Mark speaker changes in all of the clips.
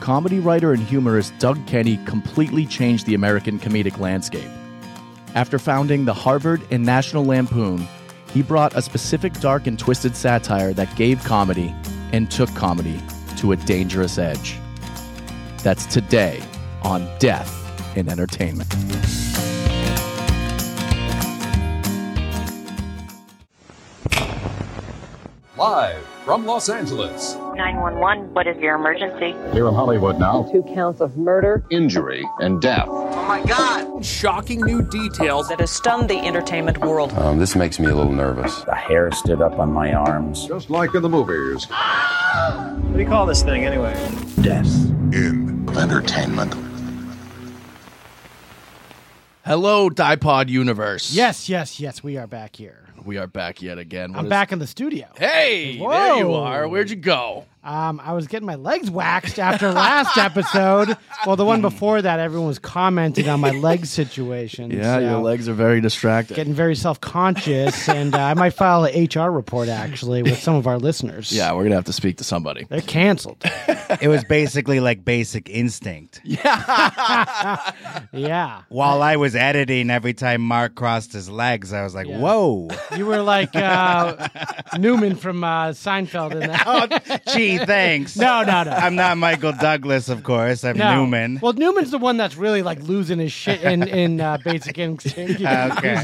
Speaker 1: comedy writer and humorist Doug Kenny completely changed the American comedic landscape. After founding the Harvard and National Lampoon, he brought a specific dark and twisted satire that gave comedy and took comedy to a dangerous edge. That's today on Death in Entertainment.
Speaker 2: Live from Los Angeles.
Speaker 3: 911, what is your emergency?
Speaker 2: Here in Hollywood now.
Speaker 4: Two counts of murder,
Speaker 2: Injury and death.
Speaker 5: Oh my God!
Speaker 6: Shocking new details
Speaker 7: that has stunned the entertainment world.
Speaker 8: Um, this makes me a little nervous.
Speaker 9: The hair stood up on my arms.
Speaker 2: Just like in the movies.
Speaker 10: What do you call this thing anyway?
Speaker 9: Death
Speaker 11: in entertainment.
Speaker 1: Hello, Dipod Universe.
Speaker 12: Yes, yes, yes. We are back here.
Speaker 1: We are back yet again. What
Speaker 12: I'm
Speaker 1: is-
Speaker 12: back in the studio.
Speaker 1: Hey,
Speaker 12: Whoa.
Speaker 1: there you are. Where'd you go?
Speaker 12: Um, I was getting my legs waxed after last episode. Well, the one
Speaker 1: Hmm.
Speaker 12: before that, everyone was commenting on my leg situation.
Speaker 1: Yeah, your
Speaker 12: so
Speaker 1: legs are very distracted.
Speaker 12: Getting very self conscious, and uh, I might file an HR report actually with some of our listeners.
Speaker 1: yeah, we're gonna have to speak to somebody.
Speaker 12: They're canceled.
Speaker 13: It was basically like basic instinct.
Speaker 12: Yeah.
Speaker 13: While I was editing, every time Mark crossed his legs, I was like,
Speaker 12: Yeah.
Speaker 13: whoa.
Speaker 12: You were like uh, Newman from uh, Seinfeld in that.
Speaker 13: Oh, Gee, thanks.
Speaker 12: No, no, no.
Speaker 13: I'm not Michael Douglas, of course. I'm
Speaker 12: No.
Speaker 13: Newman.
Speaker 12: Well, Newman's the one that's really like losing his shit in in uh, Basic Instinct.
Speaker 1: Uh,
Speaker 13: okay.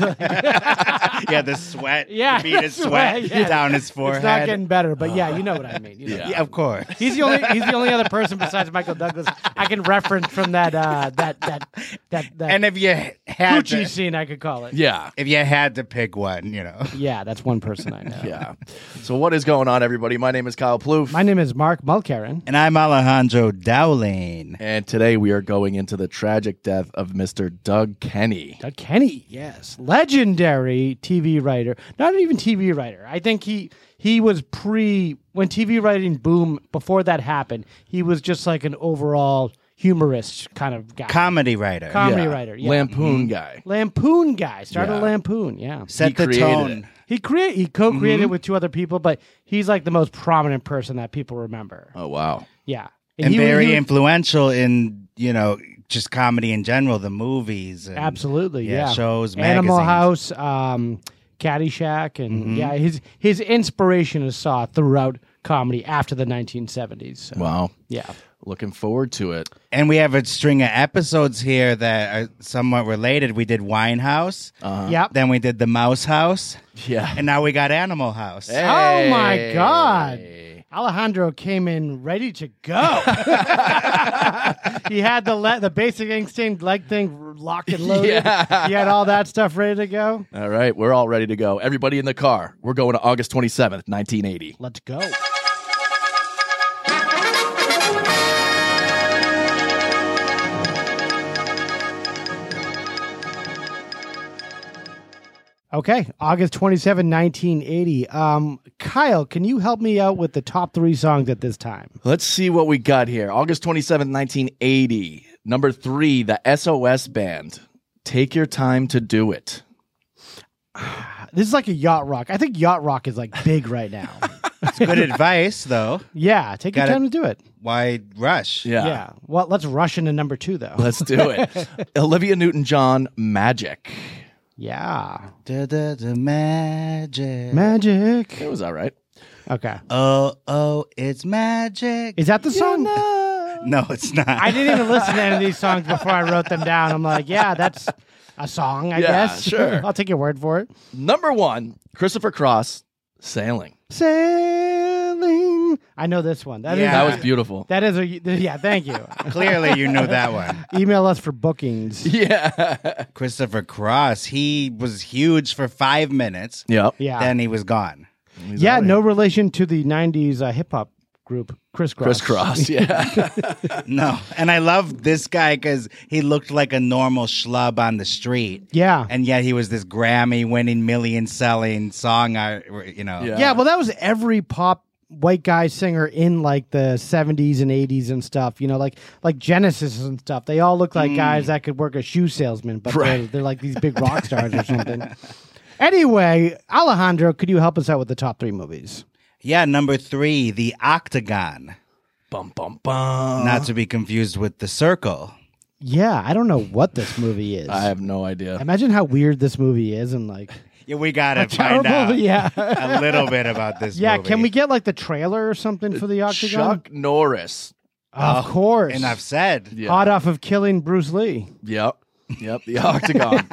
Speaker 13: yeah, the sweat.
Speaker 12: Yeah,
Speaker 13: The beat of
Speaker 12: that's
Speaker 13: sweat
Speaker 12: right, yeah.
Speaker 13: down his
Speaker 12: It's not
Speaker 13: forehead.
Speaker 12: getting better, but yeah, you know what I mean. You know.
Speaker 1: Yeah.
Speaker 13: yeah, of course.
Speaker 12: He's the only he's the only other person besides Michael Douglas I can reference from that uh, that that that that
Speaker 13: And if you had
Speaker 12: Gucci
Speaker 13: to,
Speaker 12: scene I could call it.
Speaker 1: Yeah,
Speaker 13: if you had to pick one, you know.
Speaker 12: Yeah, that's one person I know.
Speaker 1: yeah. So what is going on, everybody? My name is Kyle Plouffe,
Speaker 12: My name is Mark Mulcairn.
Speaker 13: And I'm Alejandro Dowling.
Speaker 1: and today we are going into the tragic death of Mr. Doug Kenny.
Speaker 12: Doug Kenny, yes, legendary TV writer. Not even TV writer. I think he he was pre when TV writing boom before that happened. He was just like an overall humorist kind of guy,
Speaker 13: Comedy writer.
Speaker 12: comedy writer, yeah. Mm-hmm.
Speaker 1: Lampoon guy.
Speaker 12: Lampoon guy. Started
Speaker 1: Yeah.
Speaker 12: Lampoon, yeah.
Speaker 1: He
Speaker 13: Set the
Speaker 1: created
Speaker 13: tone.
Speaker 1: it.
Speaker 12: He create he co-created
Speaker 13: Mm-hmm.
Speaker 12: with two other people, but he's like the most prominent person that people remember.
Speaker 1: Oh wow.
Speaker 12: Yeah,
Speaker 13: and,
Speaker 12: he-
Speaker 13: very
Speaker 12: he-
Speaker 13: influential in you know just comedy in general, the movies. And,
Speaker 12: absolutely
Speaker 13: yeah,
Speaker 12: yeah,
Speaker 13: shows,
Speaker 12: Animal
Speaker 13: magazines. Mm-hmm.
Speaker 12: House, um, Caddyshack, and yeah, his his inspiration is saw throughout comedy after the 1970s. So,
Speaker 1: Wow.
Speaker 12: Yeah,
Speaker 1: Looking forward to it.
Speaker 13: And we have a string of episodes here that are somewhat related. We did Winehouse,
Speaker 12: yep.
Speaker 13: then we did the Mouse House,
Speaker 1: Yeah.
Speaker 13: and now we got Animal House.
Speaker 12: Oh my God. Alejandro came in ready to go. he had the le- the basic instinct leg thing locked and loaded.
Speaker 1: Yeah.
Speaker 12: He had all that stuff ready to go.
Speaker 1: All right, we're all ready to go. Everybody in the car. We're going to August 27th, 1980.
Speaker 12: Let's go. Okay, August 27, 1980. Um, Kyle, can you help me out with the top three songs at this time?
Speaker 1: Let's see what we got here. August 27th, 1980. Number three, the SOS Band. Take your time to do it.
Speaker 12: This is like a yacht rock. I think yacht rock is like big right now.
Speaker 13: It's good advice, though.
Speaker 12: yeah, take your
Speaker 13: Got it.
Speaker 12: time to do it.
Speaker 13: Why rush?
Speaker 1: Yeah.
Speaker 12: yeah. Well, let's rush into number two, though.
Speaker 1: Let's do it. Olivia Newton John, Magic.
Speaker 12: yeah.
Speaker 13: Da, da, da, magic.
Speaker 12: Magic.
Speaker 1: It was all right.
Speaker 12: Okay.
Speaker 13: oh, oh, it's magic.
Speaker 12: Is that the song?
Speaker 13: no, it's not.
Speaker 12: I didn't even listen to any of these songs before I wrote them down. I'm like, yeah, that's a song, I
Speaker 1: Yeah,
Speaker 12: guess.
Speaker 1: sure.
Speaker 12: I'll take your word for it.
Speaker 1: Number one, Christopher Cross, Sailing.
Speaker 12: Sailing. I know this one. That is-
Speaker 13: Yeah.
Speaker 1: That was beautiful.
Speaker 12: Ah. that is a yeah. Thank you.
Speaker 13: Clearly, you knew that one.
Speaker 12: Email us for bookings.
Speaker 1: yeah.
Speaker 13: Christopher Cross, he was huge for five minutes.
Speaker 1: yep.
Speaker 12: Yeah.
Speaker 13: Then he was gone.
Speaker 1: He's
Speaker 12: yeah.
Speaker 1: outta
Speaker 12: No
Speaker 1: here.
Speaker 12: relation to the '90s uh, hip hop group
Speaker 1: Chris
Speaker 12: Crisscross.
Speaker 1: Cross. Yeah.
Speaker 13: No. And I love this guy because he looked like a normal schlub on the street.
Speaker 12: Yeah.
Speaker 13: And yet he was this Grammy winning, million selling song, art- you know.
Speaker 1: Yeah.
Speaker 12: yeah. Well, that was every pop white guy singer in like the 70s and 80s and stuff you know like like genesis and stuff they all look like guys that could work as shoe salesman but they're,
Speaker 1: Mm. Right.
Speaker 12: they're like these big rock stars or something anyway alejandro could you help us out with the top three movies
Speaker 13: Yeah, number three, The Octagon.
Speaker 1: Bum bum bum.
Speaker 12: Uh-huh.
Speaker 13: Not to be confused with The Circle.
Speaker 12: Yeah, I don't know what this movie is.
Speaker 1: I have no idea.
Speaker 12: Imagine how weird this movie is and like
Speaker 13: Yeah, we gotta find
Speaker 12: terrible.
Speaker 13: out
Speaker 12: Yeah.
Speaker 13: a little bit about this.
Speaker 12: Yeah,
Speaker 13: movie.
Speaker 12: can we get like the trailer or something for the Octagon?
Speaker 1: Uh, Chuck Oh, Norris.
Speaker 12: Of course.
Speaker 13: And I've said
Speaker 1: Yeah.
Speaker 12: Hot off of killing Bruce Lee.
Speaker 1: Yep. Yep. The Octagon.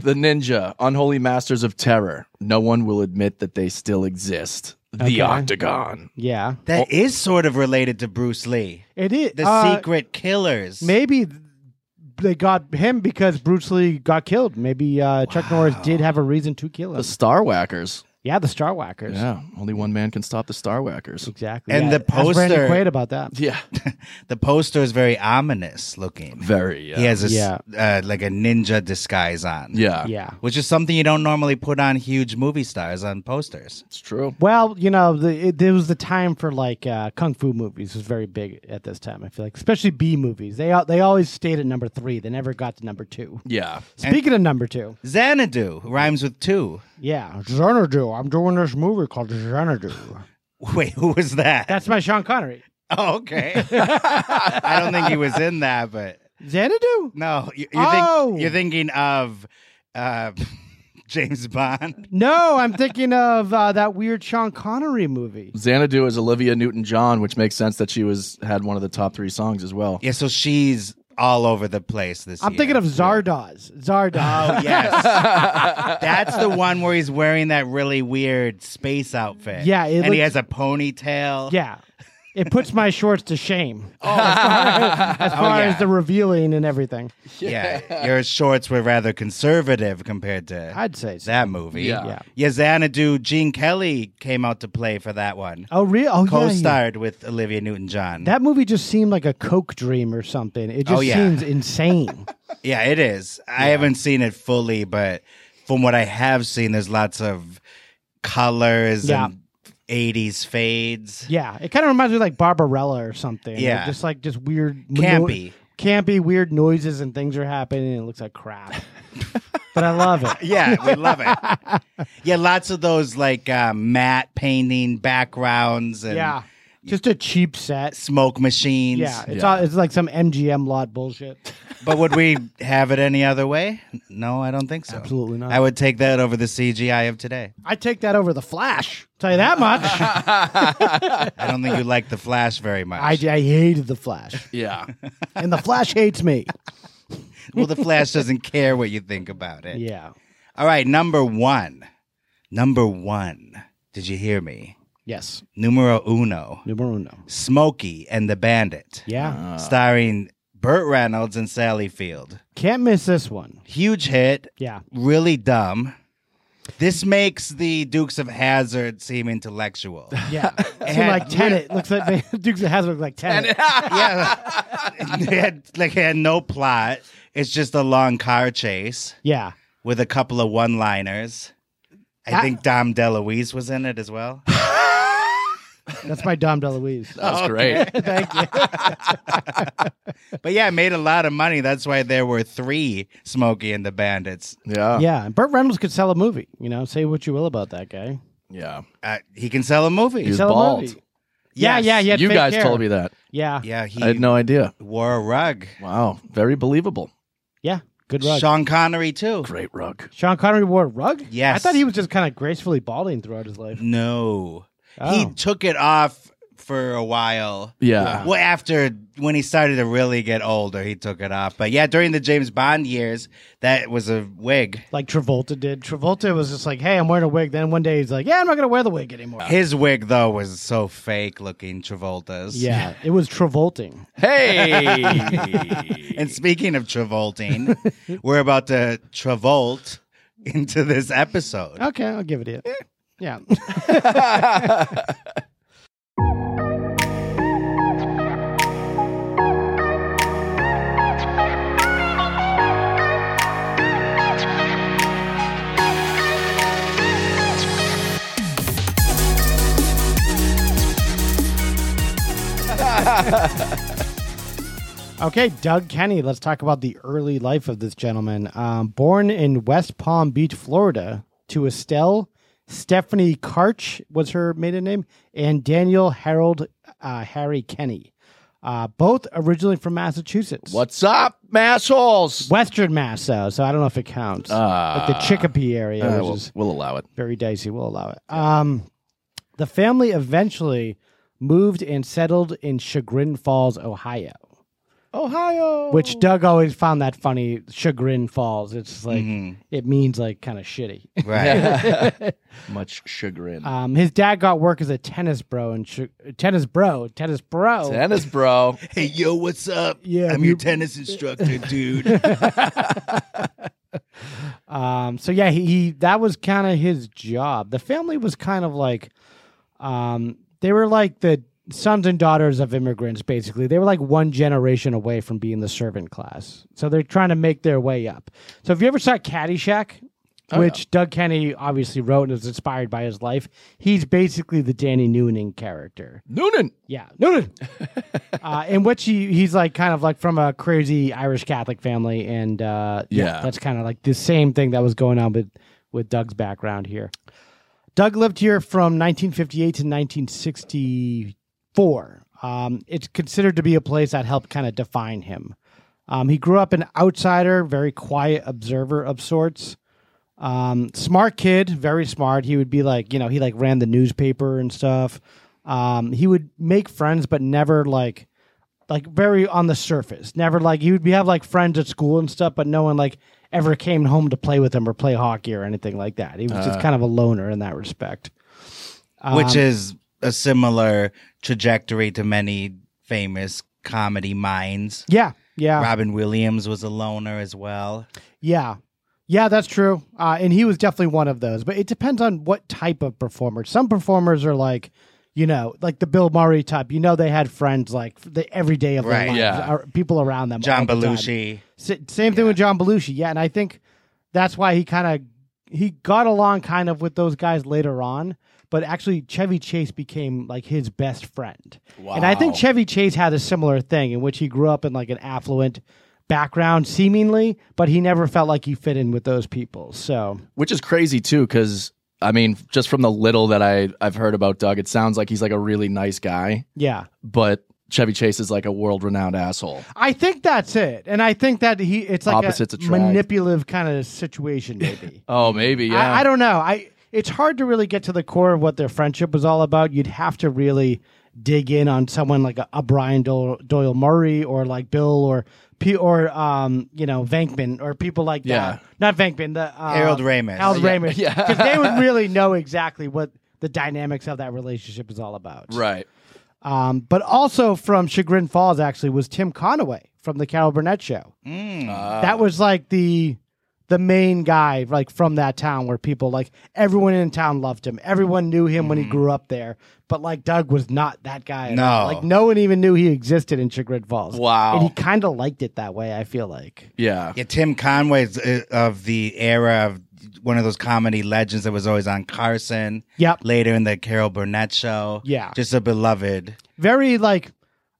Speaker 1: the Ninja. Unholy Masters of Terror. No one will admit that they still exist. The
Speaker 12: Okay.
Speaker 1: Octagon.
Speaker 12: Yeah.
Speaker 13: that is sort of related to Bruce Lee,
Speaker 12: It is
Speaker 13: the
Speaker 12: Oh. uh,
Speaker 13: Secret Killers.
Speaker 12: Maybe they got him because Bruce Lee got killed. Maybe uh, Chuck Norris did have a reason to kill him.
Speaker 1: The Star Whackers.
Speaker 12: yeah, the Star Whackers.
Speaker 1: Yeah. Only one man can stop the Star Whackers.
Speaker 12: Exactly.
Speaker 13: And
Speaker 12: yeah.
Speaker 13: the
Speaker 12: Ask Randy
Speaker 13: poster-
Speaker 12: Quaid about that.
Speaker 1: Yeah.
Speaker 13: the poster is very ominous looking.
Speaker 1: Very. Yeah.
Speaker 13: He has a
Speaker 12: Yeah.
Speaker 13: s uh, like a ninja disguise on.
Speaker 1: yeah.
Speaker 12: Yeah.
Speaker 13: which is something you don't normally put on huge movie stars on posters.
Speaker 1: It's true.
Speaker 12: Well, you know, the, it, it was the time for like uh, kung fu movies was very big at this time. I feel like, especially B movies. They al- they always stayed at number three. They never got to number two.
Speaker 1: Yeah.
Speaker 12: Speaking of number two,
Speaker 13: Xanadu rhymes with two.
Speaker 12: yeah, Xanadu. I'm doing this movie called Xanadu.
Speaker 13: Wait, who was that?
Speaker 12: That's my Sean Connery.
Speaker 13: oh, okay. I don't think he was in that, but
Speaker 12: Xanadu.
Speaker 13: no, you, you
Speaker 12: Oh!
Speaker 13: think you're thinking of uh, James Bond.
Speaker 12: No, I'm thinking of uh, that weird Sean Connery movie.
Speaker 1: Xanadu is Olivia Newton John, which makes sense that she was had one of the top three songs as well.
Speaker 13: Yeah, so she's all over the place this
Speaker 12: I'm
Speaker 13: year.
Speaker 12: thinking of Zardoz. Zardoz.
Speaker 13: Oh yes, that's the one where he's wearing that really weird space outfit.
Speaker 12: Yeah, it
Speaker 13: and he
Speaker 12: looks-
Speaker 13: has a ponytail.
Speaker 12: yeah. It puts my shorts to shame
Speaker 13: Oh,
Speaker 12: as far, as, far
Speaker 13: yeah.
Speaker 12: as the revealing and everything.
Speaker 13: yeah. Your shorts were rather conservative compared to
Speaker 12: I'd say so.
Speaker 13: that uh, movie.
Speaker 1: Yeah.
Speaker 12: Yeah.
Speaker 13: Yeah, Xanadu, Gene Kelly came out to play for that one.
Speaker 12: Oh, real? Oh, yeah, yeah.
Speaker 13: Co-starred with Olivia Newton-John.
Speaker 12: That movie just seemed like a coke dream or something. It just
Speaker 13: Oh, yeah.
Speaker 12: seems insane.
Speaker 13: yeah, it is. I haven't seen it fully, but from what I have seen, there's lots of colors
Speaker 12: Yeah.
Speaker 13: and 80s fades.
Speaker 12: yeah, it kind of reminds me of like Barbarella or something.
Speaker 13: Yeah.
Speaker 12: just like just weird,
Speaker 13: Campy.
Speaker 12: campy, weird noises and things are happening. and It looks like crap, but I love it.
Speaker 13: Yeah, we love it. yeah, lots of those like uh, matte painting backgrounds and
Speaker 12: Yeah, just a cheap set.
Speaker 13: smoke machines.
Speaker 12: Yeah, it's
Speaker 1: Yeah.
Speaker 12: All, it's like some MGM lot bullshit.
Speaker 13: But would we have it any other way? No, I don't think so.
Speaker 12: Absolutely not.
Speaker 13: I would take that over the CGI of today.
Speaker 12: I take that over the Flash. Tell you that much.
Speaker 13: I don't think you like the Flash very much.
Speaker 12: I, I hated the Flash,
Speaker 1: Yeah.
Speaker 12: and the Flash hates me.
Speaker 13: Well, the Flash doesn't care what you think about it.
Speaker 12: Yeah,
Speaker 13: All right, number one. Number one. Did you hear me?
Speaker 12: yes,
Speaker 13: Numero uno.
Speaker 12: numero uno.
Speaker 13: Smokey and the Bandit.
Speaker 12: Yeah,
Speaker 13: Starring Burt Reynolds and Sally Field.
Speaker 12: can't miss this one.
Speaker 13: Huge hit.
Speaker 12: Yeah.
Speaker 13: Really dumb. This makes the Dukes of Hazard seem intellectual.
Speaker 12: Yeah, it
Speaker 13: had-
Speaker 12: like Tenet. Looks like Dukes of Hazzard looks like Tenet.
Speaker 13: yeah. They had, like, it had no plot. It's just a long car chase.
Speaker 12: Yeah,
Speaker 13: with a couple of one liners. I
Speaker 12: I-
Speaker 13: think Dom DeLuise was in it as well.
Speaker 12: that's my Dom DeLuise.
Speaker 1: That's great.
Speaker 12: Thank you.
Speaker 13: But yeah, it made a lot of money. That's why there were three Smokey and the Bandits.
Speaker 1: Yeah.
Speaker 12: Yeah, and Burt Reynolds could sell a movie. You know, say what you will about that guy.
Speaker 1: Yeah.
Speaker 13: Uh, he can sell a movie.
Speaker 1: He was
Speaker 12: Sell a
Speaker 1: bald.
Speaker 12: movie. Yeah, yeah, yeah.
Speaker 1: You guys told me that.
Speaker 12: Yeah, yeah,
Speaker 13: Yeah, he
Speaker 1: I had no idea.
Speaker 13: wore a rug.
Speaker 1: Wow. Very believable.
Speaker 12: good rug.
Speaker 13: Sean Connery too.
Speaker 1: Great rug.
Speaker 12: Sean Connery wore a rug.
Speaker 13: Yes.
Speaker 12: I thought he was just kind of gracefully balding throughout his life.
Speaker 13: No,
Speaker 12: Oh.
Speaker 13: he took it off for a while.
Speaker 1: Yeah.
Speaker 13: Well, after when he started to really get older, he took it off. But yeah, during the James Bond years, that was a wig.
Speaker 12: like Travolta did. Travolta was just like, "Hey, I'm wearing a wig." Then one day he's like, "Yeah, I'm not gonna wear the wig anymore."
Speaker 13: His wig though was so fake looking. Travolta's.
Speaker 12: Yeah, it was Travolting.
Speaker 1: Hey.
Speaker 13: And speaking of travolting, we're about to travolt into this episode.
Speaker 12: Okay, I'll give it to you. Yeah, Okay, Doug Kenny, let's talk about the early life of this gentleman. Um, born in West Palm Beach, Florida, to Estelle Stephanie Karch was her maiden name, and Daniel Harold uh, Harry Kenny, uh, both originally from Massachusetts.
Speaker 1: What's up, massholes?
Speaker 12: Western Mass, though, so I don't know if it counts. like the Chicopee area,
Speaker 1: Uh,
Speaker 12: which
Speaker 1: we'll,
Speaker 12: is
Speaker 1: we'll allow it.
Speaker 12: very dicey. We'll allow it. Um, the family eventually moved and settled in Chagrin Falls, Ohio,
Speaker 1: Ohio.
Speaker 12: which Doug always found that funny. Chagrin Falls. It's like
Speaker 1: Mm-hmm.
Speaker 12: it means like kind of shitty.
Speaker 13: Right.
Speaker 1: much chagrin.
Speaker 12: Um, his dad got work as a tennis bro and sh- tennis bro, tennis bro.
Speaker 1: Tennis, bro.
Speaker 13: hey, yo, what's up?
Speaker 12: Yeah,
Speaker 13: I'm
Speaker 12: you-
Speaker 13: your tennis instructor, dude.
Speaker 12: Um, so yeah, he, he that was kind of his job. The family was kind of like, um, they were like the sons and daughters of immigrants. Basically, they were like one generation away from being the servant class. So they're trying to make their way up. So if you ever saw Caddyshack, which Doug Kenny obviously wrote and was inspired by his life, he's basically the Danny Noonan character.
Speaker 1: Noonan.
Speaker 12: Yeah, Noonan. uh, in which he, he's like kind of like from a crazy Irish Catholic family, and uh,
Speaker 1: Yeah.
Speaker 12: that's kind of like the same thing that was going on with with Doug's background here. Doug lived here from 1958 to 1964. Um, it's considered to be a place that helped kind of define him. Um, he grew up an outsider, very quiet observer of sorts. Um, smart kid, very smart. He would be like, you know, he like ran the newspaper and stuff. Um, he would make friends, but never like, like very on the surface. Never like he would be have like friends at school and stuff, but no one like ever came home to play with him or play hockey or anything like that. He was
Speaker 13: Uh.
Speaker 12: just kind of a loner in that respect. Um,
Speaker 13: Which is a similar trajectory to many famous comedy minds.
Speaker 12: Yeah, yeah, Oh,
Speaker 13: Robin Williams was a loner as well.
Speaker 12: yeah, yeah. That's true. Uh, and he was definitely one of those. But it depends on what type of performer. Some performers are like. You know, like the Bill Murray type. You know, they had friends like the every day of
Speaker 13: Right,
Speaker 12: their lives,
Speaker 1: yeah.
Speaker 12: or people around them.
Speaker 13: John
Speaker 12: all the time.
Speaker 13: Belushi.
Speaker 12: S- same thing with John Belushi. Yeah, and I think that's why he kind of he got along kind of with those guys later on. But actually, Chevy Chase became like his best friend. And I think
Speaker 1: Wow.
Speaker 12: Chevy Chase had a similar thing in which he grew up in like an affluent background, seemingly, but he never felt like he fit in with those people. So
Speaker 1: Which is crazy too, because I mean, just from the little that I I've heard about Doug, it sounds like he's like a really nice guy,
Speaker 12: yeah,
Speaker 1: but Chevy Chase is like a world renowned asshole.
Speaker 12: I think that's it. And I think that he it's like
Speaker 1: Opposites
Speaker 12: a
Speaker 1: attract.
Speaker 12: manipulative kind of situation, maybe.
Speaker 1: Oh, maybe. Yeah.
Speaker 12: I, I don't know. I it's hard to really get to the core of what their friendship was all about. You'd have to really dig in on someone like a, a Brian Doyle, Doyle Murray or like Bill or P or um you know Vankman or people like
Speaker 1: Yeah.
Speaker 12: that. Not Vankman, the uh,
Speaker 13: Harold Ramis.
Speaker 12: Harold
Speaker 1: Yeah,
Speaker 12: Ramis.
Speaker 1: yeah.
Speaker 12: because they would really know exactly what the dynamics of that relationship is all about.
Speaker 1: Right.
Speaker 12: Um, but also from Chagrin Falls actually was Tim Conaway from the Carol Burnett Show that was like the the main guy like from that town where people like everyone in town loved him everyone knew him when he grew up there but like doug was not that guy at
Speaker 13: No.
Speaker 12: all. like no one even knew he existed in chagrin falls
Speaker 1: Wow.
Speaker 12: and he kind of liked it that way i feel like
Speaker 1: Yeah.
Speaker 13: Yeah, Tim Conway's uh, of the era of one of those comedy legends that was always on Carson.
Speaker 12: Yep.
Speaker 13: Later in the Carol Burnett show.
Speaker 12: Yeah.
Speaker 13: Just a beloved.
Speaker 12: very like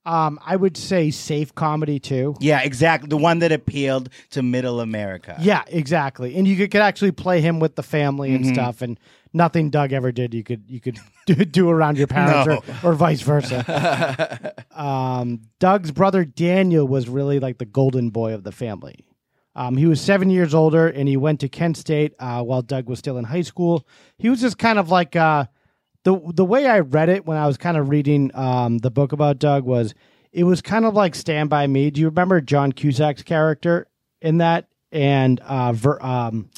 Speaker 12: um i would say safe comedy too
Speaker 13: Yeah, exactly. The one that appealed to middle America.
Speaker 12: yeah exactly and you could, could actually play him with the family and stuff and nothing doug ever did you could you could do around your parents or, or vice versa um, Doug's brother Daniel was really like the golden boy of the family. Um, he was seven years older, and he went to Kent State uh, while Doug was still in high school. He was just kind of like uh, the the way I read it when I was kind of reading um, the book about Doug was it was kind of like Stand by Me. Do you remember John Cusack's character in that and uh, ver, um,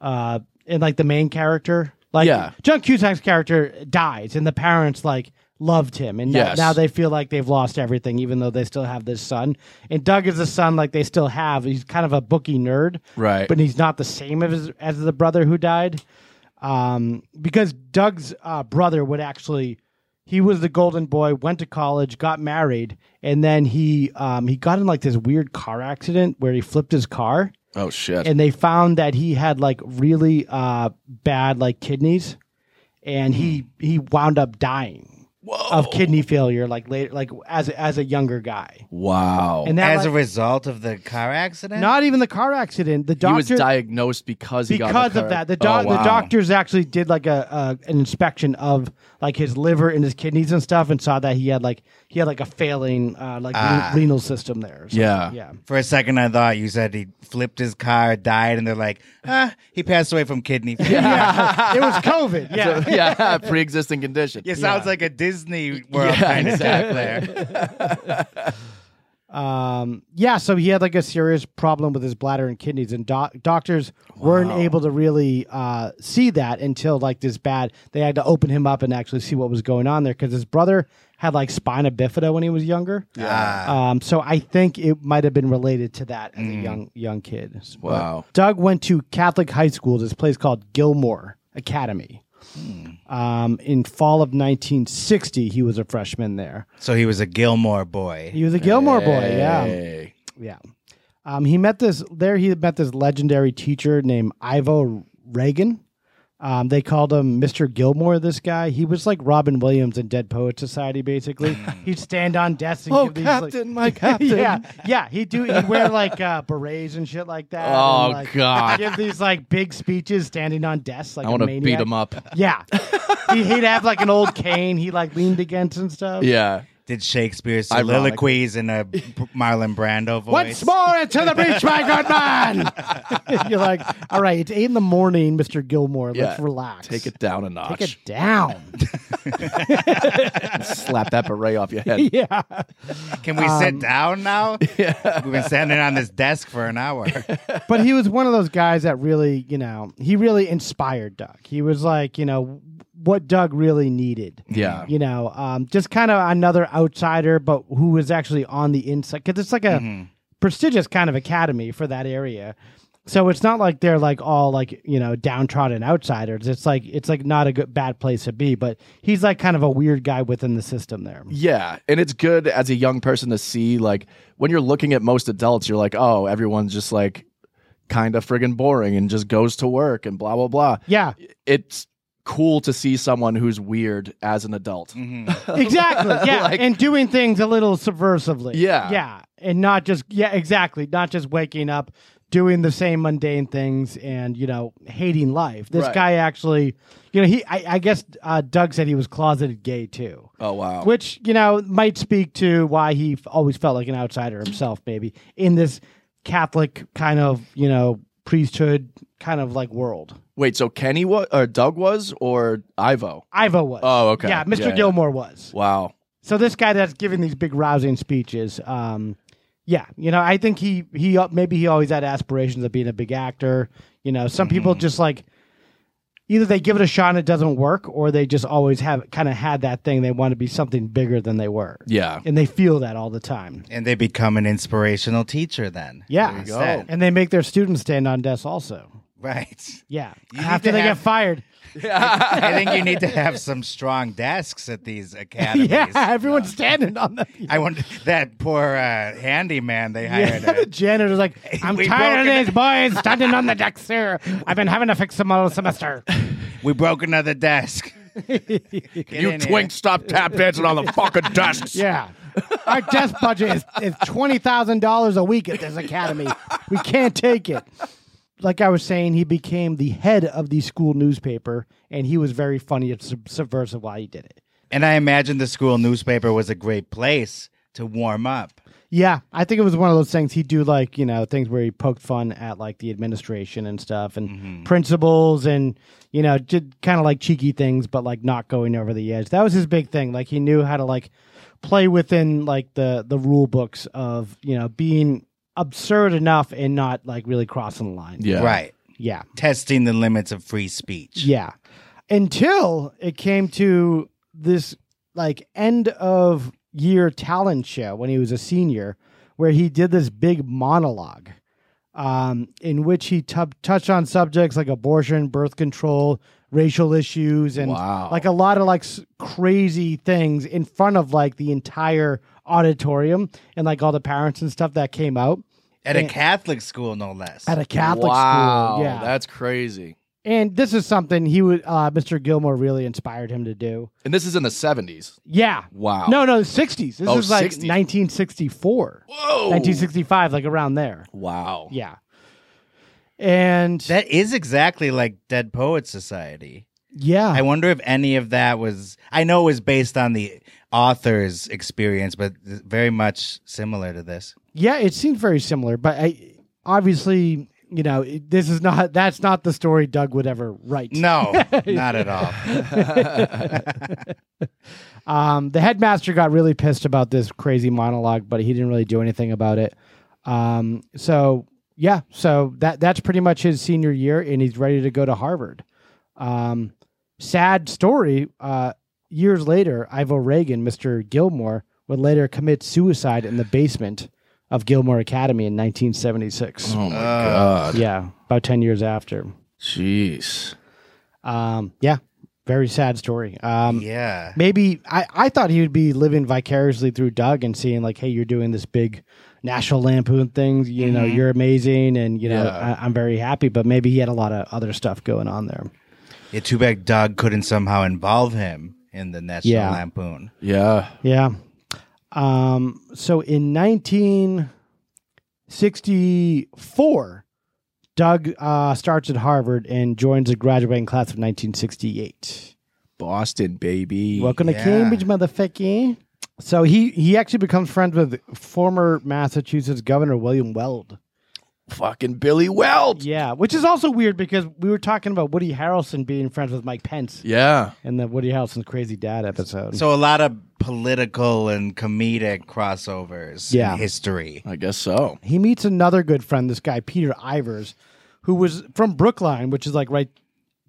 Speaker 12: uh, and like the main character? Like
Speaker 1: Yeah.
Speaker 12: John Cusack's character dies, and the parents like loved him, and now-
Speaker 1: Yes.
Speaker 12: now they they feel like they've lost everything, even though they still have this son. And Doug is a son like they still have. He's kind of a bookie nerd,
Speaker 1: Right.
Speaker 12: But he's not the same as as the brother who died, um, because Doug's uh, brother would actually. He was the golden boy, went to college, got married, and then he um, he got in like this weird car accident where he flipped his car,
Speaker 1: Oh shit.
Speaker 12: and they found that he had like really uh, bad like kidneys, and he he wound up dying
Speaker 1: Oh.
Speaker 12: of kidney failure, like later, like as as a younger guy,
Speaker 1: Wow.
Speaker 12: and that
Speaker 13: As a
Speaker 12: like,
Speaker 13: result of the car accident?
Speaker 12: not even the car accident. The
Speaker 1: he
Speaker 12: doctor
Speaker 1: was diagnosed because he got in
Speaker 12: because
Speaker 1: a
Speaker 12: of
Speaker 1: car-
Speaker 12: that. The,
Speaker 1: Oh,
Speaker 12: doc-
Speaker 1: wow.
Speaker 12: the doctors actually did like a, a an inspection of like his liver and his kidneys and stuff, and saw that he had like he had like a failing uh, like
Speaker 13: Ah.
Speaker 12: le- renal system there. or something.
Speaker 1: Yeah.
Speaker 12: yeah.
Speaker 13: For a second, I thought you said he flipped his car, died, and they're like, ah, he passed away from kidney failure.
Speaker 12: yeah, it was COVID. Yeah.
Speaker 1: yeah, pre-existing condition.
Speaker 13: It sounds like a Disney World
Speaker 1: Yeah,
Speaker 13: kind
Speaker 1: exactly.
Speaker 13: of stuff there.
Speaker 12: Um, yeah, so he had like a serious problem with his bladder and kidneys, and doc- doctors weren't able to really uh, see that until like this bad. They had to open him up and actually see what was going on there because his brother had like spina bifida when he was younger.
Speaker 13: Yeah.
Speaker 12: Um, so I think it might have been related to that as a young young kid. But
Speaker 1: Mm. Wow.
Speaker 12: Doug went to Catholic high school. This place called Gilmore Academy.
Speaker 1: Hmm.
Speaker 12: Um, in fall of 1960, he was a freshman there.
Speaker 13: So he was a Gilmore boy.
Speaker 12: He was a Gilmore boy. Yeah.
Speaker 1: Hey.
Speaker 12: Yeah. Um, he met this there. He met this legendary teacher named Ivo Reagan. Um, they called him Mr. Gilmore. This guy, he was like Robin Williams in Dead Poet Society. Basically, he'd stand on desks. And give these, like-
Speaker 1: my Oh, captain.
Speaker 12: yeah, yeah. He'd do. He'd wear like uh, berets and shit like that.
Speaker 1: Oh,
Speaker 12: and, like,
Speaker 1: God.
Speaker 12: Give these like big speeches standing on desks. Like
Speaker 1: I
Speaker 12: want to
Speaker 1: beat him up.
Speaker 12: Yeah, he, he'd have like an old cane. He like leaned against and stuff.
Speaker 1: Yeah.
Speaker 13: Did Shakespeare's
Speaker 1: Ironic.
Speaker 13: soliloquies in a B- Marlon Brando voice?
Speaker 12: Once more into the breach, my good man. You're like, all right, it's eight in the morning, Mr. Gilmore. Let's
Speaker 1: Yeah.
Speaker 12: relax.
Speaker 1: Take it down a notch.
Speaker 12: Take it down.
Speaker 1: Slap that beret off your head.
Speaker 12: yeah.
Speaker 13: Can we
Speaker 12: Um,
Speaker 13: sit down now? We've been standing on this desk for an hour.
Speaker 12: But he was one of those guys that really, you know, he really inspired Doug. He was like, you know, what Doug really needed.
Speaker 1: Yeah.
Speaker 12: You know, um, just kind of another outsider, but who was actually on the inside. Because it's like a prestigious kind of academy for that area. So it's not like they're like all like you know downtrodden outsiders. It's like it's like not a good bad place to be. But he's like kind of a weird guy within the system there.
Speaker 1: Yeah, and it's good as a young person to see like when you're looking at most adults, you're like, oh, everyone's just like kind of friggin' boring and just goes to work and blah blah blah.
Speaker 12: Yeah,
Speaker 1: It's cool to see someone who's weird as an adult.
Speaker 12: exactly. Yeah,
Speaker 1: Like-
Speaker 12: and doing things a little subversively.
Speaker 1: Yeah.
Speaker 12: yeah, and not just yeah, exactly. Not just waking up, doing the same mundane things, and you know hating life. This
Speaker 1: Right.
Speaker 12: guy actually, you know, he I, I guess uh, Doug said he was closeted gay too.
Speaker 1: Oh wow.
Speaker 12: which you know might speak to why he f- always felt like an outsider himself maybe in this catholic kind of you know priesthood kind of like world
Speaker 1: Wait, so Kenny was or Doug was or Ivo?
Speaker 12: ivo was
Speaker 1: Oh, okay.
Speaker 12: yeah mr
Speaker 1: Yeah, yeah.
Speaker 12: gilmore was
Speaker 1: Wow.
Speaker 12: so this guy that's giving these big rousing speeches um yeah you know i think he he uh, maybe he always had aspirations of being a big actor you know some people
Speaker 13: Mm-hmm.
Speaker 12: just like either they give it a shot and it doesn't work or they just always have kind of had that thing they want to be something bigger than they were
Speaker 1: Yeah.
Speaker 12: and they feel that all the time
Speaker 13: And they become an inspirational teacher then.
Speaker 12: Yeah.
Speaker 13: There you go.
Speaker 12: And they make their students stand on desks also.
Speaker 13: Right.
Speaker 12: Yeah.
Speaker 13: You need
Speaker 12: After
Speaker 13: to
Speaker 12: they
Speaker 13: have-
Speaker 12: get fired.
Speaker 13: I think you need to have some strong desks at these academies. Uh,
Speaker 12: Yeah, everyone's standing on them.
Speaker 13: I wonder that poor uh, handyman they hired.
Speaker 12: Yeah, the
Speaker 13: at-
Speaker 12: janitor's like, I'm
Speaker 13: We
Speaker 12: tired of
Speaker 13: broke
Speaker 12: these boys standing on the desk here. I've been having to fix them all semester.
Speaker 13: uh, we broke another desk. you
Speaker 1: stop tap dancing on the fucking desks.
Speaker 12: Yeah. Our desk budget is, is $20,000 a week at this academy. We can't take it. Like I was saying, he became the head of the school newspaper, and he was very funny and sub- subversive while he did it.
Speaker 13: And I imagine the school newspaper was a great place to warm up.
Speaker 12: Yeah, I think it was one of those things he'd do, like you know, things where he poked fun at like the administration and stuff, and principals, and you know, did kind of like cheeky things, but like not going over the edge. That was his big thing. Like he knew how to like play within like the the rule books of you know being absurd enough and not like really crossing the line.
Speaker 1: Yeah.
Speaker 13: Right.
Speaker 12: yeah,
Speaker 13: Testing the limits of free speech.
Speaker 12: yeah. Until it came to this like end of year talent show when he was a senior, where he did this big monologue um, in which he tub touched on subjects like abortion, birth control, racial issues, and
Speaker 1: Wow.
Speaker 12: like a lot of like s- crazy things in front of like the entire auditorium and like all the parents and stuff that came out
Speaker 13: At a Catholic school, no less.
Speaker 12: at a Catholic
Speaker 1: wow.
Speaker 12: school. Yeah.
Speaker 1: That's crazy.
Speaker 12: And this is something he would, uh, Mr. Gilmore really inspired him to do.
Speaker 1: And this is in the 70s.
Speaker 12: Yeah.
Speaker 1: Wow.
Speaker 12: No, no, the 60s. This
Speaker 1: Oh,
Speaker 12: is like
Speaker 1: 60s.
Speaker 12: 1964,
Speaker 1: Whoa.
Speaker 12: 1965, like around there.
Speaker 1: Wow.
Speaker 12: Yeah. And
Speaker 13: That is exactly like Dead Poets Society.
Speaker 12: yeah.
Speaker 13: I wonder if any of that was. I know it was based on the author's experience, but very much similar to this.
Speaker 12: Yeah, it seems very similar, but I obviously, you know, it- this is not that's not the story Doug would ever write.
Speaker 13: No, not at all.
Speaker 1: Oh
Speaker 12: Um, the headmaster got really pissed about this crazy monologue, but he didn't really do anything about it. Um, so yeah, so that that's pretty much his senior year, and he's ready to go to Harvard. Um, sad story. Uh, years later, Ivo Reagan, Mr. Gilmore, would later commit suicide in the basement of Gilmore Academy in 1976.
Speaker 1: Oh my god.
Speaker 12: Yeah, about 10 years after.
Speaker 1: Jeez.
Speaker 12: Um, yeah, very sad story. Um,
Speaker 13: Yeah.
Speaker 12: Maybe I, I thought he would be living vicariously through Doug and seeing, like, hey, you're doing this big National Lampoon thing. You know, you're amazing. And, you know,
Speaker 1: Yeah.
Speaker 12: I, I'm very happy. But maybe he had a lot of other stuff going on there.
Speaker 13: yeah. Too bad Doug couldn't somehow involve him in the National
Speaker 12: Yeah.
Speaker 13: Lampoon.
Speaker 1: Yeah.
Speaker 12: Yeah. Um, so in 1964, Doug uh, starts at Harvard and joins the graduating class of 1968.
Speaker 1: Boston, baby.
Speaker 12: Welcome to
Speaker 13: Yeah.
Speaker 12: Cambridge, motherfucker. So he he actually becomes friends with former Massachusetts Governor William Weld.
Speaker 1: Fucking Billy Weld.
Speaker 12: Yeah, which is also weird because we were talking about Woody Harrelson being friends with Mike Pence
Speaker 1: Yeah.
Speaker 12: in the Woody Harrelson's Crazy Dad episode.
Speaker 13: So a lot of political and comedic crossovers.
Speaker 12: Yeah.
Speaker 13: In history.
Speaker 1: I guess so.
Speaker 12: he meets another good friend, this guy Peter Ivers, who was from Brookline, which is like right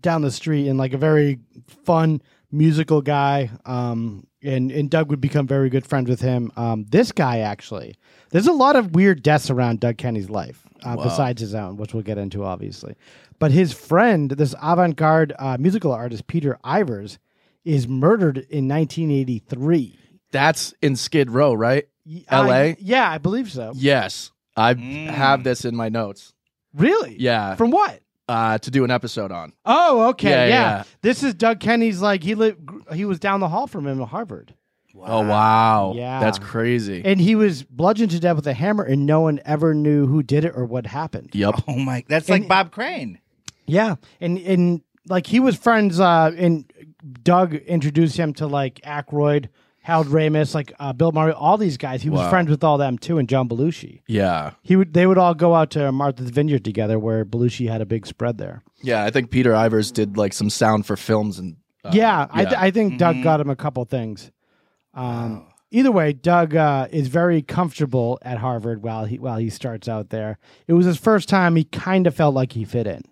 Speaker 12: down the street, and like a very fun musical guy. Um, and and Doug would become very good friends with him. Um, this guy actually, there's a lot of weird deaths around Doug Kenny's life, uh, besides his own, which we'll get into obviously. But his friend, this avant-garde uh, musical artist Peter Ivers, is murdered in 1983.
Speaker 1: That's in Skid Row, right?
Speaker 12: Y-
Speaker 1: LA?
Speaker 12: I- yeah, I believe so.
Speaker 1: Yes. I
Speaker 12: Mm.
Speaker 1: have this in my notes.
Speaker 12: Really?
Speaker 1: Yeah.
Speaker 12: From what?
Speaker 1: Uh, to do an episode on.
Speaker 12: Oh, okay,
Speaker 1: Yeah,
Speaker 12: yeah.
Speaker 1: yeah.
Speaker 12: This is Doug Kenny's. Like he lived, gr- he was down the hall from him at Harvard,
Speaker 1: Oh wow.
Speaker 12: Yeah.
Speaker 1: That's crazy.
Speaker 12: and he was bludgeoned to death with a hammer, and no one ever knew who did it or what happened.
Speaker 1: yep.
Speaker 13: Oh my! That's like Bob Crane.
Speaker 12: Yeah, and and like he was friends, uh, and Doug introduced him to like Aykroyd, Harold Ramis, like uh, Bill Murray, all these guys. He was
Speaker 1: Wow.
Speaker 12: friends with all them too, and John Belushi.
Speaker 1: Yeah.
Speaker 12: He would they would all go out to Martha's Vineyard together, where Belushi had a big spread there.
Speaker 1: Yeah. I think Peter Ivers did like some sound for films and. Uh,
Speaker 12: yeah, I, th- I think Doug got him a couple things. Um, Either way, Doug uh, is very comfortable at Harvard while he while he starts out there. It was his first time. He kind of felt like he fit in.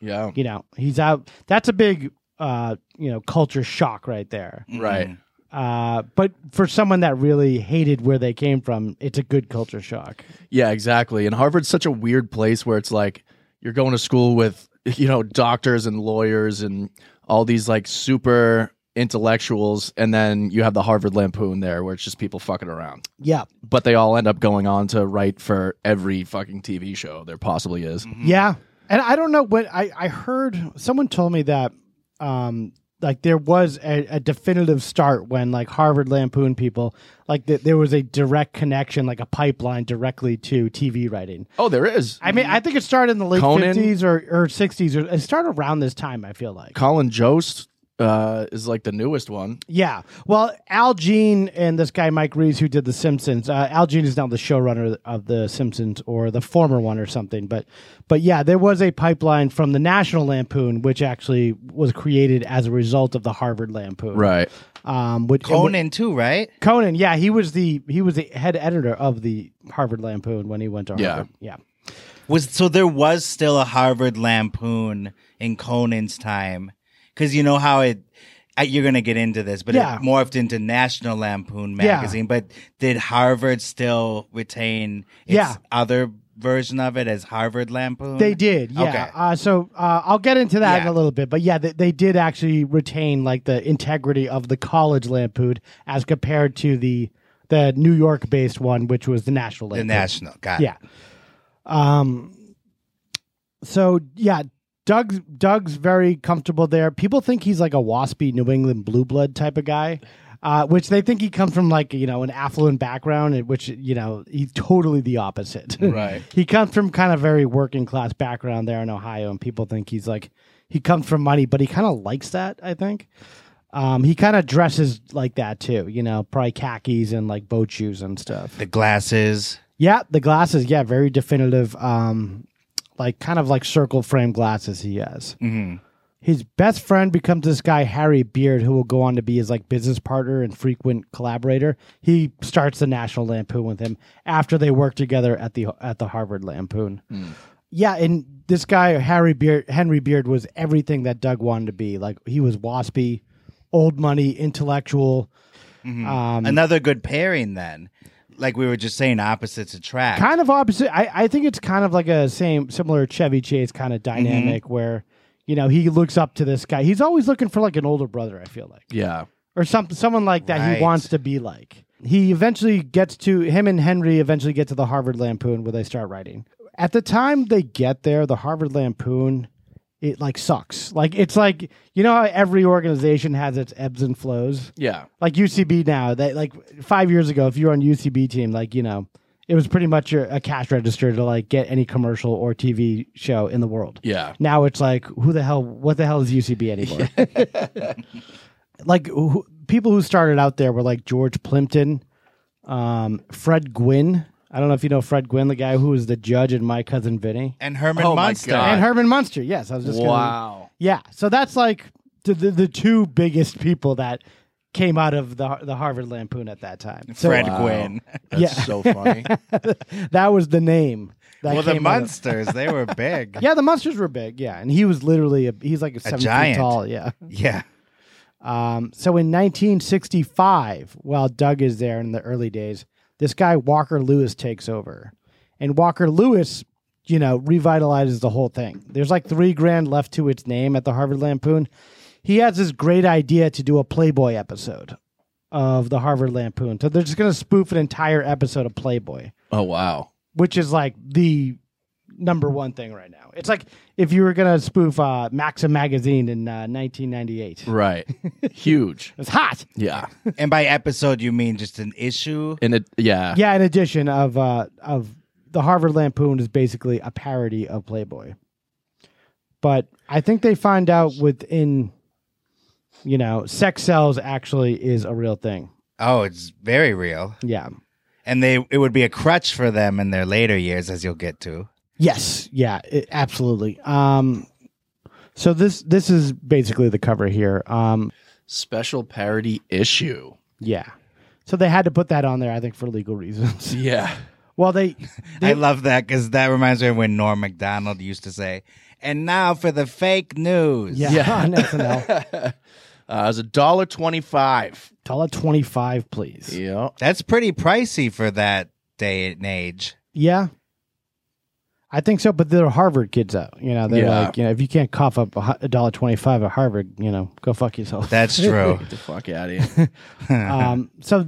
Speaker 1: yeah.
Speaker 12: You know, he's out. That's a big uh, you know culture shock right there.
Speaker 13: Mm-hmm.
Speaker 1: Right.
Speaker 12: Uh, but for someone that really hated where they came from, it's a good culture shock.
Speaker 1: Yeah, exactly. And Harvard's such a weird place where it's like you're going to school with, you know, doctors and lawyers and all these like super intellectuals. And then you have the Harvard Lampoon there where it's just people fucking around.
Speaker 12: Yeah,
Speaker 1: But they all end up going on to write for every fucking TV show there possibly is.
Speaker 12: Yeah. And I don't know what I, I heard someone told me that um like there was a, a definitive start when like Harvard Lampoon people like that there was a direct connection like a pipeline directly to TV writing.
Speaker 1: Oh, there is.
Speaker 12: I mean I think it started in the late
Speaker 1: Conan?
Speaker 12: 50s or, or 60s or it started around this time I feel like.
Speaker 1: Colin Jost uh, is like the newest one.
Speaker 12: Yeah. Well, Al Jean and this guy Mike Reeves who did The Simpsons. Uh, Al Jean is now the showrunner of The Simpsons or the former one or something. But, but yeah, there was a pipeline from the National Lampoon, which actually was created as a result of the Harvard Lampoon.
Speaker 1: Right.
Speaker 12: Um, which
Speaker 13: Conan too, right?
Speaker 12: Conan. Yeah, he was the he was the head editor of the Harvard Lampoon when he went to
Speaker 1: Yeah.
Speaker 12: Harvard. Yeah.
Speaker 13: Was so there was still a Harvard Lampoon in Conan's time because you know how it. I, you're gonna get into this, but
Speaker 12: Yeah.
Speaker 13: it morphed into National Lampoon
Speaker 12: Yeah.
Speaker 13: magazine. But did Harvard still retain its
Speaker 12: Yeah.
Speaker 13: other version of it as Harvard Lampoon?
Speaker 12: They did, yeah.
Speaker 13: Okay.
Speaker 12: Uh, so uh, I'll get into that in
Speaker 13: Yeah.
Speaker 12: a little bit, but yeah, they, they did actually retain like the integrity of the college lampoon as compared to the the New York based one, which was the national
Speaker 13: the
Speaker 12: lampoon.
Speaker 13: National. Got it.
Speaker 12: yeah. Um. So yeah, Doug's Doug's very comfortable there. People think he's like a waspy New England blue blood type of guy, uh, which they think he comes from like you know an affluent background, and which you know he's totally the opposite.
Speaker 13: Right.
Speaker 12: he comes from kind of very working class background there in Ohio, and people think he's like he comes from money, but he kind of likes that. I think. Um, he kind of dresses like that too, you know, probably khakis and like boat shoes and stuff.
Speaker 13: The glasses.
Speaker 12: Yeah, the glasses. Yeah, very definitive. Um, like kind of like circle frame glasses he has.
Speaker 13: hmm
Speaker 12: His best friend becomes this guy Harry Beard, who will go on to be his like business partner and frequent collaborator. He starts the National Lampoon with him after they work together at the at the Harvard Lampoon. Yeah, and this guy Harry Beard, Henry Beard, was everything that Doug wanted to be. Like he was waspy, old money, intellectual. Um,
Speaker 13: Another good pairing then. Like we were just saying, opposites attract.
Speaker 12: kind of opposite. I, I think it's kind of like a same similar Chevy Chase kind of dynamic where you know he looks up to this guy. He's always looking for like an older brother. I feel like
Speaker 1: Yeah.
Speaker 12: or some someone like that
Speaker 13: Right.
Speaker 12: he wants to be like. He eventually gets to him and Henry eventually get to the Harvard Lampoon where they start writing. At the time they get there, the Harvard Lampoon it like sucks. Like it's like you know how every organization has its ebbs and flows
Speaker 1: Yeah.
Speaker 12: like UCB now that like five years ago, if you were on UCB team, like you know, it was pretty much your, a cash register to like get any commercial or TV show in the world.
Speaker 1: Yeah.
Speaker 12: Now it's like, who the hell? What the hell is UCB anymore? like who, people who started out there were like George Plimpton, um, Fred Gwynn. I don't know if you know Fred Gwynn, the guy who was the judge in My Cousin Vinny,
Speaker 13: and Herman
Speaker 1: Oh my
Speaker 13: Munster.
Speaker 1: God.
Speaker 12: and Herman Munster. Yes, I was just Gonna,
Speaker 1: Wow.
Speaker 12: yeah, so that's like the, the the two biggest people that came out of the the Harvard Lampoon at that time. So uh,
Speaker 13: Fred Gwynn.
Speaker 1: That's
Speaker 12: Yeah.
Speaker 1: so funny.
Speaker 12: that was the name. That
Speaker 13: well, the
Speaker 12: came out of-
Speaker 13: Munsters, they were big.
Speaker 12: yeah, the monsters were big. Yeah, and he was literally a, he's like seven
Speaker 13: giant.
Speaker 12: feet tall. Yeah.
Speaker 13: Yeah.
Speaker 12: Um, so in 1965, while Doug is there in the early days, this guy Walker Lewis takes over, and Walker Lewis, you know, revitalizes the whole thing. There's like three grand left to its name at the Harvard Lampoon. He has this great idea to do a Playboy episode of the Harvard Lampoon. So they're just gonna spoof an entire episode of Playboy,
Speaker 1: Oh wow.
Speaker 12: which is like the number one thing right now. It's like if you were gonna spoof uh, Maxim magazine in uh, 1998.
Speaker 1: Right. Huge.
Speaker 12: It's hot.
Speaker 1: Yeah.
Speaker 13: And by episode, you mean just an issue?
Speaker 1: And it yeah.
Speaker 12: yeah, in addition of uh, of the Harvard Lampoon is basically a parody of Playboy. But I think they find out within, you know, sex cells actually is a real thing.
Speaker 13: Oh, it's very real.
Speaker 12: Yeah.
Speaker 13: And they it would be a crutch for them in their later years, as you'll get to.
Speaker 12: Yes. Yeah. i- absolutely. Um. So this this is basically the cover here. Um.
Speaker 1: Special parody issue.
Speaker 12: Yeah. So they had to put that on there, I think, for legal reasons.
Speaker 1: Yeah.
Speaker 12: well, they
Speaker 13: I love that because that reminds me of when Norm Macdonald used to say, "And now for the fake news."
Speaker 12: yeah,
Speaker 1: Yeah.
Speaker 12: on SNL.
Speaker 1: Uh, it's a dollar twenty five.
Speaker 12: Dollar twenty five, please.
Speaker 1: Yeah.
Speaker 13: that's pretty pricey for that day and age.
Speaker 12: Yeah. I think so, but they're Harvard kids out. You know, they're
Speaker 1: Yeah.
Speaker 12: like, you know, if you can't cough up a hu- a dollar twenty five at Harvard, you know, go fuck yourself.
Speaker 13: That's true.
Speaker 1: Get the fuck out of here.
Speaker 12: um, so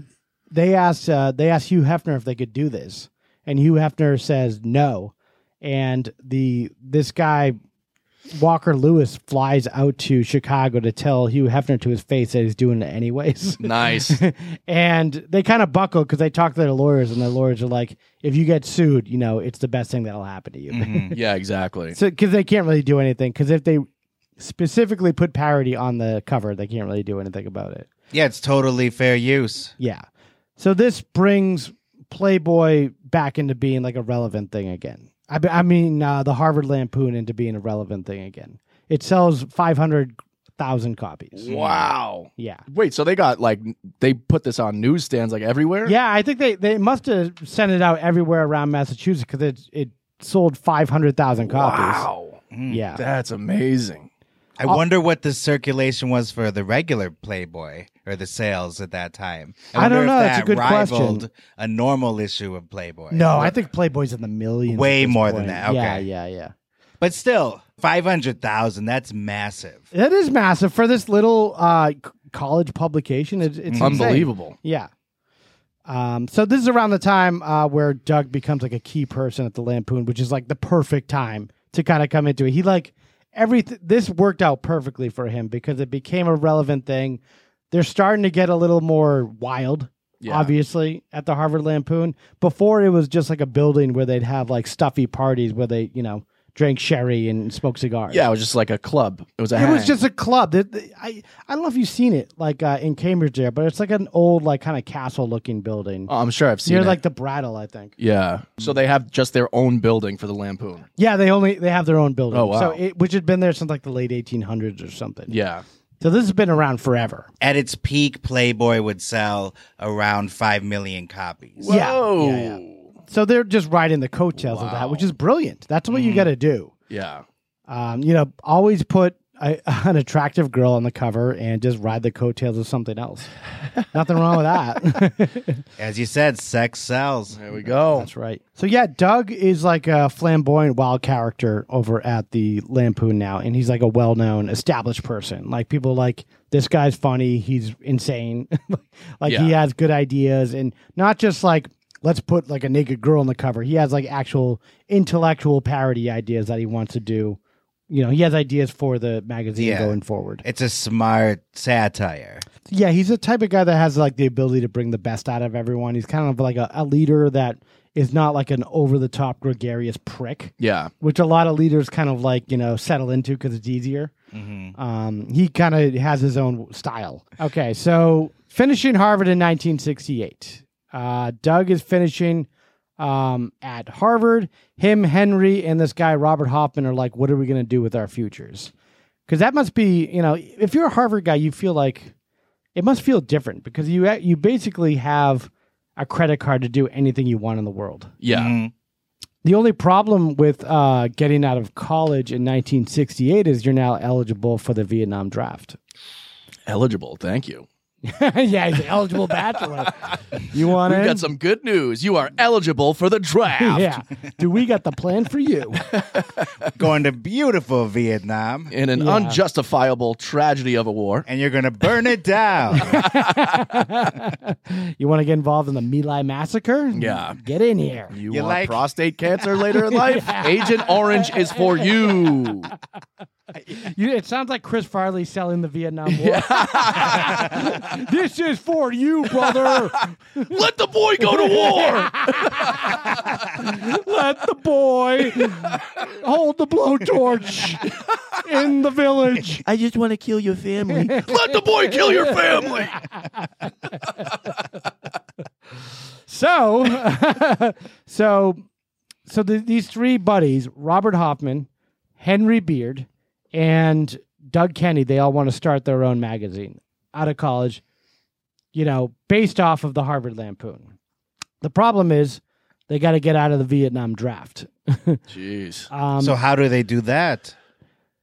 Speaker 12: they asked uh, they asked Hugh Hefner if they could do this, and Hugh Hefner says no, and the this guy Walker Lewis flies out to Chicago to tell Hugh Hefner to his face that he's doing it anyways.
Speaker 1: nice.
Speaker 12: and they kind of buckle because they talk to their lawyers, and their lawyers are like, if you get sued, you know, it's the best thing that'll happen to you.
Speaker 13: Mm-hmm.
Speaker 1: Yeah, exactly.
Speaker 12: So, because they can't really do anything, because if they specifically put parody on the cover, they can't really do anything about it.
Speaker 13: yeah, it's totally fair use.
Speaker 12: Yeah. So this brings Playboy back into being like a relevant thing again. I, be- I mean, uh, the Harvard Lampoon into being a relevant thing again. It sells 500,000 copies.
Speaker 1: Wow.
Speaker 12: Yeah.
Speaker 1: Wait, so they got like n- they put this on newsstands like everywhere?
Speaker 12: Yeah, I think they, they must have sent it out everywhere around Massachusetts because it, it sold 500,000 copies.
Speaker 1: Wow.
Speaker 13: Mm,
Speaker 12: Yeah.
Speaker 1: That's amazing.
Speaker 13: I
Speaker 12: Oh.
Speaker 13: wonder what the circulation was for the regular Playboy or the sales at that time.
Speaker 12: I don't
Speaker 13: wonder
Speaker 12: know.
Speaker 13: If
Speaker 12: That's a
Speaker 13: that
Speaker 12: good question.
Speaker 13: rivaled A normal issue of Playboy.
Speaker 12: No, I think Playboy's in the millions.
Speaker 13: Way
Speaker 12: at this
Speaker 13: more than
Speaker 12: point.
Speaker 13: that.
Speaker 12: Yeah,
Speaker 13: Okay.
Speaker 12: yeah, yeah.
Speaker 13: but still, five hundred thousand—that's massive.
Speaker 12: That is massive for this little uh, c- college publication. It's, it's
Speaker 13: Mm.
Speaker 12: insane.
Speaker 1: Unbelievable.
Speaker 12: Yeah. Um, so this is around the time uh, where Doug becomes like a key person at the Lampoon, which is like the perfect time to kind of come into it. He like everything this worked out perfectly for him because it became a relevant thing. They're starting to get a little more wild,
Speaker 1: Yeah.
Speaker 12: obviously, at the Harvard Lampoon. Before it was just like a building where they'd have like stuffy parties where they, you know, drank sherry and smoked cigars.
Speaker 1: Yeah, it was just like a club. It was a
Speaker 12: It was
Speaker 1: hang.
Speaker 12: just a club. That that- I I don't know if you've seen it like uh, in Cambridge there, but it's like an old like kind of castle looking building.
Speaker 1: Oh, I'm sure I've seen
Speaker 12: Near
Speaker 1: it.
Speaker 12: like the Brattle, I think.
Speaker 1: yeah. So they have just their own building for the Lampoon.
Speaker 12: Yeah, they only they have their own building.
Speaker 1: Oh, wow.
Speaker 12: So it, which had been there since like the late 1800s or something.
Speaker 1: Yeah.
Speaker 12: So this has been around forever.
Speaker 13: At its peak, Playboy would sell around 5 million copies.
Speaker 12: Yeah.
Speaker 1: Whoa.
Speaker 12: Yeah, So they're just riding the coattails of that, which is brilliant. That's what you
Speaker 1: Mm.
Speaker 12: got to do.
Speaker 1: Yeah.
Speaker 12: Um, you know, always put a, an attractive girl on the cover and just ride the coattails of something else. Nothing wrong with that.
Speaker 13: As you said, sex sells.
Speaker 1: There we go.
Speaker 12: That's right. Oh. So yeah, Doug is like a flamboyant, wild character over at the Lampoon now, and he's like a well-known, established person. Like people like this guy's funny. He's insane. like he
Speaker 1: Yeah.
Speaker 12: has good ideas, and not just like let's put like a naked girl on the cover. He has like actual intellectual parody ideas that he wants to do. You know, he has ideas for the magazine
Speaker 13: Yeah.
Speaker 12: going forward.
Speaker 13: It's a smart satire.
Speaker 12: Yeah, he's the type of guy that has like the ability to bring the best out of everyone. He's kind of like a, a leader that is not like an over the top gregarious prick,
Speaker 1: Yeah.
Speaker 12: which a lot of leaders kind of like you know settle into because it's easier. Um, he kind of has his own style. Okay, so finishing Harvard in 1968, uh, Doug is finishing um, at Harvard. Him, Henry, and this guy Robert Hoffman are like, what are we gonna do with our futures? Because that must be you know if you're a Harvard guy, you feel like it must feel different because you you basically have a credit card to do anything you want in the world.
Speaker 1: Yeah.
Speaker 13: Mhm.
Speaker 12: The only problem with uh, getting out of college in 1968 is you're now eligible for the Vietnam draft.
Speaker 1: Eligible. Thank you.
Speaker 12: yeah, he's an eligible bachelor. You want
Speaker 1: We've
Speaker 12: it?
Speaker 1: got some good news. You are eligible for the draft.
Speaker 12: Yeah. Do we got the plan for you?
Speaker 13: Going to beautiful Vietnam,
Speaker 1: In an
Speaker 12: Yeah.
Speaker 1: unjustifiable tragedy of a war.
Speaker 13: and you're going to burn it down.
Speaker 12: you want to get involved in the My Lai massacre?
Speaker 1: Yeah.
Speaker 12: Get in here.
Speaker 1: You,
Speaker 13: You
Speaker 1: want
Speaker 13: like-
Speaker 1: prostate cancer later in life? Agent Orange is for you.
Speaker 12: You, it sounds like Chris Farley selling the Vietnam War. this is for you, brother.
Speaker 1: Let the boy go to war.
Speaker 12: Let the boy hold the blowtorch in the village.
Speaker 1: I just want to kill your family. Let the boy kill your family.
Speaker 12: So, so, so the, these three buddies, Robert Hoffman, Henry Beard, and Doug Kenny, they all want to start their own magazine out of college, you know, based off of the Harvard Lampoon. The problem is they got to get out of the Vietnam draft.
Speaker 1: Jeez.
Speaker 12: Um,
Speaker 13: so, how do they do that?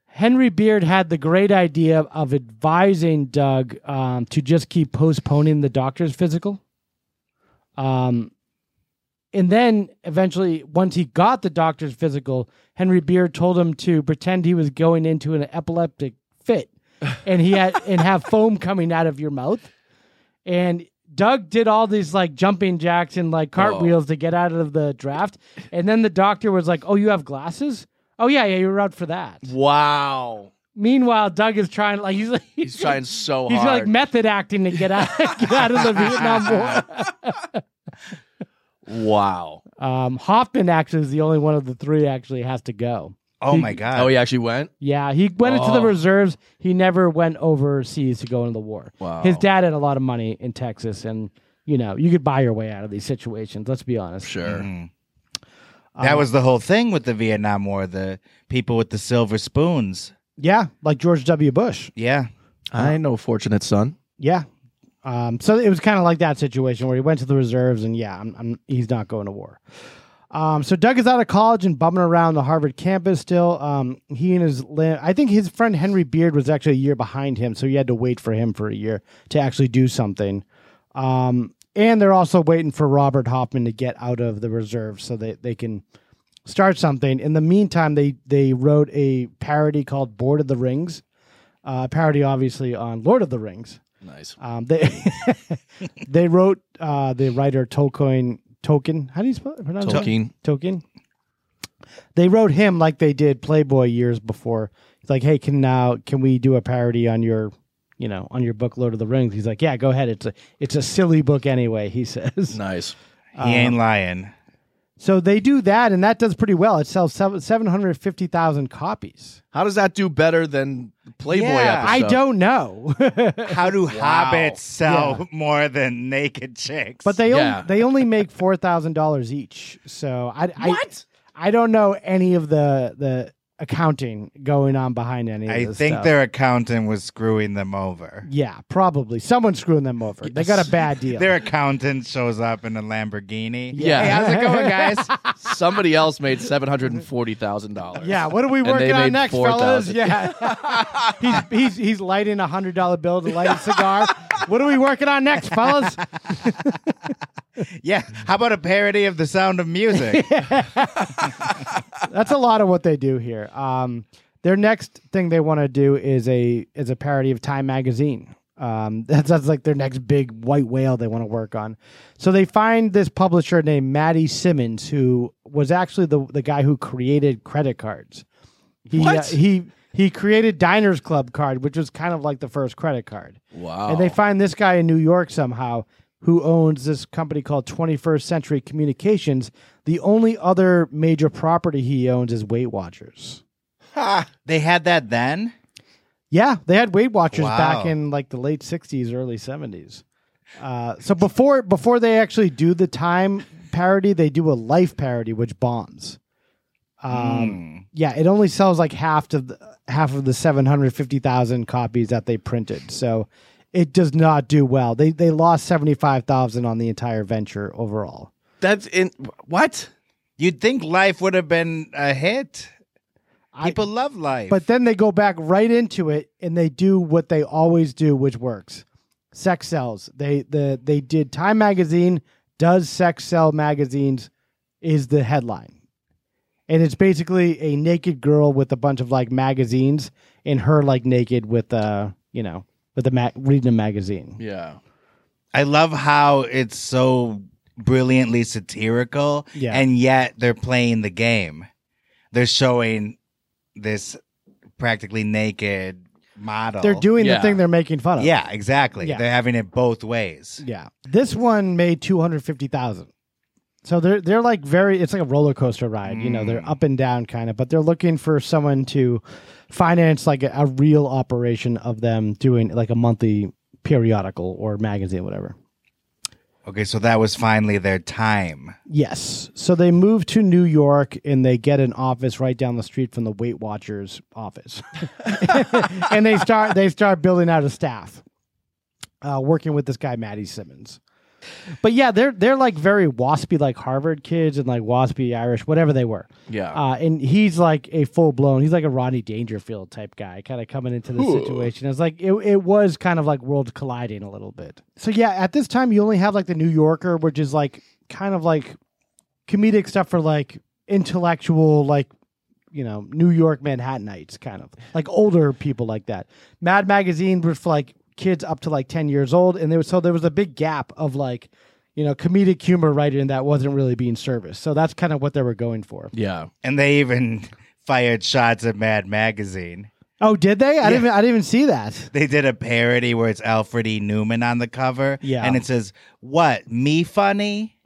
Speaker 12: Henry Beard had the great idea of advising Doug um, to just keep postponing the doctor's physical. Um, and then eventually, once he got the doctor's physical, Henry Beard told him to pretend he was going into an epileptic fit, and he had and have foam coming out of your mouth. And Doug did all these like jumping jacks and like cartwheels to get out of the draft. And then the doctor was like, "Oh, you have glasses? Oh yeah, yeah, you're out for that."
Speaker 1: Wow.
Speaker 12: Meanwhile, Doug is trying like he's like
Speaker 1: He's trying so
Speaker 12: he's
Speaker 1: hard.
Speaker 12: like method acting to get out get out of the Vietnam War.
Speaker 1: wow.
Speaker 12: Um, Hoffman actually is the only one of the three actually has to go.
Speaker 13: Oh,
Speaker 12: He-
Speaker 13: my God.
Speaker 1: Oh, he actually went?
Speaker 12: Yeah, he went into the
Speaker 1: Oh.
Speaker 12: reserves. He never went overseas to go into the war.
Speaker 1: Wow.
Speaker 12: His dad had a lot of money in Texas, and you know you could buy your way out of these situations. Let's be honest.
Speaker 1: Sure.
Speaker 13: Mhm.
Speaker 1: Um,
Speaker 13: That was the whole thing with the Vietnam War, the people with the silver spoons.
Speaker 12: Yeah, like George W. Bush.
Speaker 13: Yeah.
Speaker 1: I know fortunate son.
Speaker 12: Yeah. Um, so it was kind of like that situation where he went to the reserves and yeah, I'm, I'm, he's not going to war. Um, so Doug is out of college and bumming around the Harvard campus still. Um, he and his, la- I think his friend Henry Beard was actually a year behind him, so he had to wait for him for a year to actually do something. Um, and they're also waiting for Robert Hoffman to get out of the reserve so that they can start something. In the meantime, they they wrote a parody called "Board of the Rings," uh, parody obviously on Lord of the Rings.
Speaker 1: Nice.
Speaker 12: Um, they they wrote uh, the writer Tolkien. Tolkien. How do you spell it? pronounce it?
Speaker 1: Tolkien.
Speaker 12: Tolkien. They wrote him like they did Playboy years before. It's like, hey, can now can we do a parody on your, you know, on your book Lord of the Rings? He's like, yeah, go ahead. It's a it's a silly book anyway. He says.
Speaker 1: Nice.
Speaker 13: He ain't lying.
Speaker 12: So they do that, and that does pretty well. It sells seven hundred fifty thousand copies.
Speaker 1: How does that do better than Playboy
Speaker 13: Yeah.
Speaker 12: I
Speaker 1: episode?
Speaker 12: don't know,
Speaker 13: How do hobbits sell more than naked chicks?
Speaker 12: but they
Speaker 1: Yeah.
Speaker 12: only, they only make four thousand dollars each. So I, I I don't know any of the the accounting going on behind any. Of
Speaker 13: I
Speaker 12: this
Speaker 13: think
Speaker 12: stuff.
Speaker 13: their accountant was screwing them over.
Speaker 12: Yeah, probably someone's screwing them over. They got a bad deal.
Speaker 13: Their accountant shows up in a Lamborghini.
Speaker 1: Yeah.
Speaker 13: Hey, how's it going, guys?
Speaker 1: Somebody else made seven hundred and forty thousand dollars.
Speaker 12: Yeah, what are we
Speaker 1: And they
Speaker 12: working on
Speaker 1: made
Speaker 12: next,
Speaker 1: 4,000.
Speaker 12: fellas? Yeah. he's, he's he's lighting a hundred dollar bill to light a cigar. what are we working on next, fellas?
Speaker 13: yeah. How about a parody of the sound of music?
Speaker 12: That's a lot of what they do here. Um, their next thing they want to do is a is a parody of Time magazine. Um, that's, that's like their next big white whale they want to work on. So they find this publisher named Matty Simmons, who was actually the the guy who created credit cards. He, uh,
Speaker 1: What?
Speaker 12: he he created Diners Club card, which was kind of like the first credit card.
Speaker 1: Wow.
Speaker 12: And they find this guy in New York somehow who owns this company called 21st Century Communications. The only other major property he owns is Weight Watchers.
Speaker 13: they had that then?
Speaker 12: Yeah, they had Weight Watchers
Speaker 13: Wow.
Speaker 12: back in like the late 60s, early 70s. Uh, so before before they actually do the time parody, they do a life parody, which bombs.
Speaker 13: Hmm.
Speaker 12: Um, Yeah, it only sells like half to the, half of the seven hundred fifty thousand copies that they printed. So it does not do well. They they lost seventy five thousand on the entire venture overall.
Speaker 1: That's in what?
Speaker 13: You'd think life would have been a hit.
Speaker 12: I-
Speaker 13: People love life.
Speaker 12: But then they go back right into it and they do what they always do, which works. Sex sells. They the they did Time magazine does sex sell magazines is the headline. And it's basically a naked girl with a bunch of like magazines and her like naked with uh, you know, with a ma- reading a magazine.
Speaker 1: Yeah.
Speaker 13: I love how it's so brilliantly satirical,
Speaker 12: Yeah.
Speaker 13: and yet they're playing the game. They're showing this practically naked model.
Speaker 12: They're doing
Speaker 1: Yeah.
Speaker 12: the thing they're making fun of.
Speaker 13: yeah, exactly.
Speaker 12: Yeah.
Speaker 13: They're having it both ways.
Speaker 12: Yeah. This one made 250,000. So they're they're like very it's like a roller coaster ride, you know, they're up and down kind of, but they're looking for someone to finance like a, a real operation of them doing like a monthly periodical or magazine whatever.
Speaker 13: Okay, so that was finally their time.
Speaker 12: Yes. So they move to New York and they get an office right down the street from the Weight Watchers office. and they start they start building out a staff. Uh, working with this guy Maddie Simmons. But yeah, they're they're like very waspy like Harvard kids and like waspy Irish whatever they were.
Speaker 1: Yeah.
Speaker 12: Uh, and he's like a full blown, he's like a Ronnie Dangerfield type guy, kind of coming into the situation. It's like it, it was kind of like worlds colliding a little bit. So yeah, at this time you only have like the New Yorker, which is like kind of like comedic stuff for like intellectual, like you know New York Manhattanites, kind of like older people like that. Mad Magazine was for like kids up to like ten years old, and there was so there was a big gap of like. You know, comedic humor writing that wasn't really being serviced. So that's kind of what they were going for.
Speaker 1: yeah.
Speaker 13: And they even fired shots at Mad Magazine.
Speaker 12: Oh, did they? I didn't. Even, I didn't even see that.
Speaker 13: They did a parody where it's Alfred E. Newman on the cover.
Speaker 12: Yeah.
Speaker 13: And it says, What? Me funny?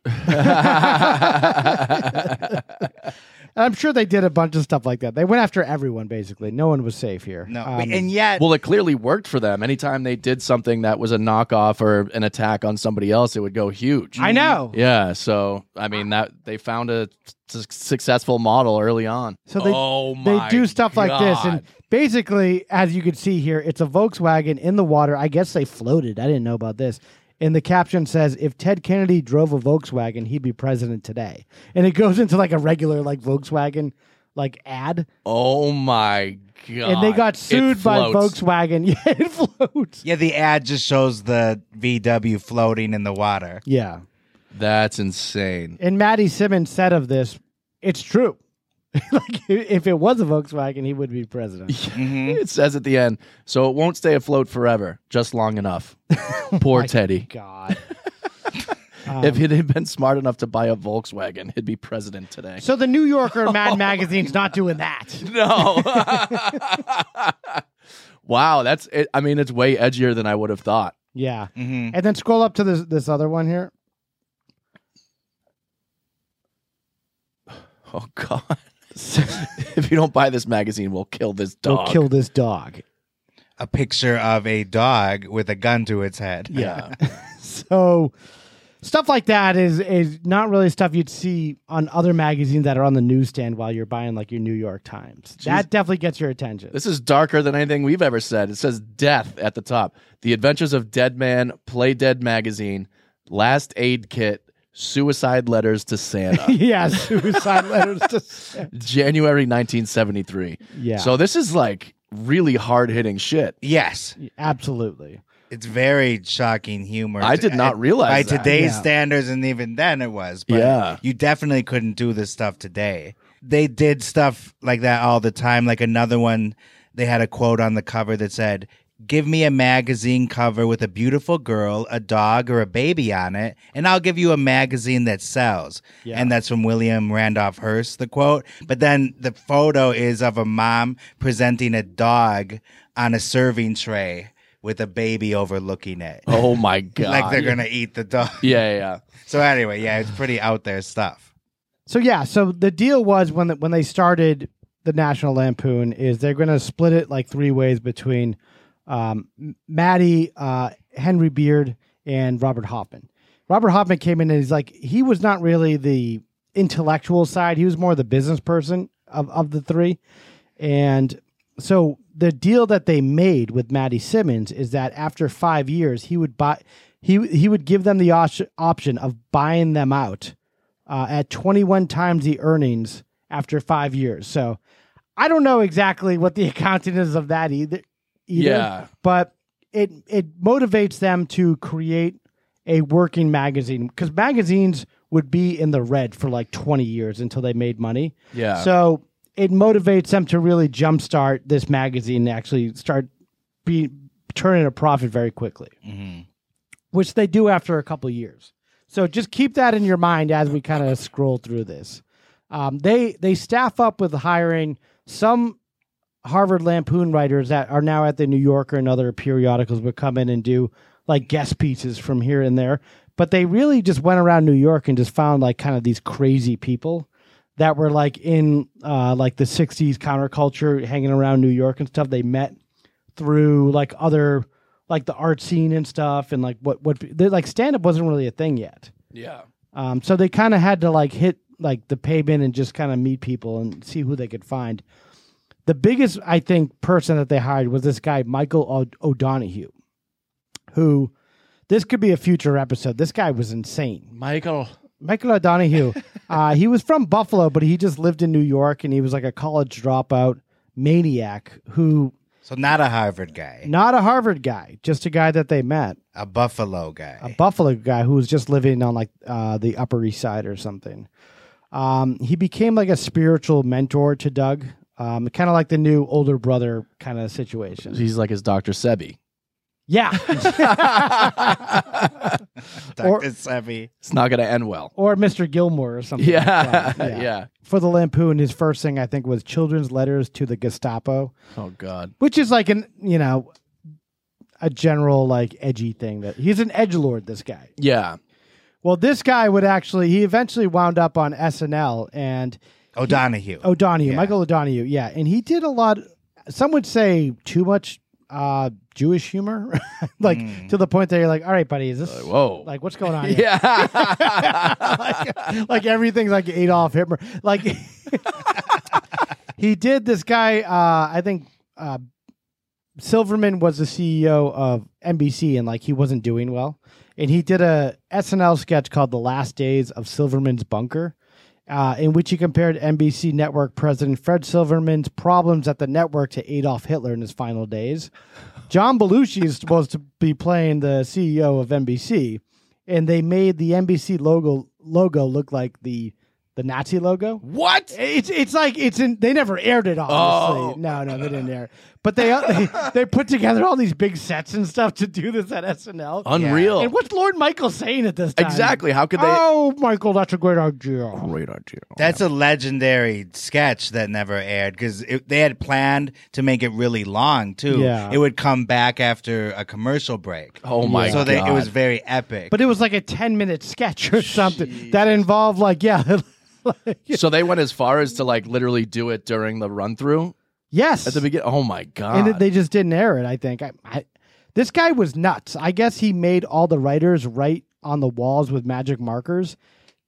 Speaker 12: And I'm sure they did a bunch of stuff like that. They went after everyone basically. No one was safe here.
Speaker 13: No.
Speaker 12: Um,
Speaker 13: and yet
Speaker 1: Well, it clearly worked for them. Anytime they did something that was a knockoff or an attack on somebody else, it would go huge.
Speaker 12: I know.
Speaker 1: Yeah, so I mean that they found a su- successful model early on.
Speaker 12: So they
Speaker 1: oh
Speaker 12: they
Speaker 1: my
Speaker 12: do stuff like this, and
Speaker 1: God.
Speaker 12: basically, as you can see here, it's a Volkswagen in the water. I guess they floated. I didn't know about this. And the caption says, "If Ted Kennedy drove a Volkswagen, he'd be president today." And it goes into like a regular like Volkswagen like ad,
Speaker 1: oh my god!
Speaker 12: and they got
Speaker 1: It
Speaker 12: sued by
Speaker 1: floats.
Speaker 12: Volkswagen. Yeah, it floats.
Speaker 13: Yeah, the ad just shows the VW floating in the water.
Speaker 12: Yeah.
Speaker 1: That's insane.
Speaker 12: And Maddie Simmons said of this, it's true. like if it was a Volkswagen, he would be president.
Speaker 1: It says at the end, so it won't stay afloat forever, just long enough. Poor Teddy.
Speaker 12: God.
Speaker 1: if he'd have been smart enough to buy a Volkswagen, he'd be president today.
Speaker 12: So the New Yorker
Speaker 1: Oh.
Speaker 12: Mad Magazine's not doing that.
Speaker 1: No. wow, that's it. I mean, it's way edgier than I would have thought.
Speaker 12: Yeah.
Speaker 1: Mm-hmm. Mm.
Speaker 13: Mhm.
Speaker 12: And then scroll up to this this other one here.
Speaker 1: Oh God! if you don't buy this magazine, we'll kill this dog.
Speaker 12: Go kill this dog.
Speaker 13: A picture of a dog with a gun to its head.
Speaker 1: Yeah.
Speaker 12: So stuff like that is is not really stuff you'd see on other magazines that are on the newsstand while you're buying like your New York Times. That definitely gets your attention.
Speaker 1: This is darker than anything we've ever said. It says death at the top. The Adventures of Dead Man, Play Dead Magazine, Last Aid Kit, Suicide Letters to Santa,
Speaker 12: yeah, suicide letters to
Speaker 1: January 1973.
Speaker 12: Yeah.
Speaker 1: So this is like really hard hitting shit.
Speaker 13: Yes.
Speaker 12: Absolutely.
Speaker 13: It's very shocking humor.
Speaker 1: I did not
Speaker 13: It-
Speaker 1: realize
Speaker 13: by
Speaker 1: that.
Speaker 13: today's
Speaker 12: Yeah.
Speaker 13: standards, and even then it was. But
Speaker 1: Yeah.
Speaker 13: you definitely couldn't do this stuff today. They did stuff like that all the time. Like another one, they had a quote on the cover that said, "Give me a magazine cover with a beautiful girl, a dog, or a baby on it, and I'll give you a magazine that sells." And that's from William Randolph Hearst, the quote. But then the photo is of a mom presenting a dog on a serving tray with a baby overlooking it.
Speaker 1: Oh my God.
Speaker 13: like they're gonna eat the dog.
Speaker 1: Yeah, yeah, yeah.
Speaker 13: So anyway, yeah, it's pretty out there stuff.
Speaker 12: So yeah, so the deal was when the, when they started the National Lampoon is they're going to split it like three ways between um, M- Maddie, uh, Henry Beard, and Robert Hoffman. Robert Hoffman came in and he's like he was not really the intellectual side; he was more the business person of of the three. And so the deal that they made with Matty Simmons is that after five years, he would buy he he would give them the os- option of buying them out uh, at 21 times the earnings after five years. So I don't know exactly what the accounting is of that either. either
Speaker 1: Yeah.
Speaker 12: but it it motivates them to create a working magazine because magazines would be in the red for like 20 years until they made money.
Speaker 1: Yeah.
Speaker 12: So it motivates them to really jumpstart this magazine and actually start be turning a profit very quickly, which they do after a couple years. So just keep that in your mind as we kind of scroll through this. Um, they they staff up with hiring some Harvard Lampoon writers that are now at the New Yorker and other periodicals would come in and do like guest pieces from here and there. But they really just went around New York and just found like kind of these crazy people that were like in uh, like the 60s counterculture hanging around New York and stuff. They met through like other like the art scene and stuff and like what what they're, like stand up wasn't really a thing yet.
Speaker 1: Yeah.
Speaker 12: Um, so they kind of had to like hit like the pavement and just kind of meet people and see who they could find. The biggest, I think, person that they hired was this guy Michael o- O'Donohue, who this could be a future episode. This guy was insane.
Speaker 1: Michael.
Speaker 12: Michael O'Donohue. uh, he was from Buffalo, but he just lived in New York, and he was like a college dropout maniac who,
Speaker 13: So not a Harvard guy,
Speaker 12: not a Harvard guy, just a guy that they met,
Speaker 13: a Buffalo guy.
Speaker 12: a Buffalo guy who was just living on like uh, the Upper East Side or something. Um, he became like a spiritual mentor to Doug, um, kind of like the new older brother kind of situation.
Speaker 1: He's like his Dr. Sebi.
Speaker 12: Yeah.
Speaker 13: Dr.
Speaker 12: or-
Speaker 13: Sebi.
Speaker 1: It's not going to end well.
Speaker 12: or Mr. Gilmore or something. like
Speaker 1: Yeah.
Speaker 12: that.
Speaker 1: Yeah.
Speaker 12: For the Lampoon, his first thing I think was children's letters to the Gestapo.
Speaker 1: Oh, God.
Speaker 12: which is like an you know a general like edgy thing that he's an edge lord this guy
Speaker 1: Yeah.
Speaker 12: well this guy would actually he eventually wound up on snl and
Speaker 13: O'Donohue.
Speaker 12: o'donohue
Speaker 13: Yeah.
Speaker 12: michael o'donohue yeah and he did a lot some would say too much uh jewish humor like to the point that you're like all right buddy is this
Speaker 1: Whoa.
Speaker 12: like what's going on here?
Speaker 1: Yeah.
Speaker 12: like, like everything's like Adolf Hitler. Like he did this guy. Uh, I think uh, Silverman was the CEO of NBC, and like he wasn't doing well. And he did a SNL sketch called "The Last Days of Silverman's Bunker." Uh, in which he compared NBC network president Fred Silverman's problems at the network to Adolf Hitler in his final days. John Belushi is supposed to be playing the CEO of NBC, and they made the NBC logo logo look like the the Nazi logo.
Speaker 1: what?
Speaker 12: It's it's like it's in. They never aired it. Obviously,
Speaker 1: Oh.
Speaker 12: no, no, they didn't air. it. But they, uh, they they put together all these big sets and stuff to do this at SNL.
Speaker 1: Unreal.
Speaker 12: And what's Lord Michael saying at this time?
Speaker 1: Exactly. How could they?
Speaker 12: Oh, Michael, that's a great idea.
Speaker 1: Great idea.
Speaker 13: That's a legendary sketch that never aired because they had planned to make it really long too.
Speaker 12: Yeah.
Speaker 13: It would come back after a commercial break.
Speaker 1: Oh my
Speaker 13: So they, it
Speaker 1: God.
Speaker 13: was very epic.
Speaker 12: But it was like a ten minute sketch or something that involved like yeah, like,
Speaker 1: so they went as far as to like literally do it during the run through
Speaker 12: yes.
Speaker 1: at the beginning. Oh my god!
Speaker 12: and it- they just didn't air it. I think I, I, this guy was nuts. I guess he made all the writers write on the walls with magic markers.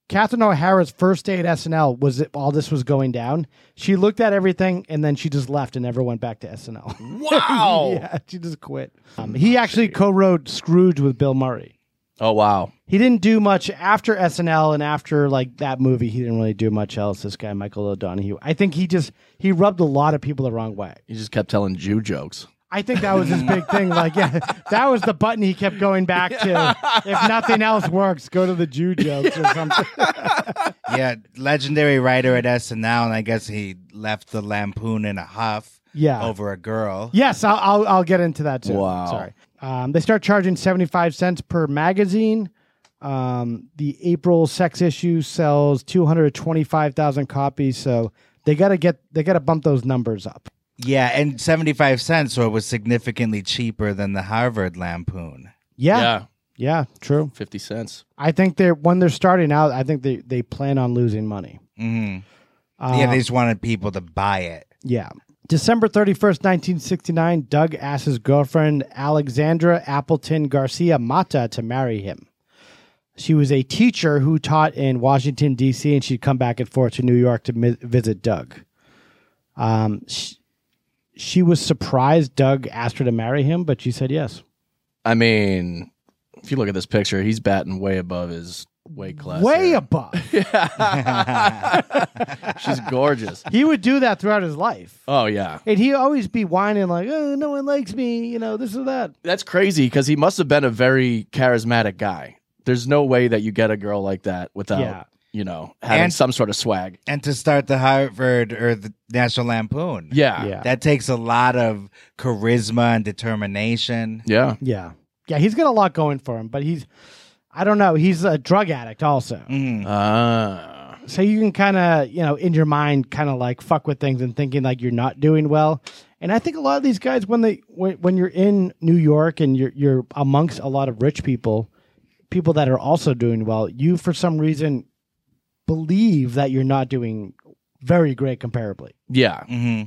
Speaker 12: Catherine O'Hara's first day at SNL was it, all this was going down. She looked at everything and then she just left and never went back to SNL.
Speaker 1: wow!
Speaker 12: yeah, she just quit. Um, he actually co-wrote Scrooge with Bill Murray.
Speaker 1: Oh wow!
Speaker 12: He didn't do much after SNL and after like that movie. He didn't really do much else. This guy Michael O'Donoghue. I think he just he rubbed a lot of people the wrong way.
Speaker 1: He just kept telling Jew jokes.
Speaker 12: I think that was his big thing. Like, yeah, that was the button he kept going back to. If nothing else works, go to the Jew jokes or something.
Speaker 13: yeah, legendary writer at SNL, and I guess he left the lampoon in a huff.
Speaker 12: Yeah.
Speaker 13: Over a girl.
Speaker 12: yes, I'll, I'll I'll get into that too.
Speaker 1: Wow.
Speaker 12: Sorry. Um, they start charging seventy five cents per magazine. Um, the April sex issue sells two hundred twenty five thousand copies. So they gotta get they gotta bump those numbers up.
Speaker 13: Yeah, and 75 cents, so it was significantly cheaper than the Harvard lampoon.
Speaker 12: Yeah. Yeah. True.
Speaker 1: fifty cents.
Speaker 12: I think they're when they're starting out. I think they they plan on losing money.
Speaker 13: hmm
Speaker 12: Uh,
Speaker 13: yeah, they just wanted people to buy it.
Speaker 12: Yeah. December 31st, 1969, Doug asks his girlfriend, Alexandra Appleton Garcia Mata, to marry him. She was a teacher who taught in Washington, D.C., and she'd come back and forth to New York to mi- visit Doug. Um, sh- she was surprised Doug asked her to marry him, but she said yes.
Speaker 1: I mean, if you look at this picture, he's batting way above his weight class.
Speaker 12: Way
Speaker 1: here.
Speaker 12: above.
Speaker 1: She's gorgeous.
Speaker 12: he would do that throughout his life.
Speaker 1: Oh yeah,
Speaker 12: And he'd always be whining, like, oh, no one likes me, you know, this or that.
Speaker 1: that's crazy because he must have been a very charismatic guy. There's no way that you get a girl like that without
Speaker 12: Yeah.
Speaker 1: you know having
Speaker 13: And-
Speaker 1: some sort of swag.
Speaker 13: And to start the Harvard or the National Lampoon.
Speaker 1: Yeah,
Speaker 12: Yeah.
Speaker 13: That takes a lot of charisma and determination.
Speaker 1: yeah.
Speaker 12: Yeah. Yeah, he's got a lot going for him, but he's I don't know, he's a drug addict also.
Speaker 13: Mm.
Speaker 1: Ah.
Speaker 12: So you can kind of, you know, in your mind kind of like fuck with things and thinking like you're not doing well. And I think a lot of these guys when they when, when you're in New York and you're you're amongst a lot of rich people, people that are also doing well, you for some reason believe that you're not doing very great comparably.
Speaker 1: yeah,
Speaker 13: hmm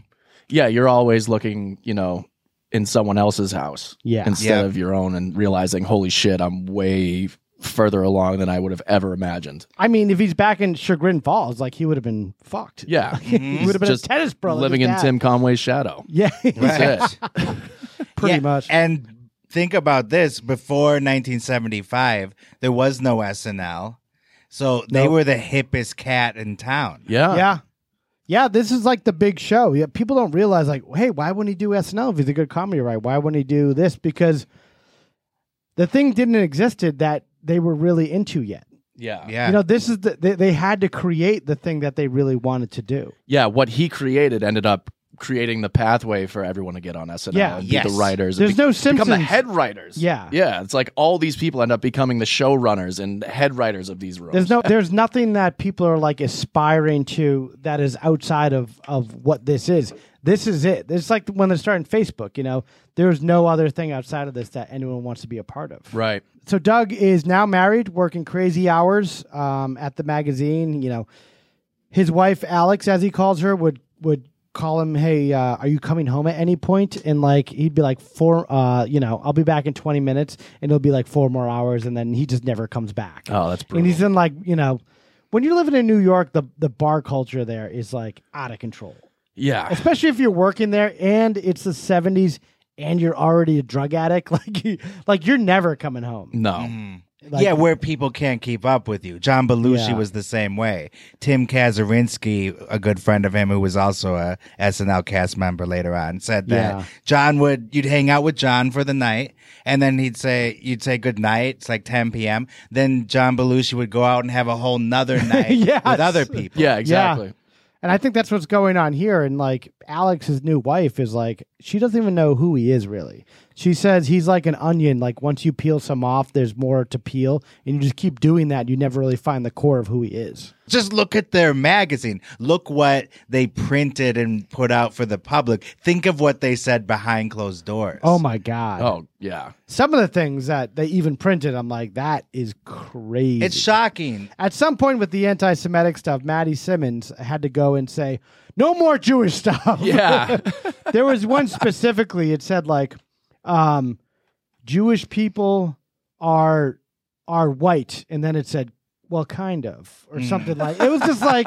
Speaker 1: yeah. You're always looking, you know, in someone else's house.
Speaker 12: Yeah.
Speaker 1: instead
Speaker 13: Yeah.
Speaker 1: of your own and realizing, holy shit, I'm way further along than I would have ever imagined.
Speaker 12: I mean, if he's back in Chagrin Falls, like he would have been fucked.
Speaker 1: Yeah.
Speaker 13: Mm-hmm.
Speaker 12: He would have been
Speaker 1: Just
Speaker 12: a tennis pro. like
Speaker 1: Living
Speaker 12: his
Speaker 1: in
Speaker 12: dad.
Speaker 1: Tim Conway's shadow.
Speaker 12: Yeah.
Speaker 1: That's it.
Speaker 12: pretty
Speaker 13: Yeah,
Speaker 12: much.
Speaker 13: And think about this before 1975, there was no SNL. So they
Speaker 12: Nope.
Speaker 13: were the hippest cat in town.
Speaker 1: Yeah.
Speaker 12: yeah. Yeah, this is like the big show. Yeah, people don't realize like, hey, why wouldn't he do SNL if he's a good comedy writer? Why wouldn't he do this? Because the thing didn't existed that they were really into yet.
Speaker 1: Yeah.
Speaker 13: Yeah.
Speaker 12: You know, this is the they, they had to create the thing that they really wanted to do.
Speaker 1: Yeah, What he created ended up creating the pathway for everyone to get on SNL
Speaker 12: Yeah.
Speaker 1: and be
Speaker 13: Yes.
Speaker 1: the writers. and
Speaker 12: There's no
Speaker 1: Become the
Speaker 12: Simpsons.
Speaker 1: head writers.
Speaker 12: Yeah.
Speaker 1: Yeah. It's like all these people end up becoming the showrunners and head writers of these rooms.
Speaker 12: There's no there's nothing that people are like aspiring to that is outside of of what this is. This is it. It's like when they're starting Facebook, you know. There's no other thing outside of this that anyone wants to be a part of.
Speaker 1: Right.
Speaker 12: so Doug is now married, working crazy hours um, at the magazine. You know, his wife Alex, as he calls her, would would call him, "Hey, uh, are you coming home at any point?" And like he'd be like, four, uh, you know, I'll be back in twenty minutes," and it'll be like four more hours, and then he just never comes back.
Speaker 1: Oh, that's
Speaker 12: and he's in like you know, when you're living in New York, the the bar culture there is like out of control,
Speaker 1: Yeah.
Speaker 12: especially if you're working there and it's the seventies. And you're already a drug addict, like you, like you're never coming home.
Speaker 1: No.
Speaker 12: Like-
Speaker 13: yeah, where people can't keep up with you. John Belushi
Speaker 12: Yeah.
Speaker 13: was the same way. Tim Kazurinsky, a good friend of him who was also a SNL cast member later on, said that
Speaker 12: Yeah.
Speaker 13: John would you'd hang out with John for the night and then he'd say you'd say good night, it's like 10 p.m. Then John Belushi would go out and have a whole nother night
Speaker 12: Yes.
Speaker 13: with other people.
Speaker 1: Yeah, exactly.
Speaker 12: And I think that's what's going on here. And like Alex's new wife is like, she doesn't even know who he is really. She says he's like an onion. Like once you peel some off, there's more to peel. And you just keep doing that. You never really find the core of who he is.
Speaker 13: Just look at their magazine. Look what they printed and put out for the public. Think of what they said behind closed doors.
Speaker 12: Oh my God.
Speaker 1: Oh, yeah.
Speaker 12: Some of the things that they even printed, I'm like, that is crazy.
Speaker 13: It's shocking.
Speaker 12: At some point with the anti Semitic stuff, Maddie Simmons had to go and say, no more Jewish stuff.
Speaker 1: Yeah.
Speaker 12: there was one specifically it said like um jewish people are are white and then it said well kind of
Speaker 1: Hmm.
Speaker 12: or something like it was just like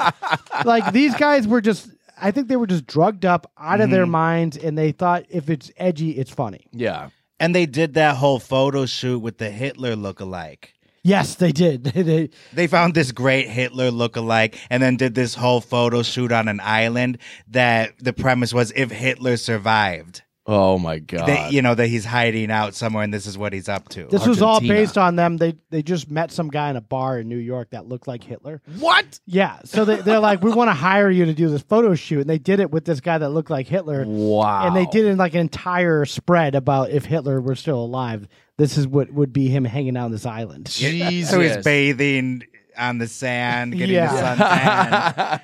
Speaker 12: like these guys were just i think they were just drugged up out of
Speaker 1: Hmm.
Speaker 12: their minds and they thought if it's edgy it's funny
Speaker 1: yeah.
Speaker 13: And they did that whole photo shoot with the Hitler look-alike.
Speaker 12: yes they did they, they-
Speaker 13: They found this great Hitler look-alike and then did this whole photo shoot on an island that the premise was if Hitler survived.
Speaker 1: Oh, my God.
Speaker 13: That you know that he's hiding out somewhere and this is what he's up to.
Speaker 12: this was all
Speaker 1: Argentina.
Speaker 12: based on them they they just met some guy in a bar in new york that looked like hitler
Speaker 1: what?
Speaker 12: yeah so they, they're like we want to hire you to do this photo shoot and they did it with this guy that looked like hitler
Speaker 1: Wow.
Speaker 12: and they did in like an entire spread about if Hitler were still alive, this is what would be him hanging out on this island.
Speaker 1: Jesus.
Speaker 13: So he's bathing on the sand, getting the
Speaker 1: Yeah.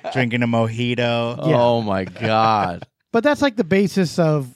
Speaker 13: suntan, drinking a mojito.
Speaker 1: Oh, my God.
Speaker 12: But that's like the basis of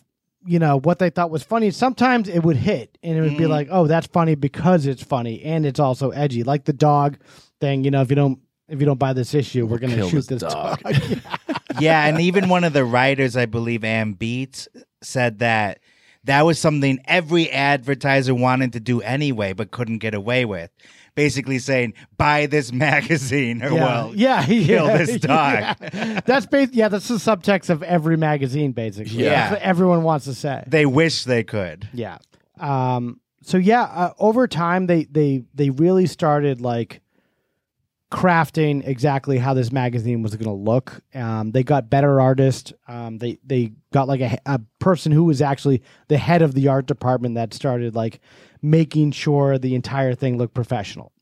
Speaker 12: you know what they thought was funny. Sometimes it would hit, and it would be like, oh, that's funny because it's funny and it's also edgy, like the dog thing. You know, if you don't if you don't buy this issue, we're gonna
Speaker 1: Kill
Speaker 12: shoot
Speaker 1: this
Speaker 12: this
Speaker 1: dog.
Speaker 12: dog.
Speaker 13: yeah, and even one of the writers, I believe, Ann Beats, said that that was something every advertiser wanted to do anyway, but couldn't get away with. Basically saying, buy this magazine or
Speaker 12: yeah.
Speaker 13: well,
Speaker 12: yeah,
Speaker 13: kill
Speaker 12: yeah,
Speaker 13: this dog.
Speaker 12: yeah. That's bas- yeah, that's the subtext of every magazine, basically.
Speaker 1: Yeah.
Speaker 12: That's what everyone wants to say.
Speaker 13: They wish they could.
Speaker 12: Yeah. Um. So yeah, uh, over time they they they really started like crafting exactly how this magazine was going to look. Um, they got better artists. Um, they they got like a, a person who was actually the head of the art department that started like making sure the entire thing looked professional,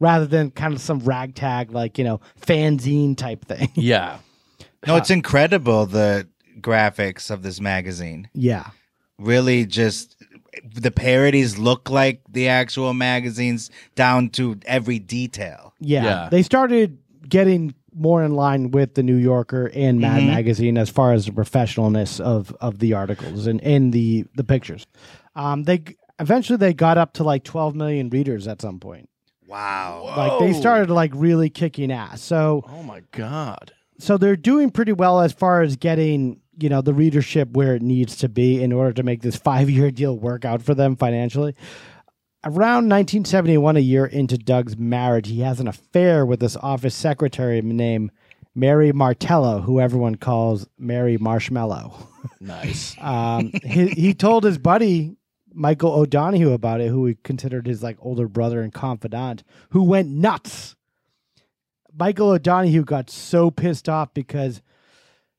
Speaker 12: rather than kind of some ragtag like you know fanzine type thing.
Speaker 1: Yeah.
Speaker 13: No, it's incredible the graphics of this magazine.
Speaker 12: yeah.
Speaker 13: Really just the parodies look like the actual magazines down to every detail.
Speaker 12: Yeah.
Speaker 1: Yeah.
Speaker 12: They started getting more in line with the New Yorker and Mad Magazine as far as the professionalness of of the articles and, and the the pictures. Um, they g- eventually they got up to like 12 million readers at some point.
Speaker 13: Wow.
Speaker 12: Like they started like really kicking ass. So
Speaker 1: Oh, my God.
Speaker 12: so they're doing pretty well as far as getting you know the readership where it needs to be in order to make this five year deal work out for them financially around 1971 a year into doug's marriage he has an affair with this office secretary named mary martello who everyone calls mary marshmallow
Speaker 1: Nice.
Speaker 12: um, he, he told his buddy michael o'donohue about it who he considered his like older brother and confidant who went nuts michael o'donohue got so pissed off because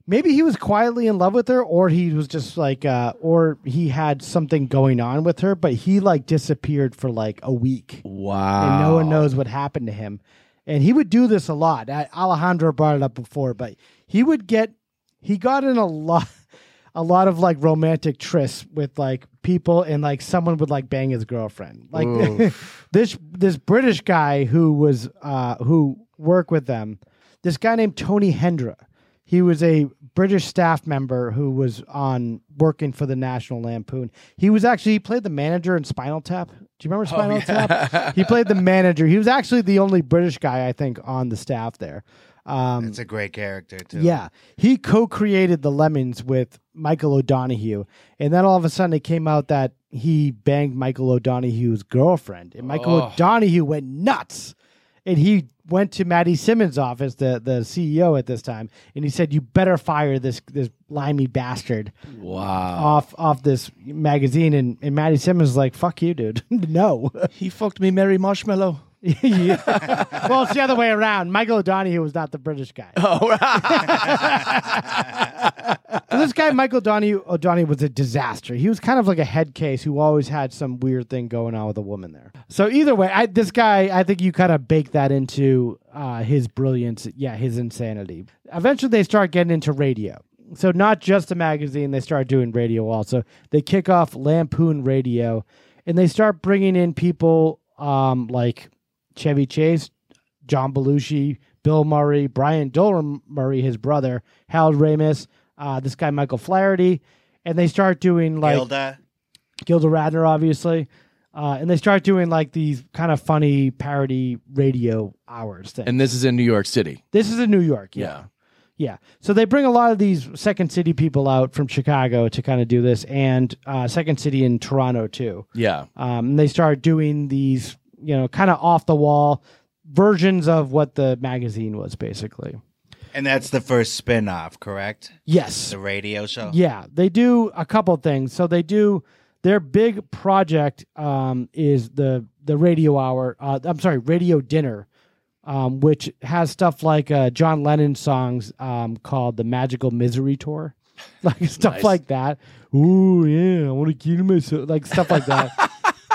Speaker 12: maybe he was quietly in love with her or he was just like uh, or he had something going on with her but he like disappeared for like a week
Speaker 1: Wow.
Speaker 12: and no one knows what happened to him. And he would do this a lot. I- Alejandro brought it up before, but he would get he got in a lot a lot of like romantic trysts with like people and like someone would like bang his girlfriend. Like this this British guy who was uh who worked with them, this guy named Tony Hendra. He was a British staff member who was on working for the National Lampoon. He was actually he played the manager in Spinal Tap. Do you remember Spinal Tap? He played the manager. He was actually the only British guy I think on the staff there. Um,
Speaker 13: It's a great character too.
Speaker 12: yeah. He co created the Lemons with Michael O'Donohue. And then all of a sudden it came out that he banged Michael O'Donohue's girlfriend. And Michael O'Donohue went nuts. And he went to Maddie Simmons' office, the, the CEO at this time, and he said, You better fire this this limey bastard
Speaker 1: Wow.
Speaker 12: off off this magazine. And, and Maddie Simmons was like, Fuck you, dude. no.
Speaker 1: He fucked me, Mary Marshmallow.
Speaker 12: Yeah. well, it's the other way around. Michael O'Donohue was not the British guy.
Speaker 1: Oh,
Speaker 12: this guy Michael Donahue O'Donoghue was a disaster. He was kind of like a head case who always had some weird thing going on with a woman there. So either way, I, this guy, I think you kind of bake that into uh, his brilliance. Yeah, his insanity. Eventually, they start getting into radio. So not just a magazine, they start doing radio also. They kick off Lampoon Radio, and they start bringing in people um, like Chevy Chase, John Belushi, Bill Murray, Brian Dolan Murray, his brother, Hal Ramis, uh, this guy Michael Flaherty, and they start doing like Gilda,
Speaker 13: Gilda.
Speaker 12: Radner, obviously, uh, and they start doing like these kind of funny parody radio hours thing.
Speaker 1: And this is in New York City.
Speaker 12: this is in New York, yeah. Yeah. So they bring a lot of these Second City people out from Chicago to kind of do this, and uh, Second City in Toronto too.
Speaker 1: Yeah.
Speaker 12: Um, and they start doing these, you know, kind of off the wall versions of what the magazine was basically.
Speaker 13: And that's the first spin off, correct?
Speaker 12: Yes.
Speaker 13: The radio show?
Speaker 12: Yeah, they do a couple things. So they do their big project um, is the the radio hour. Uh, I'm sorry, radio dinner, um, which has stuff like uh, John Lennon songs um, called the Magical Misery Tour, like stuff
Speaker 1: Nice.
Speaker 12: like that. Ooh yeah, I want to kill myself, like stuff like that.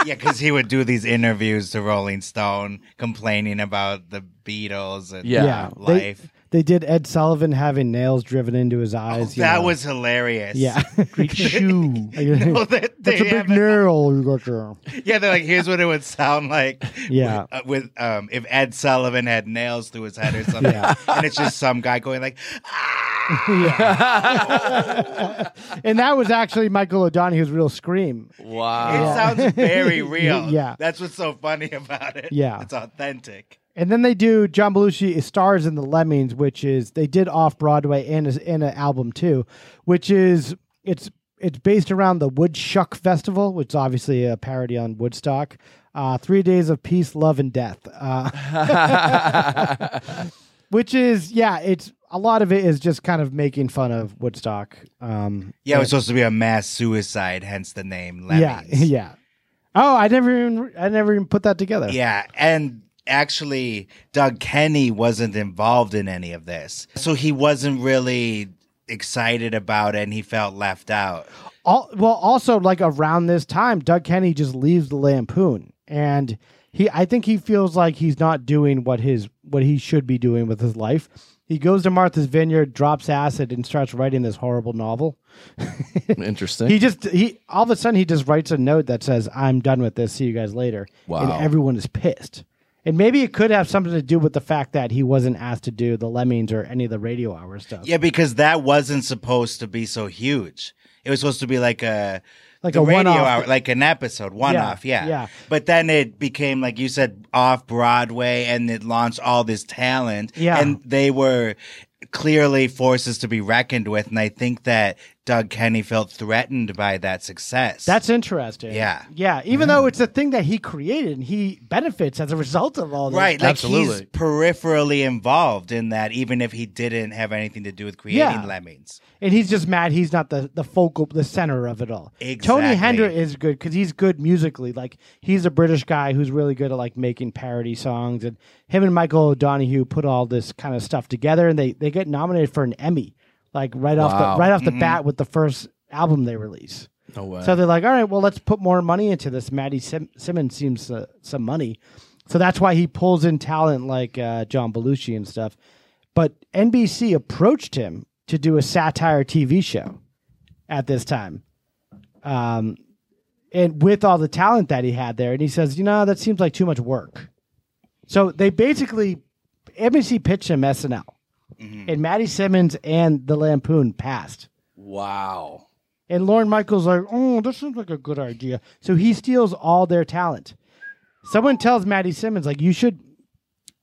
Speaker 13: Yeah, because he would do these interviews to Rolling Stone complaining about the Beatles and
Speaker 1: Yeah.
Speaker 12: they,
Speaker 13: life. Oh,
Speaker 12: they did Ed Sullivan having nails driven into his eyes. you
Speaker 13: that
Speaker 12: know.
Speaker 13: was hilarious.
Speaker 12: yeah. Great shoe.
Speaker 13: No, that-
Speaker 12: That's
Speaker 13: they
Speaker 12: a big
Speaker 13: haven't-
Speaker 12: nail you got there.
Speaker 13: Yeah, they're like, here's what it would sound like.
Speaker 12: Yeah.
Speaker 13: With, uh, with um, if Ed Sullivan had nails through his head or something,
Speaker 12: Yeah.
Speaker 13: and it's just some guy going like,
Speaker 12: and that was actually Michael O'Donoghue's real scream.
Speaker 13: it
Speaker 1: Wow.
Speaker 13: sounds very real.
Speaker 12: Oh. Yeah.
Speaker 13: that's what's so funny about it.
Speaker 12: Yeah.
Speaker 13: it's authentic.
Speaker 12: And then they do John Belushi is stars in the Lemmings, which is they did off Broadway and is in an album too, which is it's it's based around the Woodshuck Festival, which is obviously a parody on Woodstock. Uh, three days of peace, love, and death. Uh, which is yeah, it's a lot of it is just kind of making fun of Woodstock. Um,
Speaker 13: Yeah, it was supposed to be a mass suicide, hence the name.
Speaker 12: yeah,
Speaker 13: Lemmings.
Speaker 12: yeah. Oh, I never even I never even put that together.
Speaker 13: Yeah, and actually, Doug Kenny wasn't involved in any of this, so he wasn't really excited about it, and he felt left out.
Speaker 12: All, well, also like around this time, Doug Kenny just leaves the Lampoon, and he I think he feels like he's not doing what his what he should be doing with his life. He goes to Martha's Vineyard, drops acid, and starts writing this horrible novel.
Speaker 1: Interesting.
Speaker 12: He just he all of a sudden he just writes a note that says, "I'm done with this. See you guys later." And
Speaker 1: Wow.
Speaker 12: everyone is pissed. And maybe it could have something to do with the fact that he wasn't asked to do the Lemmings or any of the radio hour stuff.
Speaker 13: Yeah, because that wasn't supposed to be so huge. It was supposed to be like a
Speaker 12: Like
Speaker 13: the
Speaker 12: a
Speaker 13: radio
Speaker 12: one-off.
Speaker 13: hour, like an episode, one off. Yeah,
Speaker 12: yeah.
Speaker 13: But then it became like you said, off Broadway, and it launched all this talent.
Speaker 12: Yeah.
Speaker 13: and they were clearly forces to be reckoned with, and I think that Doug Kenny felt threatened by that success.
Speaker 12: That's interesting.
Speaker 13: Yeah.
Speaker 12: Yeah. Even though it's a thing that he created and he benefits as a result of all this.
Speaker 13: Right, like he's
Speaker 1: Absolutely.
Speaker 13: peripherally involved in that, even if he didn't have anything to do with creating
Speaker 12: Yeah.
Speaker 13: Lemmings.
Speaker 12: And he's just mad he's not the, the focal, the center of it all. Tony
Speaker 13: Exactly.
Speaker 12: Hendra is good because he's good musically. Like he's a British guy who's really good at like making parody songs. And him and Michael O'Donohue put all this kind of stuff together and they, they get nominated for an Emmy, like right off
Speaker 1: Wow.
Speaker 12: the, right off the bat with the first album they release.
Speaker 1: no way.
Speaker 12: So they're like, all right, well, let's put more money into this. Maddie Sim- Simmons seems uh, some money. So that's why he pulls in talent like uh, John Belushi and stuff. But NBC approached him to do a satire TV show at this time. Um, and with all the talent that he had there. And he says, you know, that seems like too much work. So they basically, NBC pitched him SNL. And Maddie Simmons and The Lampoon passed.
Speaker 1: wow.
Speaker 12: And Lauren Michaels like, oh, this seems like a good idea. So he steals all their talent. Someone tells Maddie Simmons like, you should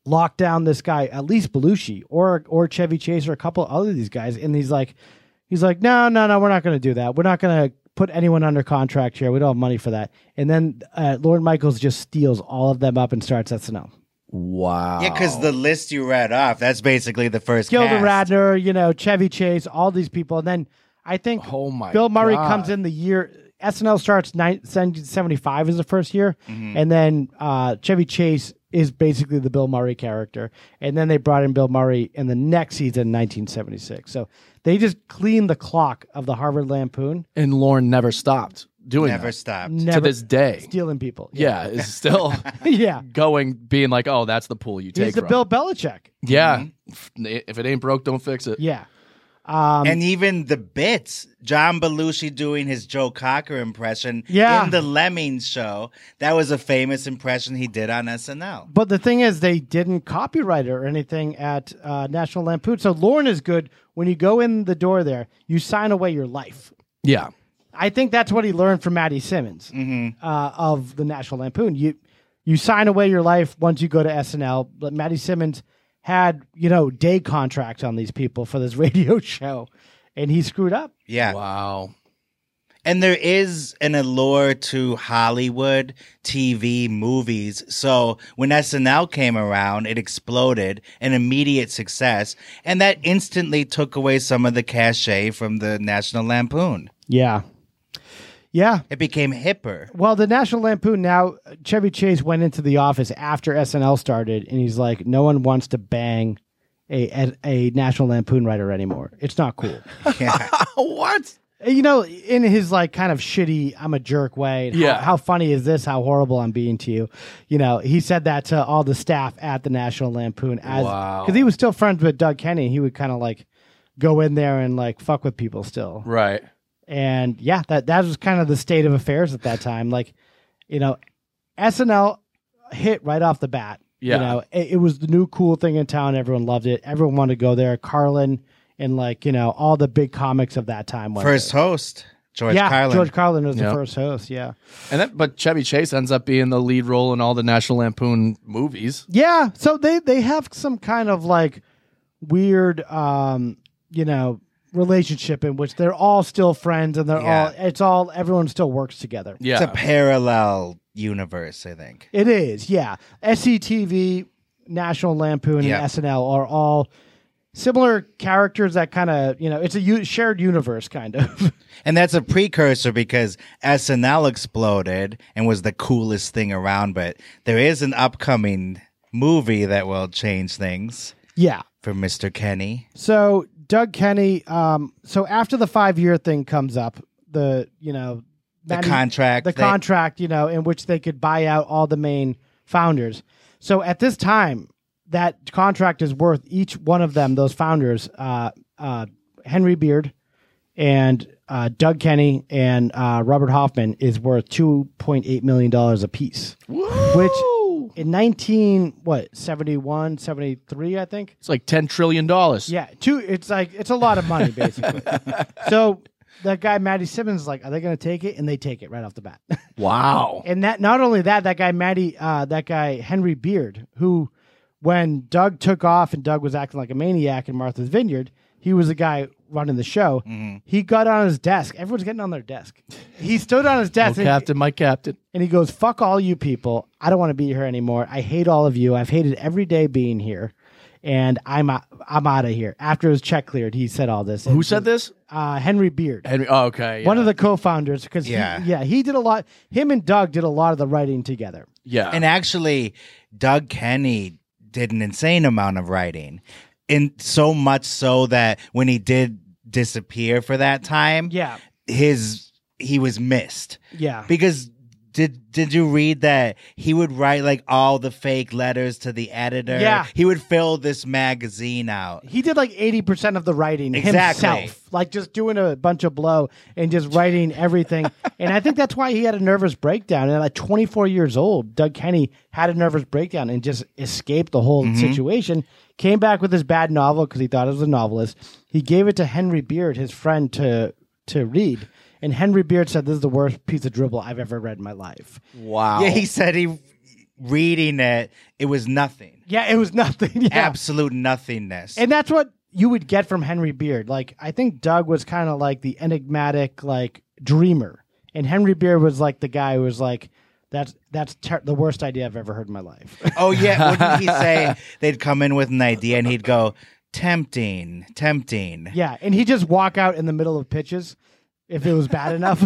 Speaker 12: lock down this guy, at least Belushi or or Chevy Chase or a couple other of these guys. And he's like, he's like, no, no, no, we're not going to do that. We're not going to put anyone under contract here. We don't have money for that. And then uh, Lauren Michaels just steals all of them up and starts SNL.
Speaker 1: Wow.
Speaker 13: Yeah, because the list you read off, that's basically the first
Speaker 12: Gilda
Speaker 13: cast.
Speaker 12: Oh. Radner, you know, Chevy Chase, all these people. And then I think
Speaker 1: Oh my
Speaker 12: Bill Murray
Speaker 1: God.
Speaker 12: comes in the year
Speaker 1: Mm-hmm.
Speaker 12: SNL starts 1975 is the first year. And then uh, Chevy Chase is basically the Bill Murray character. And then they brought in Bill Murray in the next season, 1976. So they just cleaned the clock of the Harvard Lampoon,
Speaker 1: And Lauren never stopped doing
Speaker 13: Never
Speaker 1: that.
Speaker 13: stopped.
Speaker 12: never
Speaker 1: to this day.
Speaker 12: stealing people.
Speaker 1: yeah, is still
Speaker 12: yeah.
Speaker 1: going, being like, oh, that's the pool you take.
Speaker 12: He's the
Speaker 1: from.
Speaker 12: Bill Belichick.
Speaker 1: Yeah. If it ain't broke, don't fix it.
Speaker 12: Yeah. um,
Speaker 13: and even the bits, John Belushi doing his Joe Cocker impression
Speaker 12: Yeah.
Speaker 13: in the Lemmings show. That was a famous impression he did on SNL.
Speaker 12: But the thing is, they didn't copyright it or anything at uh, National Lampoon. So Lauren is good. When you go in the door there, you sign away your life.
Speaker 1: Yeah.
Speaker 12: I think that's what he learned from Maddie Simmons uh, of the National Lampoon. You you sign away your life once you go to SNL. But Maddie Simmons had you know day contracts on these people for this radio show, and he screwed up.
Speaker 13: Yeah.
Speaker 1: Wow.
Speaker 13: And there is an allure to Hollywood, TV, movies. So when SNL came around, it exploded, an immediate success. And that instantly took away some of the cachet from the National Lampoon.
Speaker 12: Yeah, yeah.
Speaker 13: It became hipper.
Speaker 12: Well, the National Lampoon now, Chevy Chase went into the office after SNL started, and he's like, "No one wants to bang a a, a National Lampoon writer anymore. It's not cool." Oh
Speaker 1: What?
Speaker 12: you know, in his like kind of shitty, I'm a jerk way. and how-
Speaker 1: Yeah.
Speaker 12: How, funny is this? How horrible I'm being to you. You know, he said that to all the staff at the National Lampoon as
Speaker 1: Wow.
Speaker 12: because he was still friends with Doug Kenny. He would kind of like go in there and like fuck with people still.
Speaker 1: Right.
Speaker 12: And yeah, that that was kind of the state of affairs at that time. Like, you know, SNL hit right off the bat.
Speaker 1: Yeah.
Speaker 12: You know, it, it was the new cool thing in town. Everyone loved it. Everyone wanted to go there. Carlin and like, you know, all the big comics of that time went.
Speaker 13: First
Speaker 12: there
Speaker 13: host, George
Speaker 12: yeah,
Speaker 13: Carlin.
Speaker 12: George Carlin was
Speaker 1: Yeah.
Speaker 12: the first host. Yeah,
Speaker 1: And that, but Chevy Chase ends up being the lead role in all the National Lampoon movies.
Speaker 12: yeah. So they they have some kind of like weird, um, you know, relationship in which they're all still friends and they're
Speaker 13: Yeah.
Speaker 12: all it's all everyone still works together.
Speaker 1: Yeah.
Speaker 13: It's a parallel universe, I think.
Speaker 12: It is, yeah. SCTV, National Lampoon,
Speaker 13: Yeah.
Speaker 12: and SNL are all similar characters that kind of you know it's a u- shared universe kind of.
Speaker 13: And that's a precursor because SNL exploded and was the coolest thing around, but there is an upcoming movie that will change things
Speaker 12: yeah.
Speaker 13: for Mr. Kenny.
Speaker 12: So Doug Kenny, um, so after the five year thing comes up, the you know
Speaker 13: The
Speaker 12: Manny-
Speaker 13: contract.
Speaker 12: the
Speaker 13: that-
Speaker 12: contract, you know, in which they could buy out all the main founders. So at this time, that contract is worth each one of them, those founders, uh, uh, Henry Beard and uh, Doug Kenny and uh, Robert Hoffman, is worth two point eight million dollars apiece. Which in nineteen what 71, 73, I think.
Speaker 1: It's like $10 trillion.
Speaker 12: Yeah, two. It's like it's a lot of money basically. so. That guy Maddie Simmons is like, are they going to take it? And they take it right off the bat.
Speaker 1: Wow.
Speaker 12: And that not only that, that guy Maddie, uh, that guy Henry Beard, who when Doug took off and Doug was acting like a maniac in Martha's Vineyard, he was the guy running the show.
Speaker 1: Mm-hmm.
Speaker 12: He got on his desk. Everyone's getting on their desk. He stood on his
Speaker 1: Oh,
Speaker 12: desk and,
Speaker 1: Captain, my Captain.
Speaker 12: and he goes, "Fuck all you people. I don't want to be here anymore. I hate all of you. I've hated every day being here." And I'm out, I'm out of here. After his check cleared, he said all this.
Speaker 1: Who said this?
Speaker 12: Uh, Henry Beard
Speaker 1: Henry. Oh, okay. yeah.
Speaker 12: one of the co-founders because
Speaker 13: Yeah.
Speaker 12: he, yeah he did a lot him and doug did a lot of the writing together
Speaker 1: Yeah.
Speaker 13: And actually, Doug Kenny did an insane amount of writing. And so much so that when he did disappear for that time,
Speaker 12: yeah
Speaker 13: his he was missed.
Speaker 12: yeah
Speaker 13: Because did did you read that he would write like all the fake letters to the editor?
Speaker 12: Yeah.
Speaker 13: He would fill this magazine out.
Speaker 12: he did like 80% of the writing
Speaker 13: Exactly.
Speaker 12: himself like just doing a bunch of blow and just writing everything and i think that's why he had a nervous breakdown and at 24 years old doug kenny had a nervous breakdown and just escaped the whole situation came back with his bad novel because he thought it was a novelist he gave it to henry beard his friend to to read and henry beard said this is the worst piece of dribble i've ever read in my life
Speaker 1: wow.
Speaker 13: Yeah, he said he reading it, it was nothing.
Speaker 12: yeah it was nothing yeah.
Speaker 13: Absolute nothingness.
Speaker 12: And that's what you would get from Henry Beard. Like I think Doug was kind of like the enigmatic like dreamer, and Henry Beard was like the guy who was like that's that's ter- the worst idea I've ever heard in my life.
Speaker 13: oh yeah, wouldn't he say they'd come in with an idea and he'd go, Tempting, tempting.
Speaker 12: yeah, and he just walk out in the middle of pitches if it was bad enough.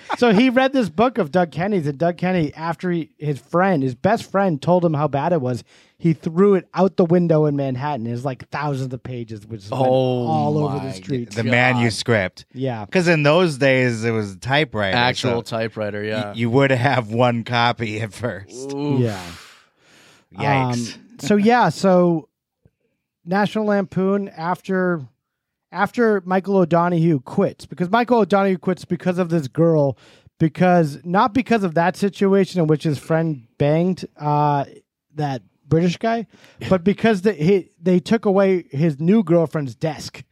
Speaker 12: so he read this book of Doug Kenny's, and Doug Kenny, after he, his friend, his best friend, told him how bad it was, he threw it out the window in Manhattan. There's like thousands of pages, which is
Speaker 1: Oh
Speaker 12: all over
Speaker 1: my
Speaker 12: the streets.
Speaker 13: the manuscript.
Speaker 12: Yeah.
Speaker 13: Because in those days, it was typewriter.
Speaker 1: Actual
Speaker 13: so
Speaker 1: typewriter,
Speaker 13: y-
Speaker 1: yeah.
Speaker 13: you would have one copy at first.
Speaker 1: Ooh.
Speaker 12: Yeah.
Speaker 13: Yikes.
Speaker 12: Um, so yeah, so National Lampoon after after Michael O'Donohue quits because Michael O'Donohue quits because of this girl because not because of that situation in which his friend banged uh, that British guy, but because they he, they took away his new girlfriend's desk.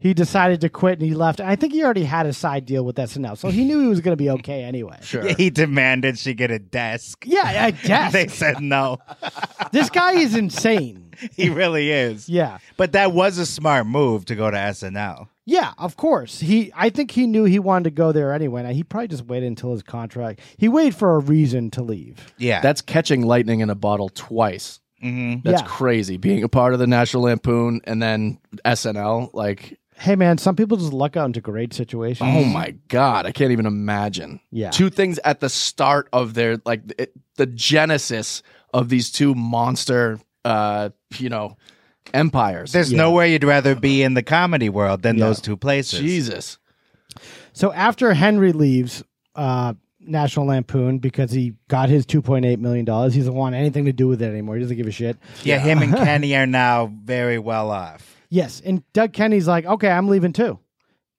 Speaker 12: He decided to quit and he left. I think he already had a side deal with SNL, so he knew he was going to be okay anyway.
Speaker 1: Sure.
Speaker 13: He demanded she get a desk.
Speaker 12: Yeah, a desk.
Speaker 13: They said no.
Speaker 12: this guy is insane.
Speaker 13: he really is.
Speaker 12: Yeah.
Speaker 13: But that was a smart move to go to SNL.
Speaker 12: Yeah, of course. He, I think he knew he wanted to go there anyway. And he probably just waited until his contract. He waited for a reason to leave.
Speaker 13: Yeah.
Speaker 1: That's catching lightning in a bottle twice.
Speaker 13: Mhm.
Speaker 1: That's
Speaker 12: Yeah.
Speaker 1: crazy. Being a part of the National Lampoon and then SNL, like,
Speaker 12: Hey, man, some people just luck out into great situations.
Speaker 1: oh my god, I can't even imagine.
Speaker 12: Yeah.
Speaker 1: two things at the start of their like it, the genesis of these two monster, uh, you know, empires.
Speaker 13: There's nowhere you'd rather be in the comedy world than those two places.
Speaker 1: Jesus.
Speaker 12: So after Henry leaves uh, National Lampoon because he got his two point eight million dollars, he doesn't want anything to do with it anymore. He doesn't give a shit.
Speaker 13: Yeah, him and Kenny are now very well off.
Speaker 12: Yes, and Doug Kenny's like, okay, I'm leaving too,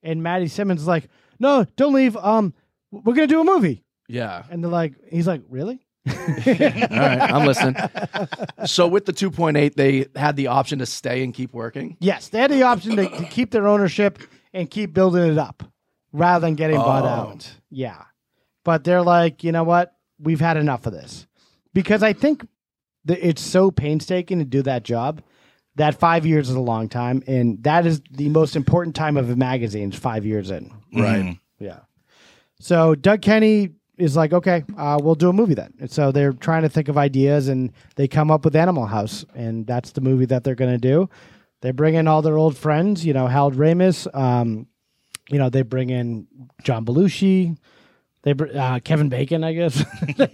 Speaker 12: and Maddie Simmons is like, no, don't leave. Um, we're gonna do a movie,
Speaker 1: Yeah.
Speaker 12: and they're like, he's like, really?
Speaker 1: All right, I'm listening. so with the 2.8, they had the option to stay and keep working.
Speaker 12: Yes, they had the option to, to keep their ownership and keep building it up rather than getting bought
Speaker 1: Oh.
Speaker 12: out. Yeah. But they're like, you know what? We've had enough of this. Because I think that it's so painstaking to do that job that five years is a long time. And that is the most important time of a magazine, is five years in.
Speaker 1: Right.
Speaker 13: Mm-hmm.
Speaker 12: Yeah. So Doug Kenny is like, okay, uh, we'll do a movie then. And so they're trying to think of ideas, and they come up with Animal House, and that's the movie that they're going to do. They bring in all their old friends, you know, Harold Ramis. Um, you know, they bring in John Belushi. They br- uh, Kevin Bacon, I guess.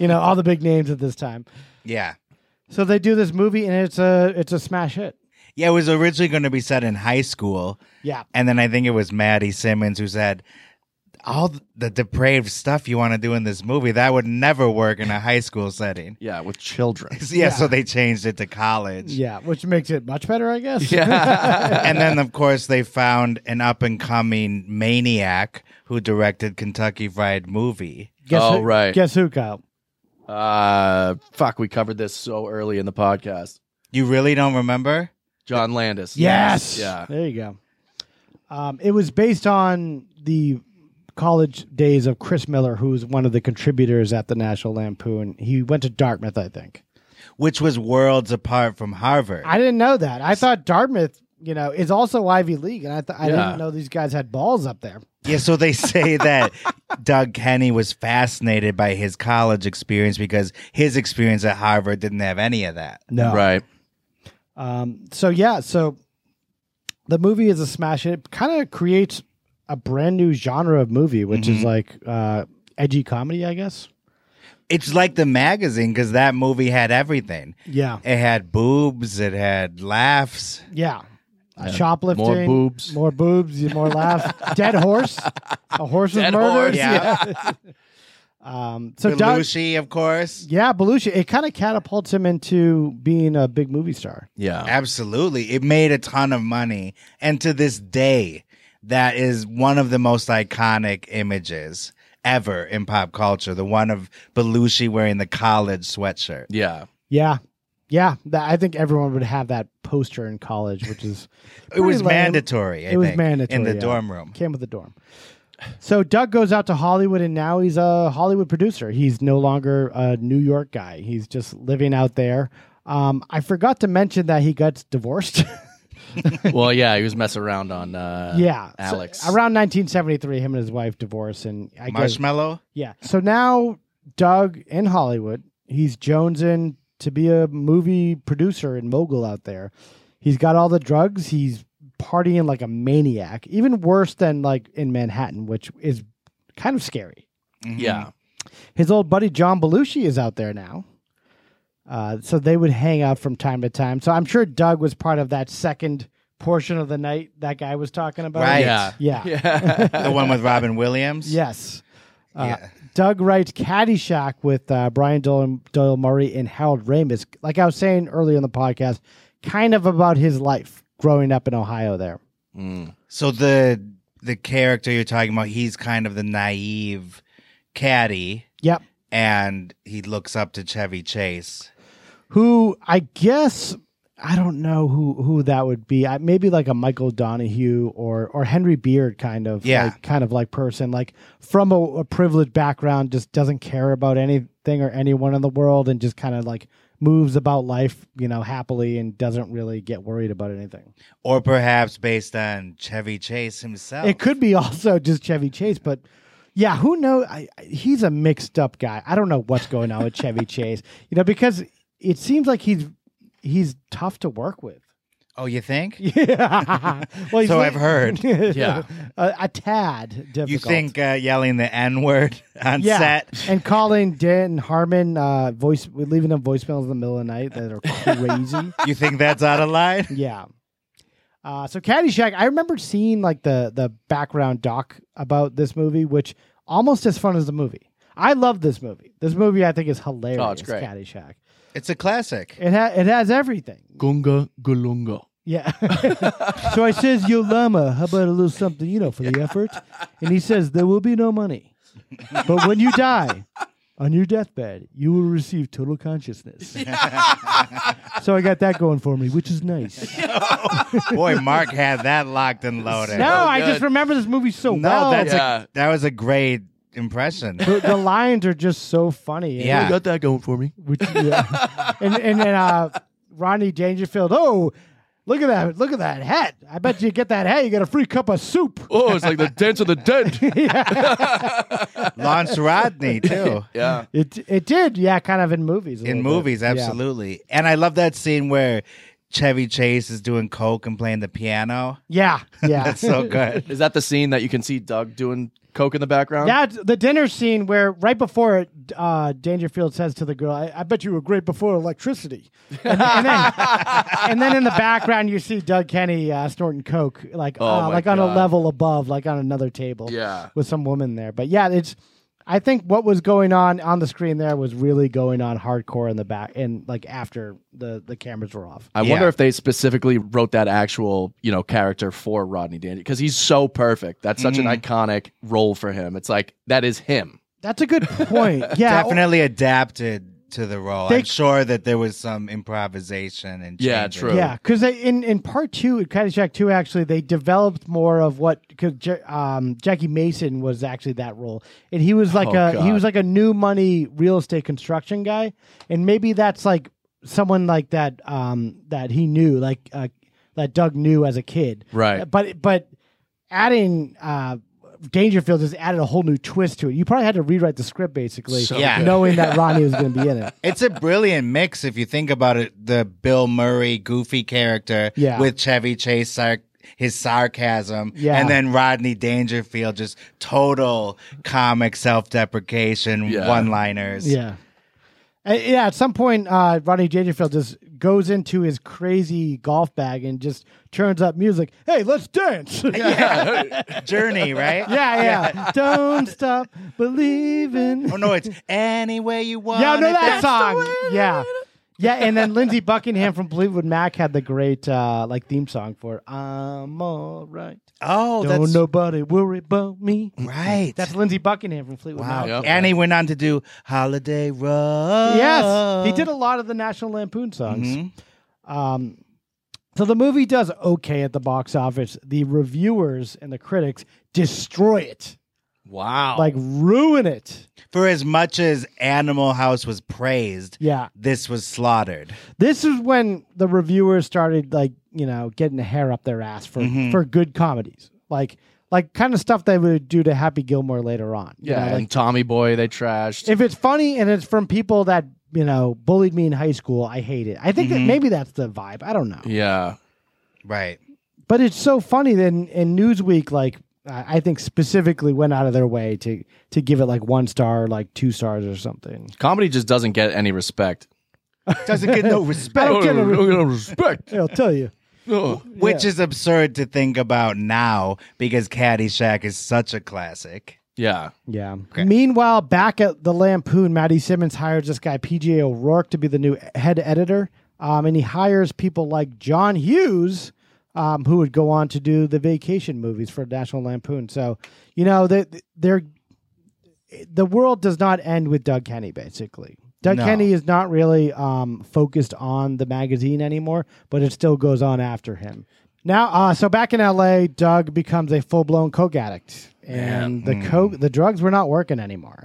Speaker 12: you know, all the big names at this time.
Speaker 13: Yeah.
Speaker 12: So they do this movie, and it's a it's a smash hit.
Speaker 13: Yeah, it was originally going to be set in high school.
Speaker 12: Yeah.
Speaker 13: And then I think it was Maddie Simmons who said, All the depraved stuff you want to do in this movie, that would never work in a high school setting.
Speaker 1: Yeah, with children.
Speaker 13: So, yeah, so they changed it to college.
Speaker 12: Yeah, which makes it much better, I guess.
Speaker 1: Yeah.
Speaker 13: And then, of course, they found an up and coming maniac who directed Kentucky Fried Movie.
Speaker 12: Guess
Speaker 1: Oh,
Speaker 12: who,
Speaker 1: right.
Speaker 12: Guess who, Kyle?
Speaker 1: uh, fuck, we covered this so early in the podcast.
Speaker 13: You really don't remember?
Speaker 1: John Landis.
Speaker 12: Yes.
Speaker 1: Yeah.
Speaker 12: There you go. Um, it was based on the college days of Chris Miller, who's one of the contributors at the National Lampoon. He went to Dartmouth, I think.
Speaker 13: Which was worlds apart from Harvard.
Speaker 12: I didn't know that. I thought Dartmouth, you know, is also Ivy League, and I th- I
Speaker 1: Yeah.
Speaker 12: didn't know these guys had balls up there.
Speaker 13: Yeah, so they say that Doug Kenny was fascinated by his college experience because his experience at Harvard didn't have any of that.
Speaker 12: No.
Speaker 1: Right.
Speaker 12: Um, so yeah, so the movie is a smash. hit. It kind of creates a brand new genre of movie, which
Speaker 1: Mm-hmm.
Speaker 12: is like uh, edgy comedy, I guess.
Speaker 13: It's like the magazine because that movie had everything.
Speaker 12: Yeah.
Speaker 13: It had boobs, it had laughs.
Speaker 12: Yeah. Shoplifting,
Speaker 1: More boobs.
Speaker 12: more boobs, you more laugh. Dead horse, a horse
Speaker 1: Dead
Speaker 12: was murdered.
Speaker 1: horse,
Speaker 13: yeah.
Speaker 12: um, so Doug,
Speaker 13: Belushi, of course.
Speaker 12: yeah, Belushi. It kind of catapults him into being a big movie star.
Speaker 1: Yeah.
Speaker 13: Absolutely. It made a ton of money. And to this day, that is one of the most iconic images ever in pop culture. The one of Belushi wearing the college sweatshirt.
Speaker 1: Yeah.
Speaker 12: Yeah, yeah. That, I think everyone would have that poster in college, which is
Speaker 13: It was
Speaker 12: pretty lame.
Speaker 13: mandatory. I
Speaker 12: it was
Speaker 13: think,
Speaker 12: mandatory
Speaker 13: in the
Speaker 12: yeah.
Speaker 13: dorm room.
Speaker 12: Came with the dorm. So Doug goes out to Hollywood, and now he's a Hollywood producer. He's no longer a New York guy. He's just living out there. Um, I forgot to mention that he got divorced.
Speaker 1: Well, yeah, he was messing around on uh,
Speaker 12: yeah, So
Speaker 1: Alex.
Speaker 12: around 1973, him and his wife divorce, and I guess
Speaker 13: Marshmallow.
Speaker 12: yeah. So now Doug in Hollywood, he's jonesing to be a movie producer and mogul out there. He's got all the drugs. He's partying like a maniac, even worse than like in Manhattan, which is kind of scary.
Speaker 1: Yeah.
Speaker 12: His old buddy John Belushi is out there now. Uh, so they would hang out from time to time. So I'm sure Doug was part of that second portion of the night that guy was talking about.
Speaker 13: Right.
Speaker 1: Yeah.
Speaker 12: Yeah.
Speaker 13: the one with Robin Williams.
Speaker 12: Yes. Uh,
Speaker 13: Yeah.
Speaker 12: Doug writes Caddyshack with uh, Brian Doyle, Doyle Murray and Harold Ramis. Like I was saying earlier in the podcast, kind of about his life growing up in Ohio there.
Speaker 1: Mm.
Speaker 13: So the the character you're talking about, he's kind of the naive caddy,
Speaker 12: Yep.
Speaker 13: and he looks up to Chevy Chase.
Speaker 12: Who I guess I don't know who who that would be. I, maybe like a Michael Donahue or or Henry Beard kind of
Speaker 13: Yeah.
Speaker 12: like, kind of like person like from a, a privileged background just doesn't care about anything or anyone in the world and just kind of like moves about life, you know, happily and doesn't really get worried about anything.
Speaker 13: Or perhaps based on Chevy Chase himself.
Speaker 12: It could be also just Chevy Chase, but yeah, who knows? I, I- he's a mixed up guy. I don't know what's going on with Chevy Chase. You know, because it seems like he's he's tough to work with.
Speaker 13: Oh, you think?
Speaker 12: Yeah. well, he's
Speaker 13: So
Speaker 12: like-
Speaker 13: I've heard.
Speaker 1: Yeah.
Speaker 12: a, a tad difficult.
Speaker 13: You think uh, yelling the N word on
Speaker 12: Yeah,
Speaker 13: set?
Speaker 12: and calling Dan Harmon, uh, voice we're leaving them voicemails in the middle of the night that are crazy.
Speaker 13: You think that's out of line?
Speaker 12: Yeah. Uh, so Caddyshack, I remember seeing like the the background doc about this movie, which almost as fun as the movie. I love this movie. This movie I think is hilarious.
Speaker 1: Oh, it's great.
Speaker 12: Caddyshack.
Speaker 13: It's a classic.
Speaker 12: It ha- it has everything.
Speaker 1: Gunga Gulunga.
Speaker 12: Yeah. so I says, Yo llama, how about a little something, you know, for the effort? And he says, There will be no money. But when you die, on your deathbed, you will receive total consciousness. so I got that going for me, which is nice.
Speaker 13: Boy, Mark had that locked and loaded.
Speaker 12: No, I
Speaker 1: good.
Speaker 12: just remember this movie so
Speaker 13: No,
Speaker 12: well.
Speaker 13: that's
Speaker 1: Yeah.
Speaker 13: a, that was a great impression.
Speaker 12: the, the lines are just so funny. And-
Speaker 13: Yeah.
Speaker 1: got that going for me.
Speaker 12: which, yeah. and and then uh, Ronnie Dangerfield. Oh, look at that! Look at that hat! I bet you get that hat, you get a free cup of soup.
Speaker 1: Oh, it's like the dance of the dead.
Speaker 13: Lance Rodney too.
Speaker 1: yeah.
Speaker 12: It it did, yeah, kind of in movies. a
Speaker 13: in
Speaker 12: little bit.
Speaker 13: movies,
Speaker 12: Yeah.
Speaker 13: absolutely. And I love that scene where Chevy Chase is doing coke and playing the piano.
Speaker 12: Yeah, yeah.
Speaker 13: That's so good.
Speaker 1: Is that the scene that you can see Doug doing coke in the background?
Speaker 12: That's the dinner scene where right before it, uh, Dangerfield says to the girl, I, I bet you were great before electricity. And, and then, and then in the background, you see Doug Kenny uh, snorting Coke, like,
Speaker 1: Oh,
Speaker 12: uh,
Speaker 1: my
Speaker 12: like on a
Speaker 1: God.
Speaker 12: level above, like on another table
Speaker 1: Yeah.
Speaker 12: with some woman there. But yeah, it's, I think what was going on on the screen there was really going on hardcore in the back and like after the, the cameras were off.
Speaker 1: I
Speaker 13: Yeah.
Speaker 1: wonder if they specifically wrote that actual, you know, character for Rodney Dandy because he's so perfect. That's such
Speaker 13: Mm.
Speaker 1: an iconic role for him. It's like that is him.
Speaker 12: That's a good point. Yeah.
Speaker 13: Definitely adapted to the role.
Speaker 12: They-
Speaker 13: I'm sure that there was some improvisation and
Speaker 1: Yeah,
Speaker 13: changes.
Speaker 1: true.
Speaker 12: Yeah, because in in part two, in Caddyshack two, actually, they developed more of what because um, Jackie Mason was actually that role, and he was like
Speaker 1: Oh,
Speaker 12: a he
Speaker 1: God.
Speaker 12: was like a new money real estate construction guy, and maybe that's like someone like that um, that he knew, like uh, that Doug knew as a kid,
Speaker 1: Right.
Speaker 12: But but adding. Uh, Dangerfield just added a whole new twist to it. You probably had to rewrite the script basically,
Speaker 1: So
Speaker 13: Yeah. good.
Speaker 12: knowing that Ronnie was going to be in it.
Speaker 13: It's a brilliant mix if you think about it. The Bill Murray goofy character
Speaker 12: Yeah.
Speaker 13: with Chevy Chase sar- his sarcasm,
Speaker 12: Yeah.
Speaker 13: and then Rodney Dangerfield just total comic self deprecation
Speaker 1: Yeah.
Speaker 13: one liners.
Speaker 12: Yeah. Uh, yeah, at some point, uh, Ronnie Dangerfield just goes into his crazy golf bag and just turns up music. Hey, let's dance. yeah,
Speaker 13: Journey, right?
Speaker 12: yeah. Don't stop believing.
Speaker 13: Oh no, it's any way you want.
Speaker 12: yeah, I know
Speaker 13: it,
Speaker 12: that
Speaker 13: that's the
Speaker 12: song.
Speaker 13: way-
Speaker 12: Yeah. Yeah, and then Lindsey Buckingham from Fleetwood Mac had the great uh, like theme song for it. "I'm All Right."
Speaker 13: Oh,
Speaker 12: Don't
Speaker 13: that's
Speaker 12: nobody worry about me.
Speaker 13: right.
Speaker 12: That's Lindsey Buckingham from Fleetwood
Speaker 13: wow.
Speaker 12: Mac.
Speaker 1: Yep.
Speaker 13: And he went on to do Holiday Road.
Speaker 12: Yes, he did a lot of the National Lampoon
Speaker 13: Mm-hmm.
Speaker 12: songs. Um, so the movie does okay at the box office. The reviewers and the critics destroy it,
Speaker 1: Wow.
Speaker 12: like ruin it.
Speaker 13: For as much as Animal House was praised,
Speaker 12: Yeah,
Speaker 13: this was slaughtered.
Speaker 12: this is when the reviewers started like you know getting the hair up their ass for
Speaker 1: Mm-hmm.
Speaker 12: for good comedies, like like kind of stuff they would do to Happy Gilmore later on. you
Speaker 1: yeah,
Speaker 12: know, like-
Speaker 1: and Tommy Boy they trashed.
Speaker 12: if it's funny and it's from people that you know bullied me in high school, I hate it. I think
Speaker 1: Mm-hmm.
Speaker 12: that maybe that's the vibe. I don't know.
Speaker 1: yeah.
Speaker 13: Right.
Speaker 12: But it's so funny that in, in Newsweek, like I I think specifically went out of their way to to give it like one star, like two stars or something.
Speaker 1: Comedy just doesn't get any respect.
Speaker 13: Doesn't get no respect.
Speaker 12: don't get no re-
Speaker 1: respect. Oh.
Speaker 12: I'll tell you.
Speaker 13: Which is absurd to think about now because Caddyshack is such a classic.
Speaker 1: Yeah.
Speaker 12: Yeah. Meanwhile, back at the Lampoon, Matty Simmons hires this guy PJ O'Rourke to be the new head editor, um, and he hires people like John Hughes, um, who would go on to do the vacation movies for National Lampoon. So, you know, they, they're the world does not end with Doug Kenny. Basically, Doug
Speaker 13: No.
Speaker 12: Kenny is not really um, focused on the magazine anymore, but it still goes on after him. Now, uh, so back in L.A., Doug becomes a full-blown coke addict, and the coke, the drugs were not working anymore.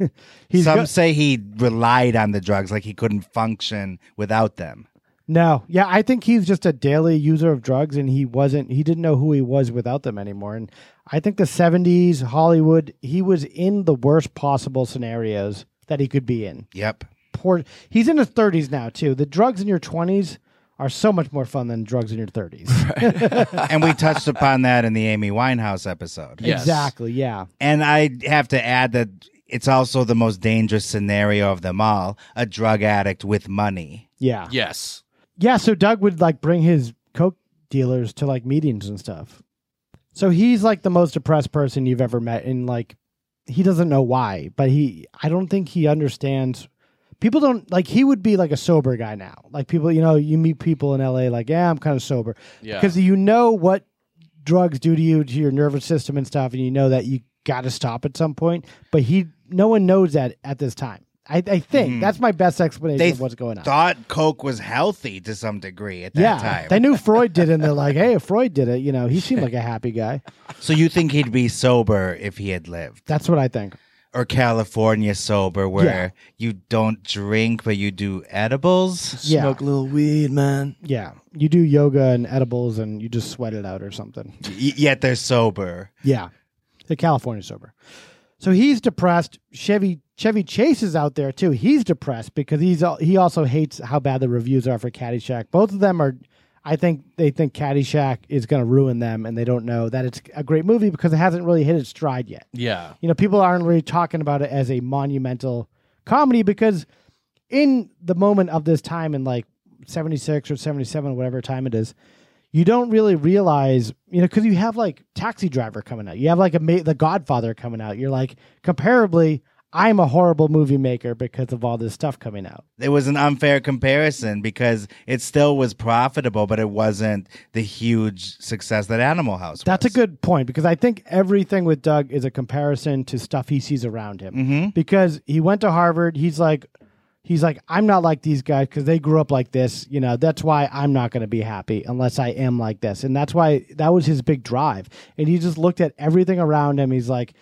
Speaker 12: He's
Speaker 13: Some
Speaker 12: go-
Speaker 13: say he relied on the drugs, like he couldn't function without them.
Speaker 12: no, yeah, I think he's just a daily user of drugs, and he wasn't. He didn't know who he was without them anymore. And I think the '70s Hollywood, he was in the worst possible scenarios that he could be in.
Speaker 13: Yep.
Speaker 12: poor. He's in his thirties now too. The drugs in your twenties are so much more fun than drugs in your thirties.
Speaker 13: and we touched upon that in the Amy Winehouse episode.
Speaker 1: Yes.
Speaker 12: Exactly. Yeah.
Speaker 13: And I have to add that it's also the most dangerous scenario of them all a drug addict with money.
Speaker 12: Yeah. Yeah.
Speaker 1: Yes.
Speaker 12: so Doug would like bring his coke dealers to like meetings and stuff. So he's like the most depressed person you've ever met, and like he doesn't know why, but he I don't think he understands. People don't like he would be like a sober guy now. Like people, you know, you meet people in LA like, yeah, I'm kind of sober.
Speaker 1: Yeah.
Speaker 12: because you know what drugs do to you to your nervous system and stuff and you know that you got to stop at some point but he no one knows that at this time i, I think that's my best explanation
Speaker 13: They
Speaker 12: of what's going on
Speaker 13: Thought Coke was healthy to some degree at that
Speaker 12: yeah
Speaker 13: time.
Speaker 12: they knew freud did it and they're like hey if freud did it you know he seemed like a happy guy
Speaker 13: so you think he'd be sober if he had lived?
Speaker 12: that's what i think
Speaker 13: Or California sober, where you don't drink but you do edibles?
Speaker 12: yeah
Speaker 4: Smoke a little weed, man.
Speaker 12: yeah you do yoga and edibles and you just sweat it out or something
Speaker 13: Y- yet they're sober.
Speaker 12: Yeah. The California sober. So he's depressed. Chevy Chevy Chase is out there too. He's depressed because he's al- he also hates how bad the reviews are for Caddyshack. Both of them are I think they think Caddyshack is going to ruin them and they don't know that it's a great movie because it hasn't really hit its stride yet.
Speaker 1: Yeah.
Speaker 12: You know, people aren't really talking about it as a monumental comedy because in the moment of this time in like 76 or 77 whatever time it is you don't really realize you know because you have like taxi driver coming out you have like a ma- the godfather coming out you're like comparably i'm a horrible movie maker because of all this stuff coming out
Speaker 13: it was an unfair comparison because it still was profitable, but it wasn't the huge success that Animal House
Speaker 12: that's a
Speaker 13: was.
Speaker 12: good point because i think everything with doug is a comparison to stuff he sees around him because he went to harvard he's like he's like i'm not like these guys because they grew up like this you know that's why i'm not going to be happy unless i am like this and that's why that was his big drive and he just looked at everything around him he's like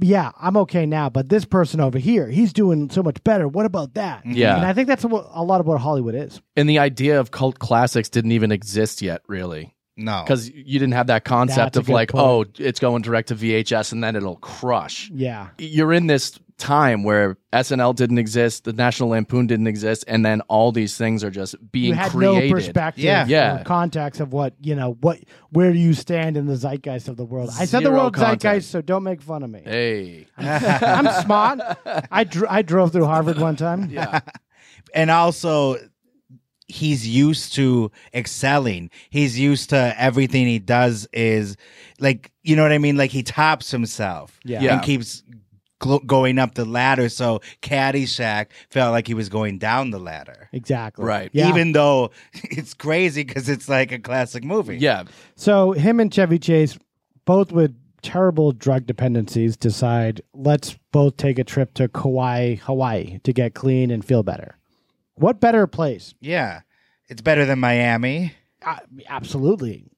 Speaker 12: yeah i'm okay now but this person over here he's doing so much better what about that
Speaker 1: Yeah.
Speaker 12: and i think that's what, a lot of what hollywood is
Speaker 1: And the idea of cult classics didn't even exist yet, really.
Speaker 13: No.
Speaker 1: Because you didn't have that concept
Speaker 12: That's a
Speaker 1: of
Speaker 12: good
Speaker 1: like,
Speaker 12: point.
Speaker 1: oh, it's going direct to VHS and then it'll crush.
Speaker 12: yeah
Speaker 1: You're in this time where SNL didn't exist, the National Lampoon didn't exist, and then all these things are just being
Speaker 12: you had
Speaker 1: created.
Speaker 12: no perspective
Speaker 13: Yeah.
Speaker 1: Yeah.
Speaker 12: or context of what you know what where do you stand in the zeitgeist of the world i said the
Speaker 1: Zero
Speaker 12: world
Speaker 1: context. Eh.
Speaker 12: zeitgeist so don't make fun of me
Speaker 1: Hey.
Speaker 12: i'm smart I, dr- I drove through harvard one time yeah
Speaker 13: and also, he's used to excelling. He's used to everything he does is like, you know what I mean? Like he tops himself
Speaker 12: Yeah.
Speaker 1: Yeah.
Speaker 13: and keeps gl- going up the ladder. So Caddyshack felt like he was going down the ladder.
Speaker 12: exactly
Speaker 1: Right.
Speaker 12: yeah.
Speaker 13: Even though it's crazy because it's like a classic movie.
Speaker 1: Yeah.
Speaker 12: so him and chevy chase both with terrible drug dependencies decide let's both take a trip to kauai hawaii to get clean and feel better what better place
Speaker 13: Yeah. It's better than Miami.
Speaker 12: I, absolutely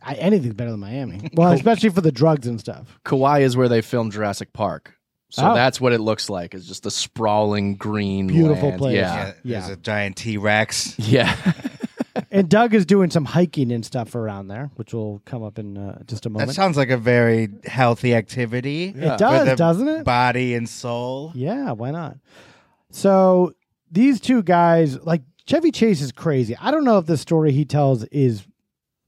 Speaker 12: I, anything's better than miami well especially for the drugs and stuff
Speaker 1: Kauai is where they filmed Jurassic Park. So
Speaker 12: Oh.
Speaker 1: that's what it looks like. It's just a sprawling green
Speaker 12: Beautiful
Speaker 1: land.
Speaker 12: place.
Speaker 1: Yeah.
Speaker 12: Yeah.
Speaker 13: There's a giant T Rex.
Speaker 1: Yeah.
Speaker 12: And Doug is doing some hiking and stuff around there, which will come up in uh, just a
Speaker 13: That
Speaker 12: moment.
Speaker 13: sounds like a very healthy activity.
Speaker 12: it does,
Speaker 13: For the
Speaker 12: doesn't it?
Speaker 13: Body and soul.
Speaker 12: yeah, why not? So these two guys, like Chevy Chase, is crazy. I don't know if the story he tells is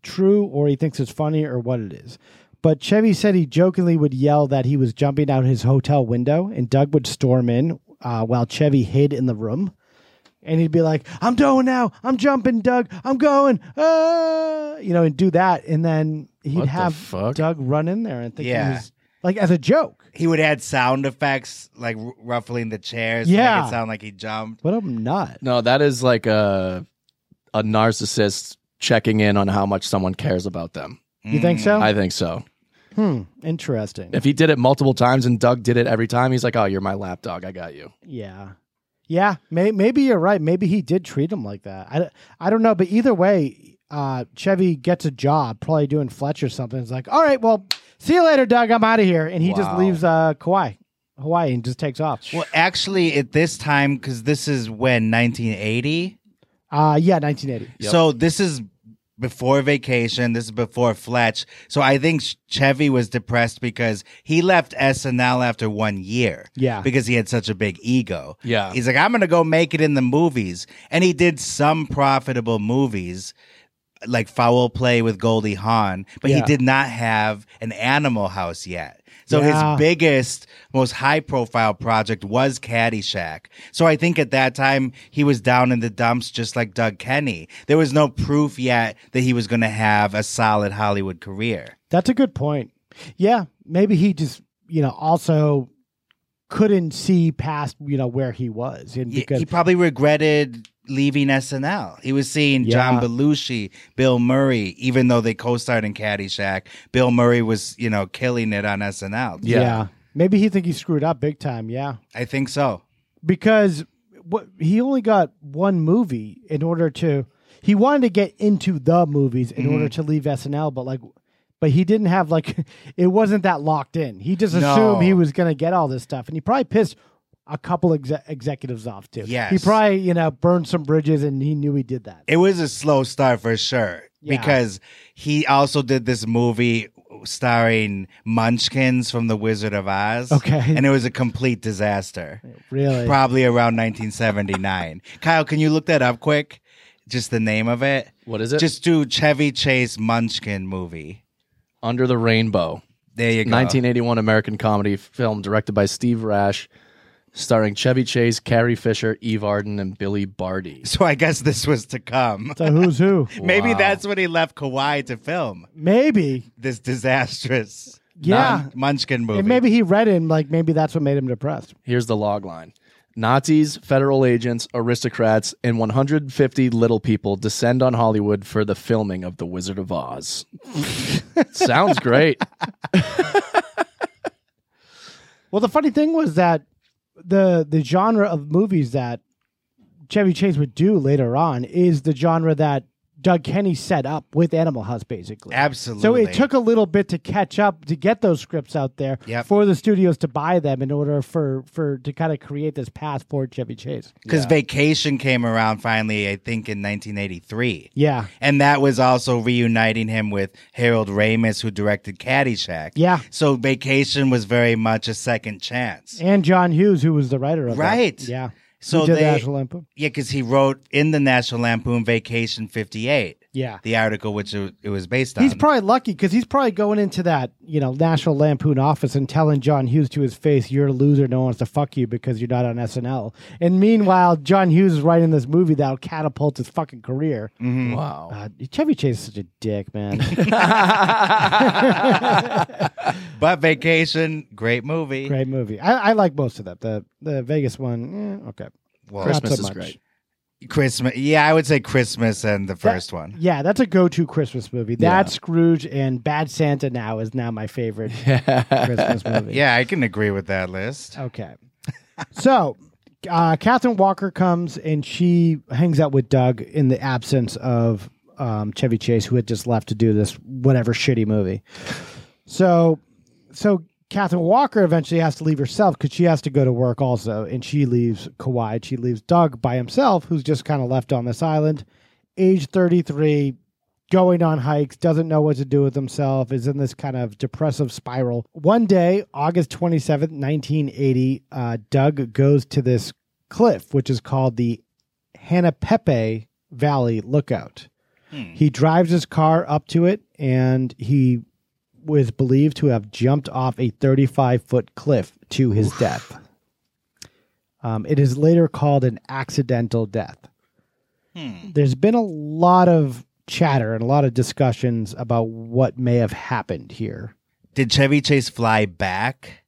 Speaker 12: true or he thinks it's funny or what it is, But Chevy said he jokingly would yell that he was jumping out his hotel window, and Doug would storm in uh, while Chevy hid in the room. And he'd be like, I'm doing now. I'm jumping, Doug. I'm going. Ah! You know, and do that. And then he'd
Speaker 1: What the
Speaker 12: have
Speaker 1: fuck?
Speaker 12: Doug run in there and think
Speaker 13: Yeah.
Speaker 12: he was like as a joke.
Speaker 13: He would add sound effects like r- ruffling the chairs. to make
Speaker 12: Yeah.
Speaker 13: it sound like he jumped.
Speaker 12: But I'm not.
Speaker 1: No, that is like a a narcissist checking in on how much someone cares about them.
Speaker 12: You
Speaker 13: Mm.
Speaker 12: think so?
Speaker 1: Mm, I think so.
Speaker 12: hmm. Interesting.
Speaker 1: If he did it multiple times and Doug did it every time, he's like, "Oh, you're my lapdog. I got you."
Speaker 12: Yeah. Yeah, may, maybe you're right. Maybe he did treat him like that. I, I don't know, but either way, uh, Chevy gets a job, probably doing Fletch or something. It's like, all right, well, see you later, Doug. I'm out of here, and he just
Speaker 1: Wow.
Speaker 12: leaves uh, Kauai, Hawaii, and just takes off.
Speaker 13: Well, actually, at this time, because this is when 1980.
Speaker 12: Uh, yeah, 1980.
Speaker 1: Yep.
Speaker 13: So this is before vacation. This is before Fletch. So I think Ch- Chevy was depressed because he left SNL after one year.
Speaker 12: Yeah.
Speaker 13: Because he had such a big ego.
Speaker 1: Yeah.
Speaker 13: He's like, I'm going to go make it in the movies. And he did some profitable movies. Like foul play with Goldie Hawn, but he
Speaker 12: Yeah.
Speaker 13: did not have an Animal House yet. So
Speaker 12: Yeah.
Speaker 13: his biggest, most high profile project was Caddyshack. So I think at that time he was down in the dumps just like Doug Kenny. There was no proof yet that he was going to have a solid Hollywood career.
Speaker 12: That's a good point. Yeah, maybe he just you know also couldn't see past you know where he was, and
Speaker 13: He,
Speaker 12: because
Speaker 13: he probably regretted leaving SNL. He was seeing
Speaker 12: Yeah.
Speaker 13: John Belushi, Bill Murray, even though they co starred in Caddyshack. Bill Murray was, you know, killing it on SNL.
Speaker 1: Yeah.
Speaker 12: maybe he think he screwed up big time. Yeah,
Speaker 13: I think so.
Speaker 12: because what he only got one movie in order to he wanted to get into the movies in order
Speaker 13: Mm-hmm.
Speaker 12: to leave SNL, but like but he didn't have like it wasn't that locked in. He just assumed
Speaker 13: No.
Speaker 12: he was gonna get all this stuff, and he probably pissed a couple exe- executives off too.
Speaker 13: Yes.
Speaker 12: he probably you know burned some bridges, and he knew he did that.
Speaker 13: It was a slow start for sure
Speaker 12: Yeah.
Speaker 13: because he also did this movie starring Munchkins from The Wizard of Oz.
Speaker 12: Okay.
Speaker 13: And it was a complete disaster.
Speaker 12: really,
Speaker 13: Probably around 1979. Kyle, can you look that up quick? Just the name of it.
Speaker 1: What is it?
Speaker 13: Just do Chevy Chase Munchkin movie.
Speaker 1: Under the Rainbow,
Speaker 13: There
Speaker 12: uh,
Speaker 13: you go.
Speaker 1: 1981 American comedy film directed by Steve Rash, starring Chevy Chase, Carrie Fisher, Eve Arden, and Billy Barty.
Speaker 13: So I guess this was to come.
Speaker 12: so who's who?
Speaker 13: Maybe that's what he left Kauai to film
Speaker 12: Maybe,
Speaker 13: this disastrous
Speaker 12: yeah.
Speaker 13: Mun- Munchkin movie.
Speaker 12: and maybe he read it and like maybe that's what made him depressed.
Speaker 1: Here's the log line. Nazis, federal agents, aristocrats, and 150 little people descend on Hollywood for the filming of The Wizard of Oz. Sounds great.
Speaker 12: Well, the funny thing was that the the genre of movies that Chevy Chase would do later on is the genre that Doug Kenny set up with Animal House, basically.
Speaker 13: Absolutely.
Speaker 12: So it took a little bit to catch up to get those scripts out there
Speaker 13: Yep.
Speaker 12: for the studios to buy them in order for for to kind of create this path for Chevy Chase.
Speaker 13: because vacation came around finally i think in 1983
Speaker 12: Yeah.
Speaker 13: and that was also reuniting him with harold ramis who directed caddyshack
Speaker 12: Yeah.
Speaker 13: so vacation was very much a second chance
Speaker 12: And John Hughes, who was the writer of that.
Speaker 13: Right.
Speaker 12: Yeah.
Speaker 13: So
Speaker 12: He did
Speaker 13: they-
Speaker 12: National Lampoon.
Speaker 13: yeah because he wrote in the national lampoon vacation 58
Speaker 12: Yeah.
Speaker 13: the article which it it was based on
Speaker 12: He's probably lucky because he's probably going into that, you know, National Lampoon office and telling John Hughes to his face, "You're a loser. No one wants to fuck you because you're not on SNL." And meanwhile, John Hughes is writing this movie that'll catapult his fucking career.
Speaker 1: Mm. Wow.
Speaker 12: Uh, Chevy Chase is such a dick, man.
Speaker 13: but vacation great movie
Speaker 12: Great movie. I, I like most of that. The the Vegas one, eh, okay.
Speaker 13: Well,
Speaker 12: Not
Speaker 1: Christmas
Speaker 12: so
Speaker 1: is
Speaker 12: much.
Speaker 1: great.
Speaker 13: christmas yeah i would say christmas and the
Speaker 12: That-
Speaker 13: first one
Speaker 12: Yeah, that's a go-to Christmas movie.
Speaker 1: Yeah.
Speaker 12: That Scrooge and Bad Santa now is now my favorite Christmas movie.
Speaker 13: yeah i can agree with that list
Speaker 12: Okay. so, uh, Catherine Walker comes and she hangs out with Doug in the absence of um, Chevy Chase, who had just left to do this whatever shitty movie. So, so Catherine Walker eventually has to leave herself because she has to go to work also, and she leaves Kauai. She leaves Doug by himself, who's just kind of left on this island, age thirty three. Going on hikes, doesn't know what to do with himself, is in this kind of depressive spiral. One day, August 27th, 1980, uh, Doug goes to this cliff, which is called the Hanapepe Valley Lookout. He drives his car up to it and he was believed to have jumped off a 35 foot cliff to his death. Um, it is later called an accidental death. There's been a lot of chatter and a lot of discussions about what may have happened here.
Speaker 13: Did Chevy Chase fly back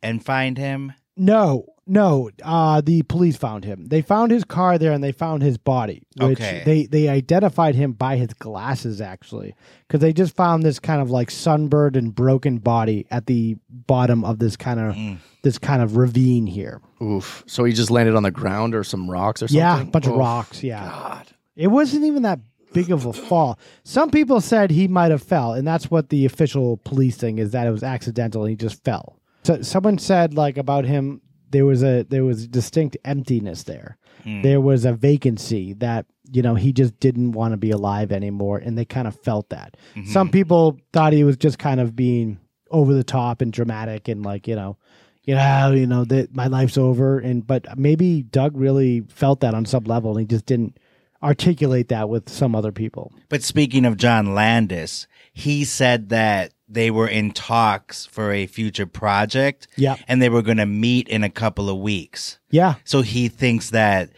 Speaker 13: and find him?
Speaker 12: No, no. Uh, the police found him. They found his car there, and they found his body. Which
Speaker 13: Okay.
Speaker 12: They they identified him by his glasses actually, because they just found this kind of like sunburned and broken body at the bottom of this kind of
Speaker 1: Mm.
Speaker 12: this kind of ravine here.
Speaker 1: Oof. So he just landed on the ground or some rocks or something?
Speaker 12: Yeah, a bunch of
Speaker 1: Oof.
Speaker 12: rocks. Yeah.
Speaker 1: God.
Speaker 12: It wasn't even that big of a fall. Some people said he might have fell, and that's what the official police thing is that it was accidental and he just fell. So someone said like about him there was a there was a distinct emptiness there. There was a vacancy that you know he just didn't want to be alive anymore and they kind of felt that. Some people thought he was just kind of being over the top and dramatic and like, you know, yeah, you know that my life's over and but maybe Doug really felt that on some level and he just didn't articulate that with some other people.
Speaker 13: But speaking of John Landis, he said that they were in talks for a future project.
Speaker 12: Yep.
Speaker 13: And they were going to meet in a couple of weeks.
Speaker 12: Yeah.
Speaker 13: So he thinks that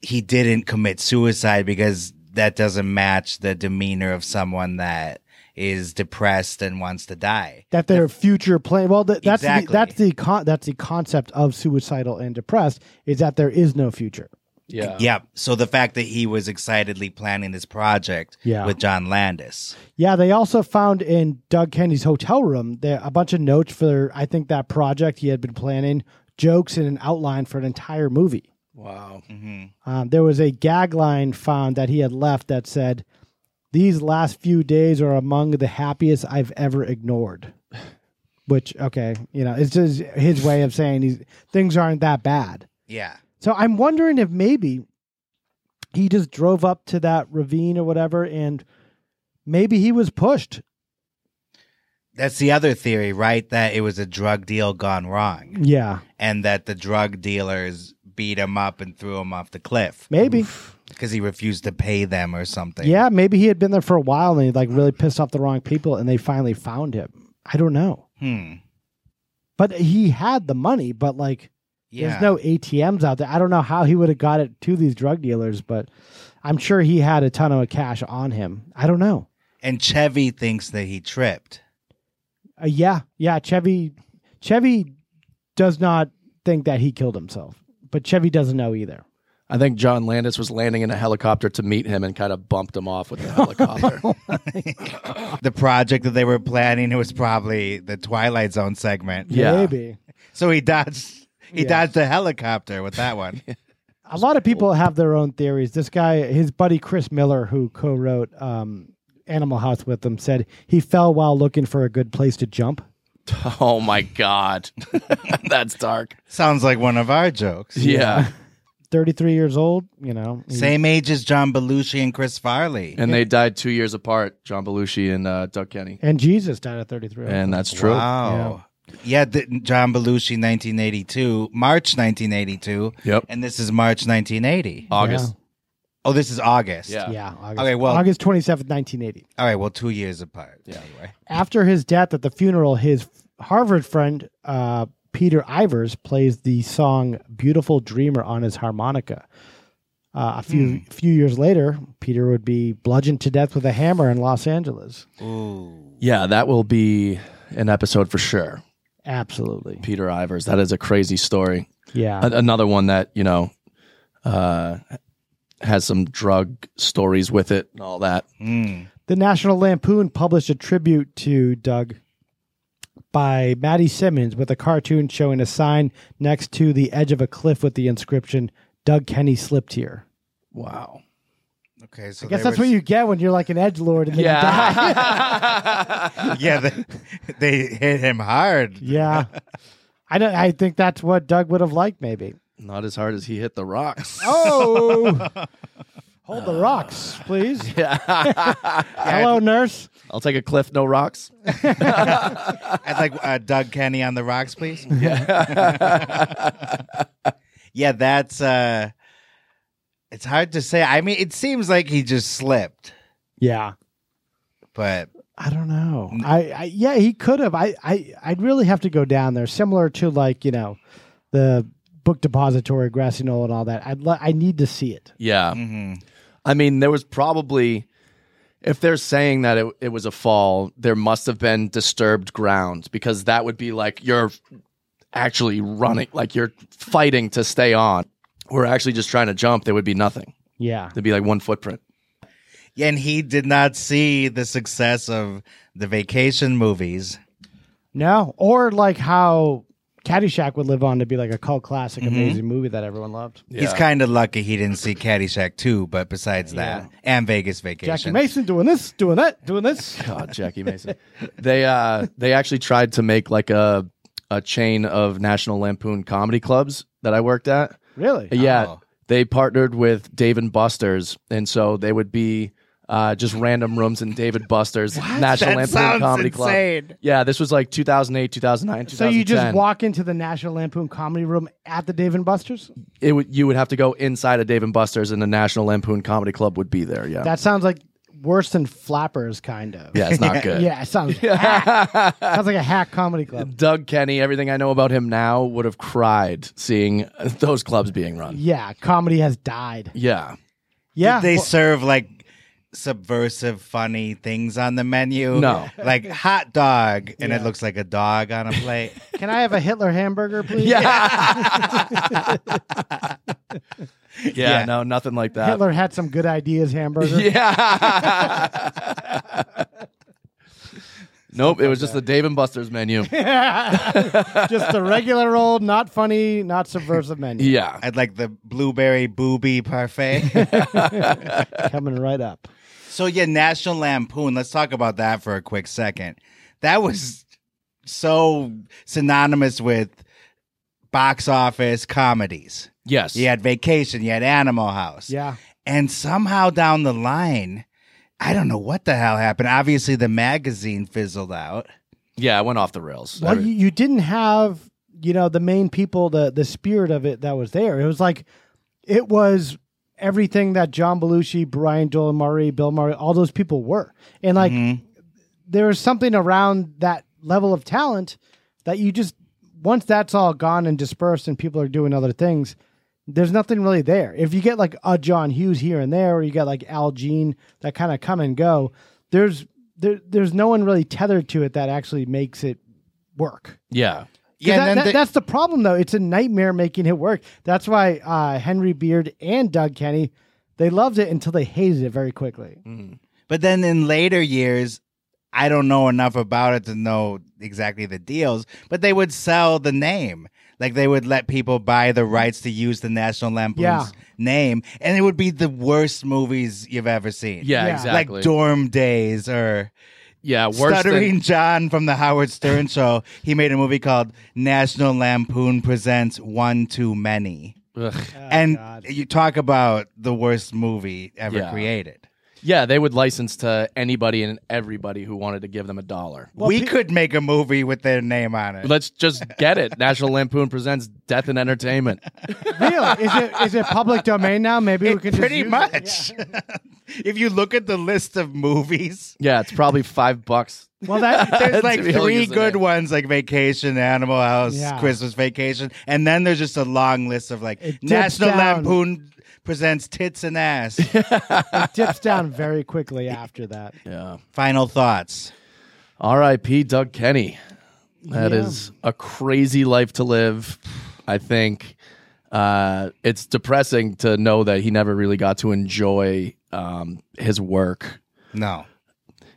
Speaker 13: he didn't commit suicide because that doesn't match the demeanor of someone that is depressed and wants to die.
Speaker 12: That their future plan. Well, th- that's the,
Speaker 13: Exactly.
Speaker 12: that's the con- that's the concept of suicidal and depressed is that there is no future.
Speaker 1: Yeah.
Speaker 13: Yep. So the fact that he was excitedly planning this project
Speaker 12: Yeah.
Speaker 13: with John Landis.
Speaker 12: Yeah, they also found in Doug Kenny's hotel room there a bunch of notes for I think that project he had been planning, jokes and an outline for an entire movie.
Speaker 1: Wow.
Speaker 13: Mm-hmm.
Speaker 12: Um, there was a gag line found that he had left that said, "These last few days are among the happiest I've ever ignored." Which, okay, you know, it's just his way of saying he's, things aren't that bad.
Speaker 13: Yeah.
Speaker 12: So I'm wondering if maybe he just drove up to that ravine or whatever, and maybe he was pushed.
Speaker 13: That's the other theory, right? That it was a drug deal gone wrong.
Speaker 12: Yeah,
Speaker 13: and that the drug dealers beat him up and threw him off the cliff
Speaker 12: maybe.
Speaker 13: because he refused to pay them or something.
Speaker 12: Yeah, maybe he had been there for a while and he like really pissed off the wrong people, and they finally found him. I don't know,
Speaker 13: Hmm.
Speaker 12: but he had the money, but like.
Speaker 13: Yeah.
Speaker 12: There's no ATMs out there. I don't know how he would have got it to these drug dealers, but I'm sure he had a ton of cash on him. I don't know.
Speaker 13: and Chevy thinks that he tripped.
Speaker 12: Uh, yeah, yeah. Chevy, Chevy does not think that he killed himself, but Chevy doesn't know either.
Speaker 1: I think John Landis was landing in a helicopter to meet him and kind of bumped him off with the helicopter.
Speaker 13: The project that they were planning it was probably the Twilight Zone segment.
Speaker 1: Yeah.
Speaker 12: Maybe
Speaker 13: So he dodged. He
Speaker 12: Yeah.
Speaker 13: dodged a helicopter with that one.
Speaker 12: a lot of people have their own theories. This guy, his buddy Chris Miller, who co-wrote um, Animal House with him, said he fell while looking for a good place to jump.
Speaker 1: oh my God. That's dark.
Speaker 13: Sounds like one of our jokes.
Speaker 1: Yeah.
Speaker 12: 33 years old, you know. he-
Speaker 13: Same age as John Belushi and Chris Farley.
Speaker 1: And they died two years apart, John Belushi and uh, Doug Kenny.
Speaker 12: And Jesus died at 33.
Speaker 1: And that's true.
Speaker 13: Wow. Oh. Yeah, th- John Belushi, 1982, March 1982.
Speaker 1: Yep.
Speaker 13: And this is March 1980.
Speaker 1: August.
Speaker 13: Oh, this is August.
Speaker 1: Yeah.
Speaker 12: Yeah. August,
Speaker 13: Okay, well-
Speaker 12: August 27th, 1980.
Speaker 13: All right. Well, two years apart. Yeah.
Speaker 12: After his death at the funeral, his Harvard friend, uh, Peter Ivers, plays the song Beautiful Dreamer on his harmonica. Uh, a few few years later, Peter would be bludgeoned to death with a hammer in Los Angeles.
Speaker 1: Yeah, that will be an episode for sure.
Speaker 12: Absolutely.
Speaker 1: Peter Ivers. That is a crazy story.
Speaker 12: Yeah.
Speaker 1: A- another one that, you know, uh, has some drug stories with it and all that.
Speaker 12: The National Lampoon published a tribute to Doug by Maddie Simmons with a cartoon showing a sign next to the edge of a cliff with the inscription, Doug Kenny slipped here.
Speaker 1: Wow.
Speaker 13: Okay. So
Speaker 12: I guess
Speaker 13: there
Speaker 12: that's
Speaker 13: was-
Speaker 12: what you get when you're like an edge lord and then you die.
Speaker 13: yeah. They, they hit him hard.
Speaker 12: yeah. I don't I think that's what Doug would have liked maybe.
Speaker 1: Not as hard as he hit the rocks.
Speaker 12: Oh. Hold the rocks, please. Hello, nurse.
Speaker 1: I'll take a cliff, no rocks.
Speaker 13: I'd like uh, Doug Kenny on the rocks, please. yeah. That's. uh It's hard to say. I mean, it seems like he just slipped,
Speaker 12: Yeah.
Speaker 13: but
Speaker 12: I don't know. I, I yeah, he could have. I, I I'd really have to go down there, similar to like you know, the book depository, grassy knoll, and all that. I'd li- I need to see it.
Speaker 1: Yeah. I mean, there was probably, if they're saying that it, it was a fall, there must have been disturbed ground because that would be like you're actually running, like you're fighting to stay on. We're actually just trying to jump. There would be nothing.
Speaker 12: Yeah,
Speaker 1: There'd be like one footprint.
Speaker 13: And he did not see the success of the vacation movies.
Speaker 12: no, or like how Caddyshack would live on to be like a cult classic, amazing movie that everyone loved.
Speaker 13: He's kind of lucky he didn't see Caddyshack 2, but besides that, and Vegas
Speaker 12: Jackie
Speaker 13: Vacation.
Speaker 12: Mason doing this, doing that, doing this.
Speaker 1: God, Jackie Mason. they uh they actually tried to make like a a chain of National Lampoon comedy clubs that I worked at.
Speaker 12: Really?
Speaker 1: Yeah,
Speaker 13: Oh.
Speaker 1: they partnered with Dave and Buster's, and so they would be uh, just random rooms in David Buster's National
Speaker 13: That
Speaker 1: Lampoon
Speaker 13: sounds
Speaker 1: Comedy
Speaker 13: insane.
Speaker 1: Club. Yeah, this was like 2008, 2009,
Speaker 12: So you just
Speaker 1: 2010.
Speaker 12: walk into the National Lampoon Comedy Room at the Dave and Buster's?
Speaker 1: It would you would have to go inside of Dave and Buster's, and the National Lampoon Comedy Club would be there. Yeah,
Speaker 12: That sounds like worse than Flappers, kind of.
Speaker 1: yeah, it's not good.
Speaker 12: Yeah, it sounds hack. sounds like a hack comedy club.
Speaker 1: Doug Kenny, everything I know about him now would have cried seeing those clubs being run.
Speaker 12: Yeah, comedy has died.
Speaker 1: Yeah.
Speaker 12: Yeah,
Speaker 13: Did they
Speaker 12: well,
Speaker 13: serve like subversive, funny things on the menu?
Speaker 1: No.
Speaker 13: Like hot dog, and it looks like a dog on a plate.
Speaker 12: can I have a Hitler hamburger, please?
Speaker 1: yeah. no, nothing like that.
Speaker 12: Hitler had some good ideas hamburger.
Speaker 1: Yeah. nope, it was just the Dave and Buster's menu.
Speaker 12: Just the regular old, not funny, not subversive menu
Speaker 1: yeah.
Speaker 13: I'd like the blueberry booby parfait.
Speaker 12: coming right up.
Speaker 13: so, yeah, National Lampoon. Let's talk about that for a quick second. That was so synonymous with box office comedies.
Speaker 1: Yes.
Speaker 13: You had Vacation, you had Animal House.
Speaker 12: Yeah.
Speaker 13: And somehow down the line, I don't know what the hell happened. Obviously, the magazine fizzled out.
Speaker 1: Yeah, I went off the rails.
Speaker 12: Well, you, you didn't have, you know, the main people, the the spirit of it that was there. It was like, it was everything that John Belushi, Brian Doyle Murray, Bill Murray, all those people were, and like there was something around that level of talent that you just once that's all gone and dispersed and people are doing other things. There's nothing really there. If you get like a John Hughes here and there, or you get like Al Jean that kind of come and go, there's there, there's no one really tethered to it that actually makes it work.
Speaker 1: yeah.
Speaker 13: Yeah,
Speaker 12: that,
Speaker 13: and
Speaker 12: that-
Speaker 13: then the-
Speaker 12: that's the problem though. It's a nightmare making it work. That's why uh, Henry Beard and Doug Kenny, they loved it until they hated it very quickly.
Speaker 13: But then in later years, I don't know enough about it to know exactly the deals, but they would sell the name. Like they would let people buy the rights to use the National Lampoon's
Speaker 12: Yeah.
Speaker 13: name, and it would be the worst movies you've ever seen.
Speaker 1: Yeah,
Speaker 12: Yeah.
Speaker 1: exactly.
Speaker 13: Like Dorm Days or
Speaker 1: yeah, worse
Speaker 13: Stuttering
Speaker 1: than
Speaker 13: John from the Howard Stern Show. He made a movie called National Lampoon Presents One Too Many.
Speaker 1: Ugh.
Speaker 12: Oh,
Speaker 13: and you talk about the worst movie ever
Speaker 1: Yeah.
Speaker 13: created.
Speaker 1: Yeah, they would license to anybody and everybody who wanted to give them a dollar.
Speaker 13: we could make a movie with their name on it.
Speaker 1: Let's just get it. National Lampoon presents Death and Entertainment.
Speaker 12: really? Is it is it public domain now? Maybe we can just
Speaker 13: Pretty
Speaker 12: use it.
Speaker 13: much. if you look at the list of movies,
Speaker 1: Yeah, it's probably 5 bucks.
Speaker 12: Well, that
Speaker 13: there's like
Speaker 1: To be able to
Speaker 13: three
Speaker 1: use the
Speaker 13: good
Speaker 1: name.
Speaker 13: ones like Vacation, Animal House,
Speaker 12: Yeah.
Speaker 13: Christmas Vacation, and then there's just a long list of like
Speaker 12: It dips
Speaker 13: National
Speaker 12: down.
Speaker 13: Lampoon presents Tits and Ass.
Speaker 12: dips down very quickly after that.
Speaker 1: Yeah.
Speaker 13: Final thoughts.
Speaker 1: R.I.P. Doug Kenny. That
Speaker 12: Yeah.
Speaker 1: is a crazy life to live. I think uh, it's depressing to know that he never really got to enjoy um, his work,
Speaker 13: No.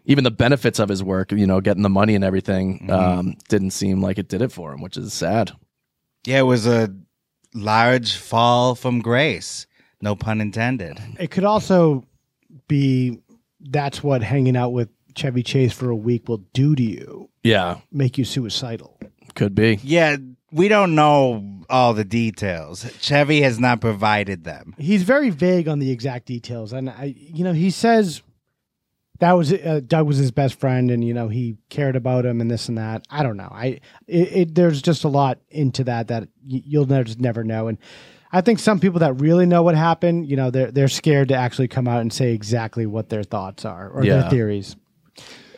Speaker 1: even the benefits of his work. You know, getting the money and everything um, didn't seem like it did it for him, which is sad.
Speaker 13: Yeah, it was a large fall from grace. No pun intended.
Speaker 12: It could also be that's what hanging out with Chevy Chase for a week will do to you,
Speaker 1: Yeah,
Speaker 12: make you suicidal.
Speaker 1: could be.
Speaker 13: Yeah, we don't know all the details. Chevy has not provided them.
Speaker 12: he's very vague on the exact details and i you know he says that was uh, doug was his best friend and you know he cared about him and this and that i don't know i it, it there's just a lot into that that y- you'll never just never know and i think some people that really know what happened you know they're they're scared to actually come out and say exactly what their thoughts are or
Speaker 1: Yeah.
Speaker 12: their theories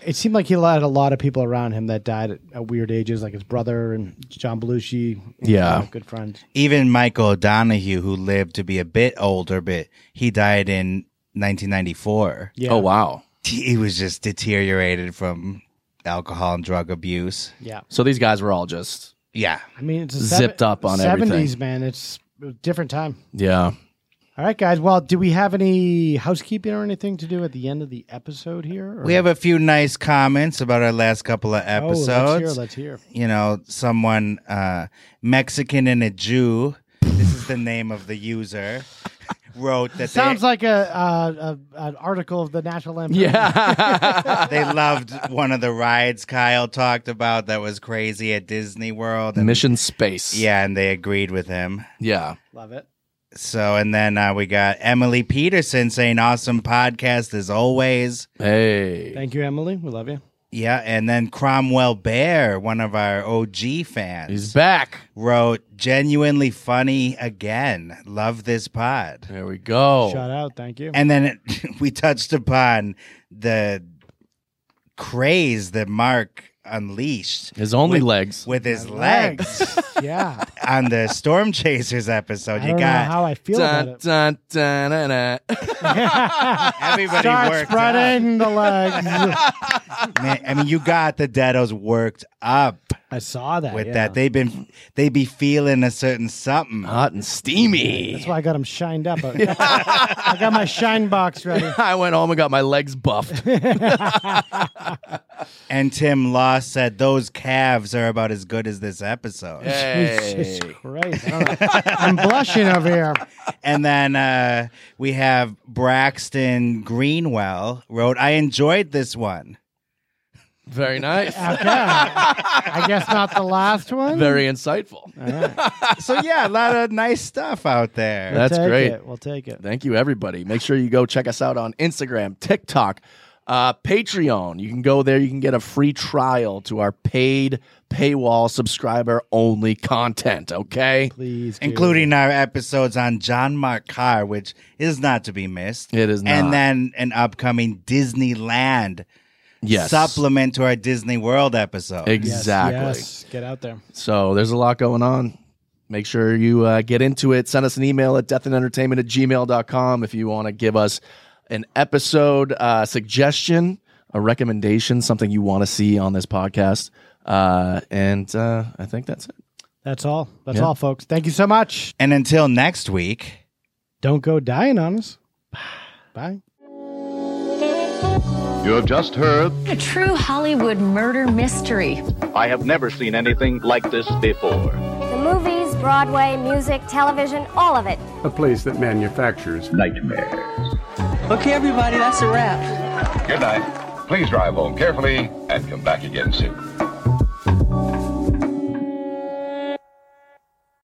Speaker 12: It seemed like he had a lot of people around him that died at, at weird ages, like his brother and John Belushi.
Speaker 1: Yeah.
Speaker 12: Uh, good friends.
Speaker 13: Even Michael O'Donohue, who lived to be a bit older, but he died in 1994.
Speaker 12: Yeah.
Speaker 1: Oh wow.
Speaker 13: He was just deteriorated from alcohol and drug abuse.
Speaker 12: Yeah.
Speaker 1: So these guys were all just
Speaker 13: Yeah.
Speaker 12: I mean, it's a
Speaker 1: Zipped up on everything.
Speaker 12: Seventies, man. It's a different time.
Speaker 1: yeah.
Speaker 12: All right, guys. Well, do we have any housekeeping or anything to do at the end of the episode here? or-
Speaker 13: We have a few nice comments about our last couple of
Speaker 12: Oh, let's
Speaker 13: episodes.
Speaker 12: hear. Let's hear.
Speaker 13: you know, someone uh, Mexican and a Jew. This is the name of the user. Wrote that
Speaker 12: Sounds
Speaker 13: they,
Speaker 12: like a, uh, a an article of the National Lampoon.
Speaker 1: Yeah.
Speaker 13: they loved one of the rides Kyle talked about that was crazy at Disney World. And,
Speaker 1: Mission Space.
Speaker 13: Yeah, and they agreed with him.
Speaker 1: Yeah.
Speaker 12: love it.
Speaker 13: So, and then uh, we got Emily Peterson saying, "Awesome podcast as always."
Speaker 1: Hey.
Speaker 12: Thank you, Emily. We love you.
Speaker 13: Yeah, and then Cromwell Bear, one of our OG fans,
Speaker 1: He's back.
Speaker 13: wrote, "Genuinely funny again. Love this pod."
Speaker 1: There we go.
Speaker 12: Shout out. Thank you.
Speaker 13: Oh. And then it, we touched upon the craze that Mark unleashed
Speaker 1: His only
Speaker 13: with,
Speaker 1: legs.
Speaker 13: with his
Speaker 12: legs.
Speaker 13: legs
Speaker 12: yeah.
Speaker 13: on the Storm Chasers
Speaker 12: I
Speaker 13: episode.
Speaker 12: don't
Speaker 13: You
Speaker 12: know
Speaker 13: got
Speaker 12: how I feel about
Speaker 1: Dun,
Speaker 12: it.
Speaker 1: dun, dun, dun, dun.
Speaker 13: everybody
Speaker 12: Start
Speaker 13: worked
Speaker 12: spreading the legs.
Speaker 13: up. Man, I mean, you got the Deados worked up
Speaker 12: I saw that.
Speaker 13: with
Speaker 12: yeah.
Speaker 13: that. They've been they be feeling a certain something.
Speaker 1: Hot and steamy.
Speaker 12: That's why I got them shined up. I got my shine box ready.
Speaker 1: I went home and got my legs buffed.
Speaker 13: And Tim Law said those calves are about as good as this episode.
Speaker 1: Hey.
Speaker 12: Jesus Christ. I don't know. I'm blushing over here.
Speaker 13: And then uh, we have Braxton Greenwell wrote, I enjoyed this one.
Speaker 1: Very nice.
Speaker 12: Okay. I guess not the last one.
Speaker 1: Very insightful.
Speaker 13: So, yeah, a lot of nice stuff out there.
Speaker 1: That's
Speaker 12: Take
Speaker 1: great.
Speaker 12: it. We'll take it.
Speaker 1: Thank you, everybody. Make sure you go check us out on Instagram, TikTok, uh, Patreon. You can go there. You can get a free trial to our paid paywall subscriber only content. Okay,
Speaker 12: Please. do.
Speaker 13: including our episodes on John Mark Carr, which is not to be missed.
Speaker 1: It is not.
Speaker 13: And then an upcoming Disneyland
Speaker 1: yes,
Speaker 13: supplement to our Disney World episode.
Speaker 12: Yes,
Speaker 1: exactly.
Speaker 12: Yes. Get out there.
Speaker 1: So there's a lot going on. Make sure you uh, get into it. Send us an email at deathandentertainment at gmail.com if you want to give us an episode uh, suggestion, a recommendation, something you want to see on this podcast. Uh, and uh, I think that's it.
Speaker 12: That's all. That's
Speaker 1: Yeah.
Speaker 12: all, folks. Thank you so much.
Speaker 13: and until next week.
Speaker 12: Don't go dying on us. Bye.
Speaker 2: You have just heard
Speaker 4: A true Hollywood murder mystery.
Speaker 2: I have never seen anything like this before.
Speaker 5: The movies, Broadway, music, television, all of it.
Speaker 11: A place that manufactures
Speaker 2: Nightmare.
Speaker 7: Okay, everybody, that's a wrap.
Speaker 2: Good night. Please drive home carefully and come back again soon.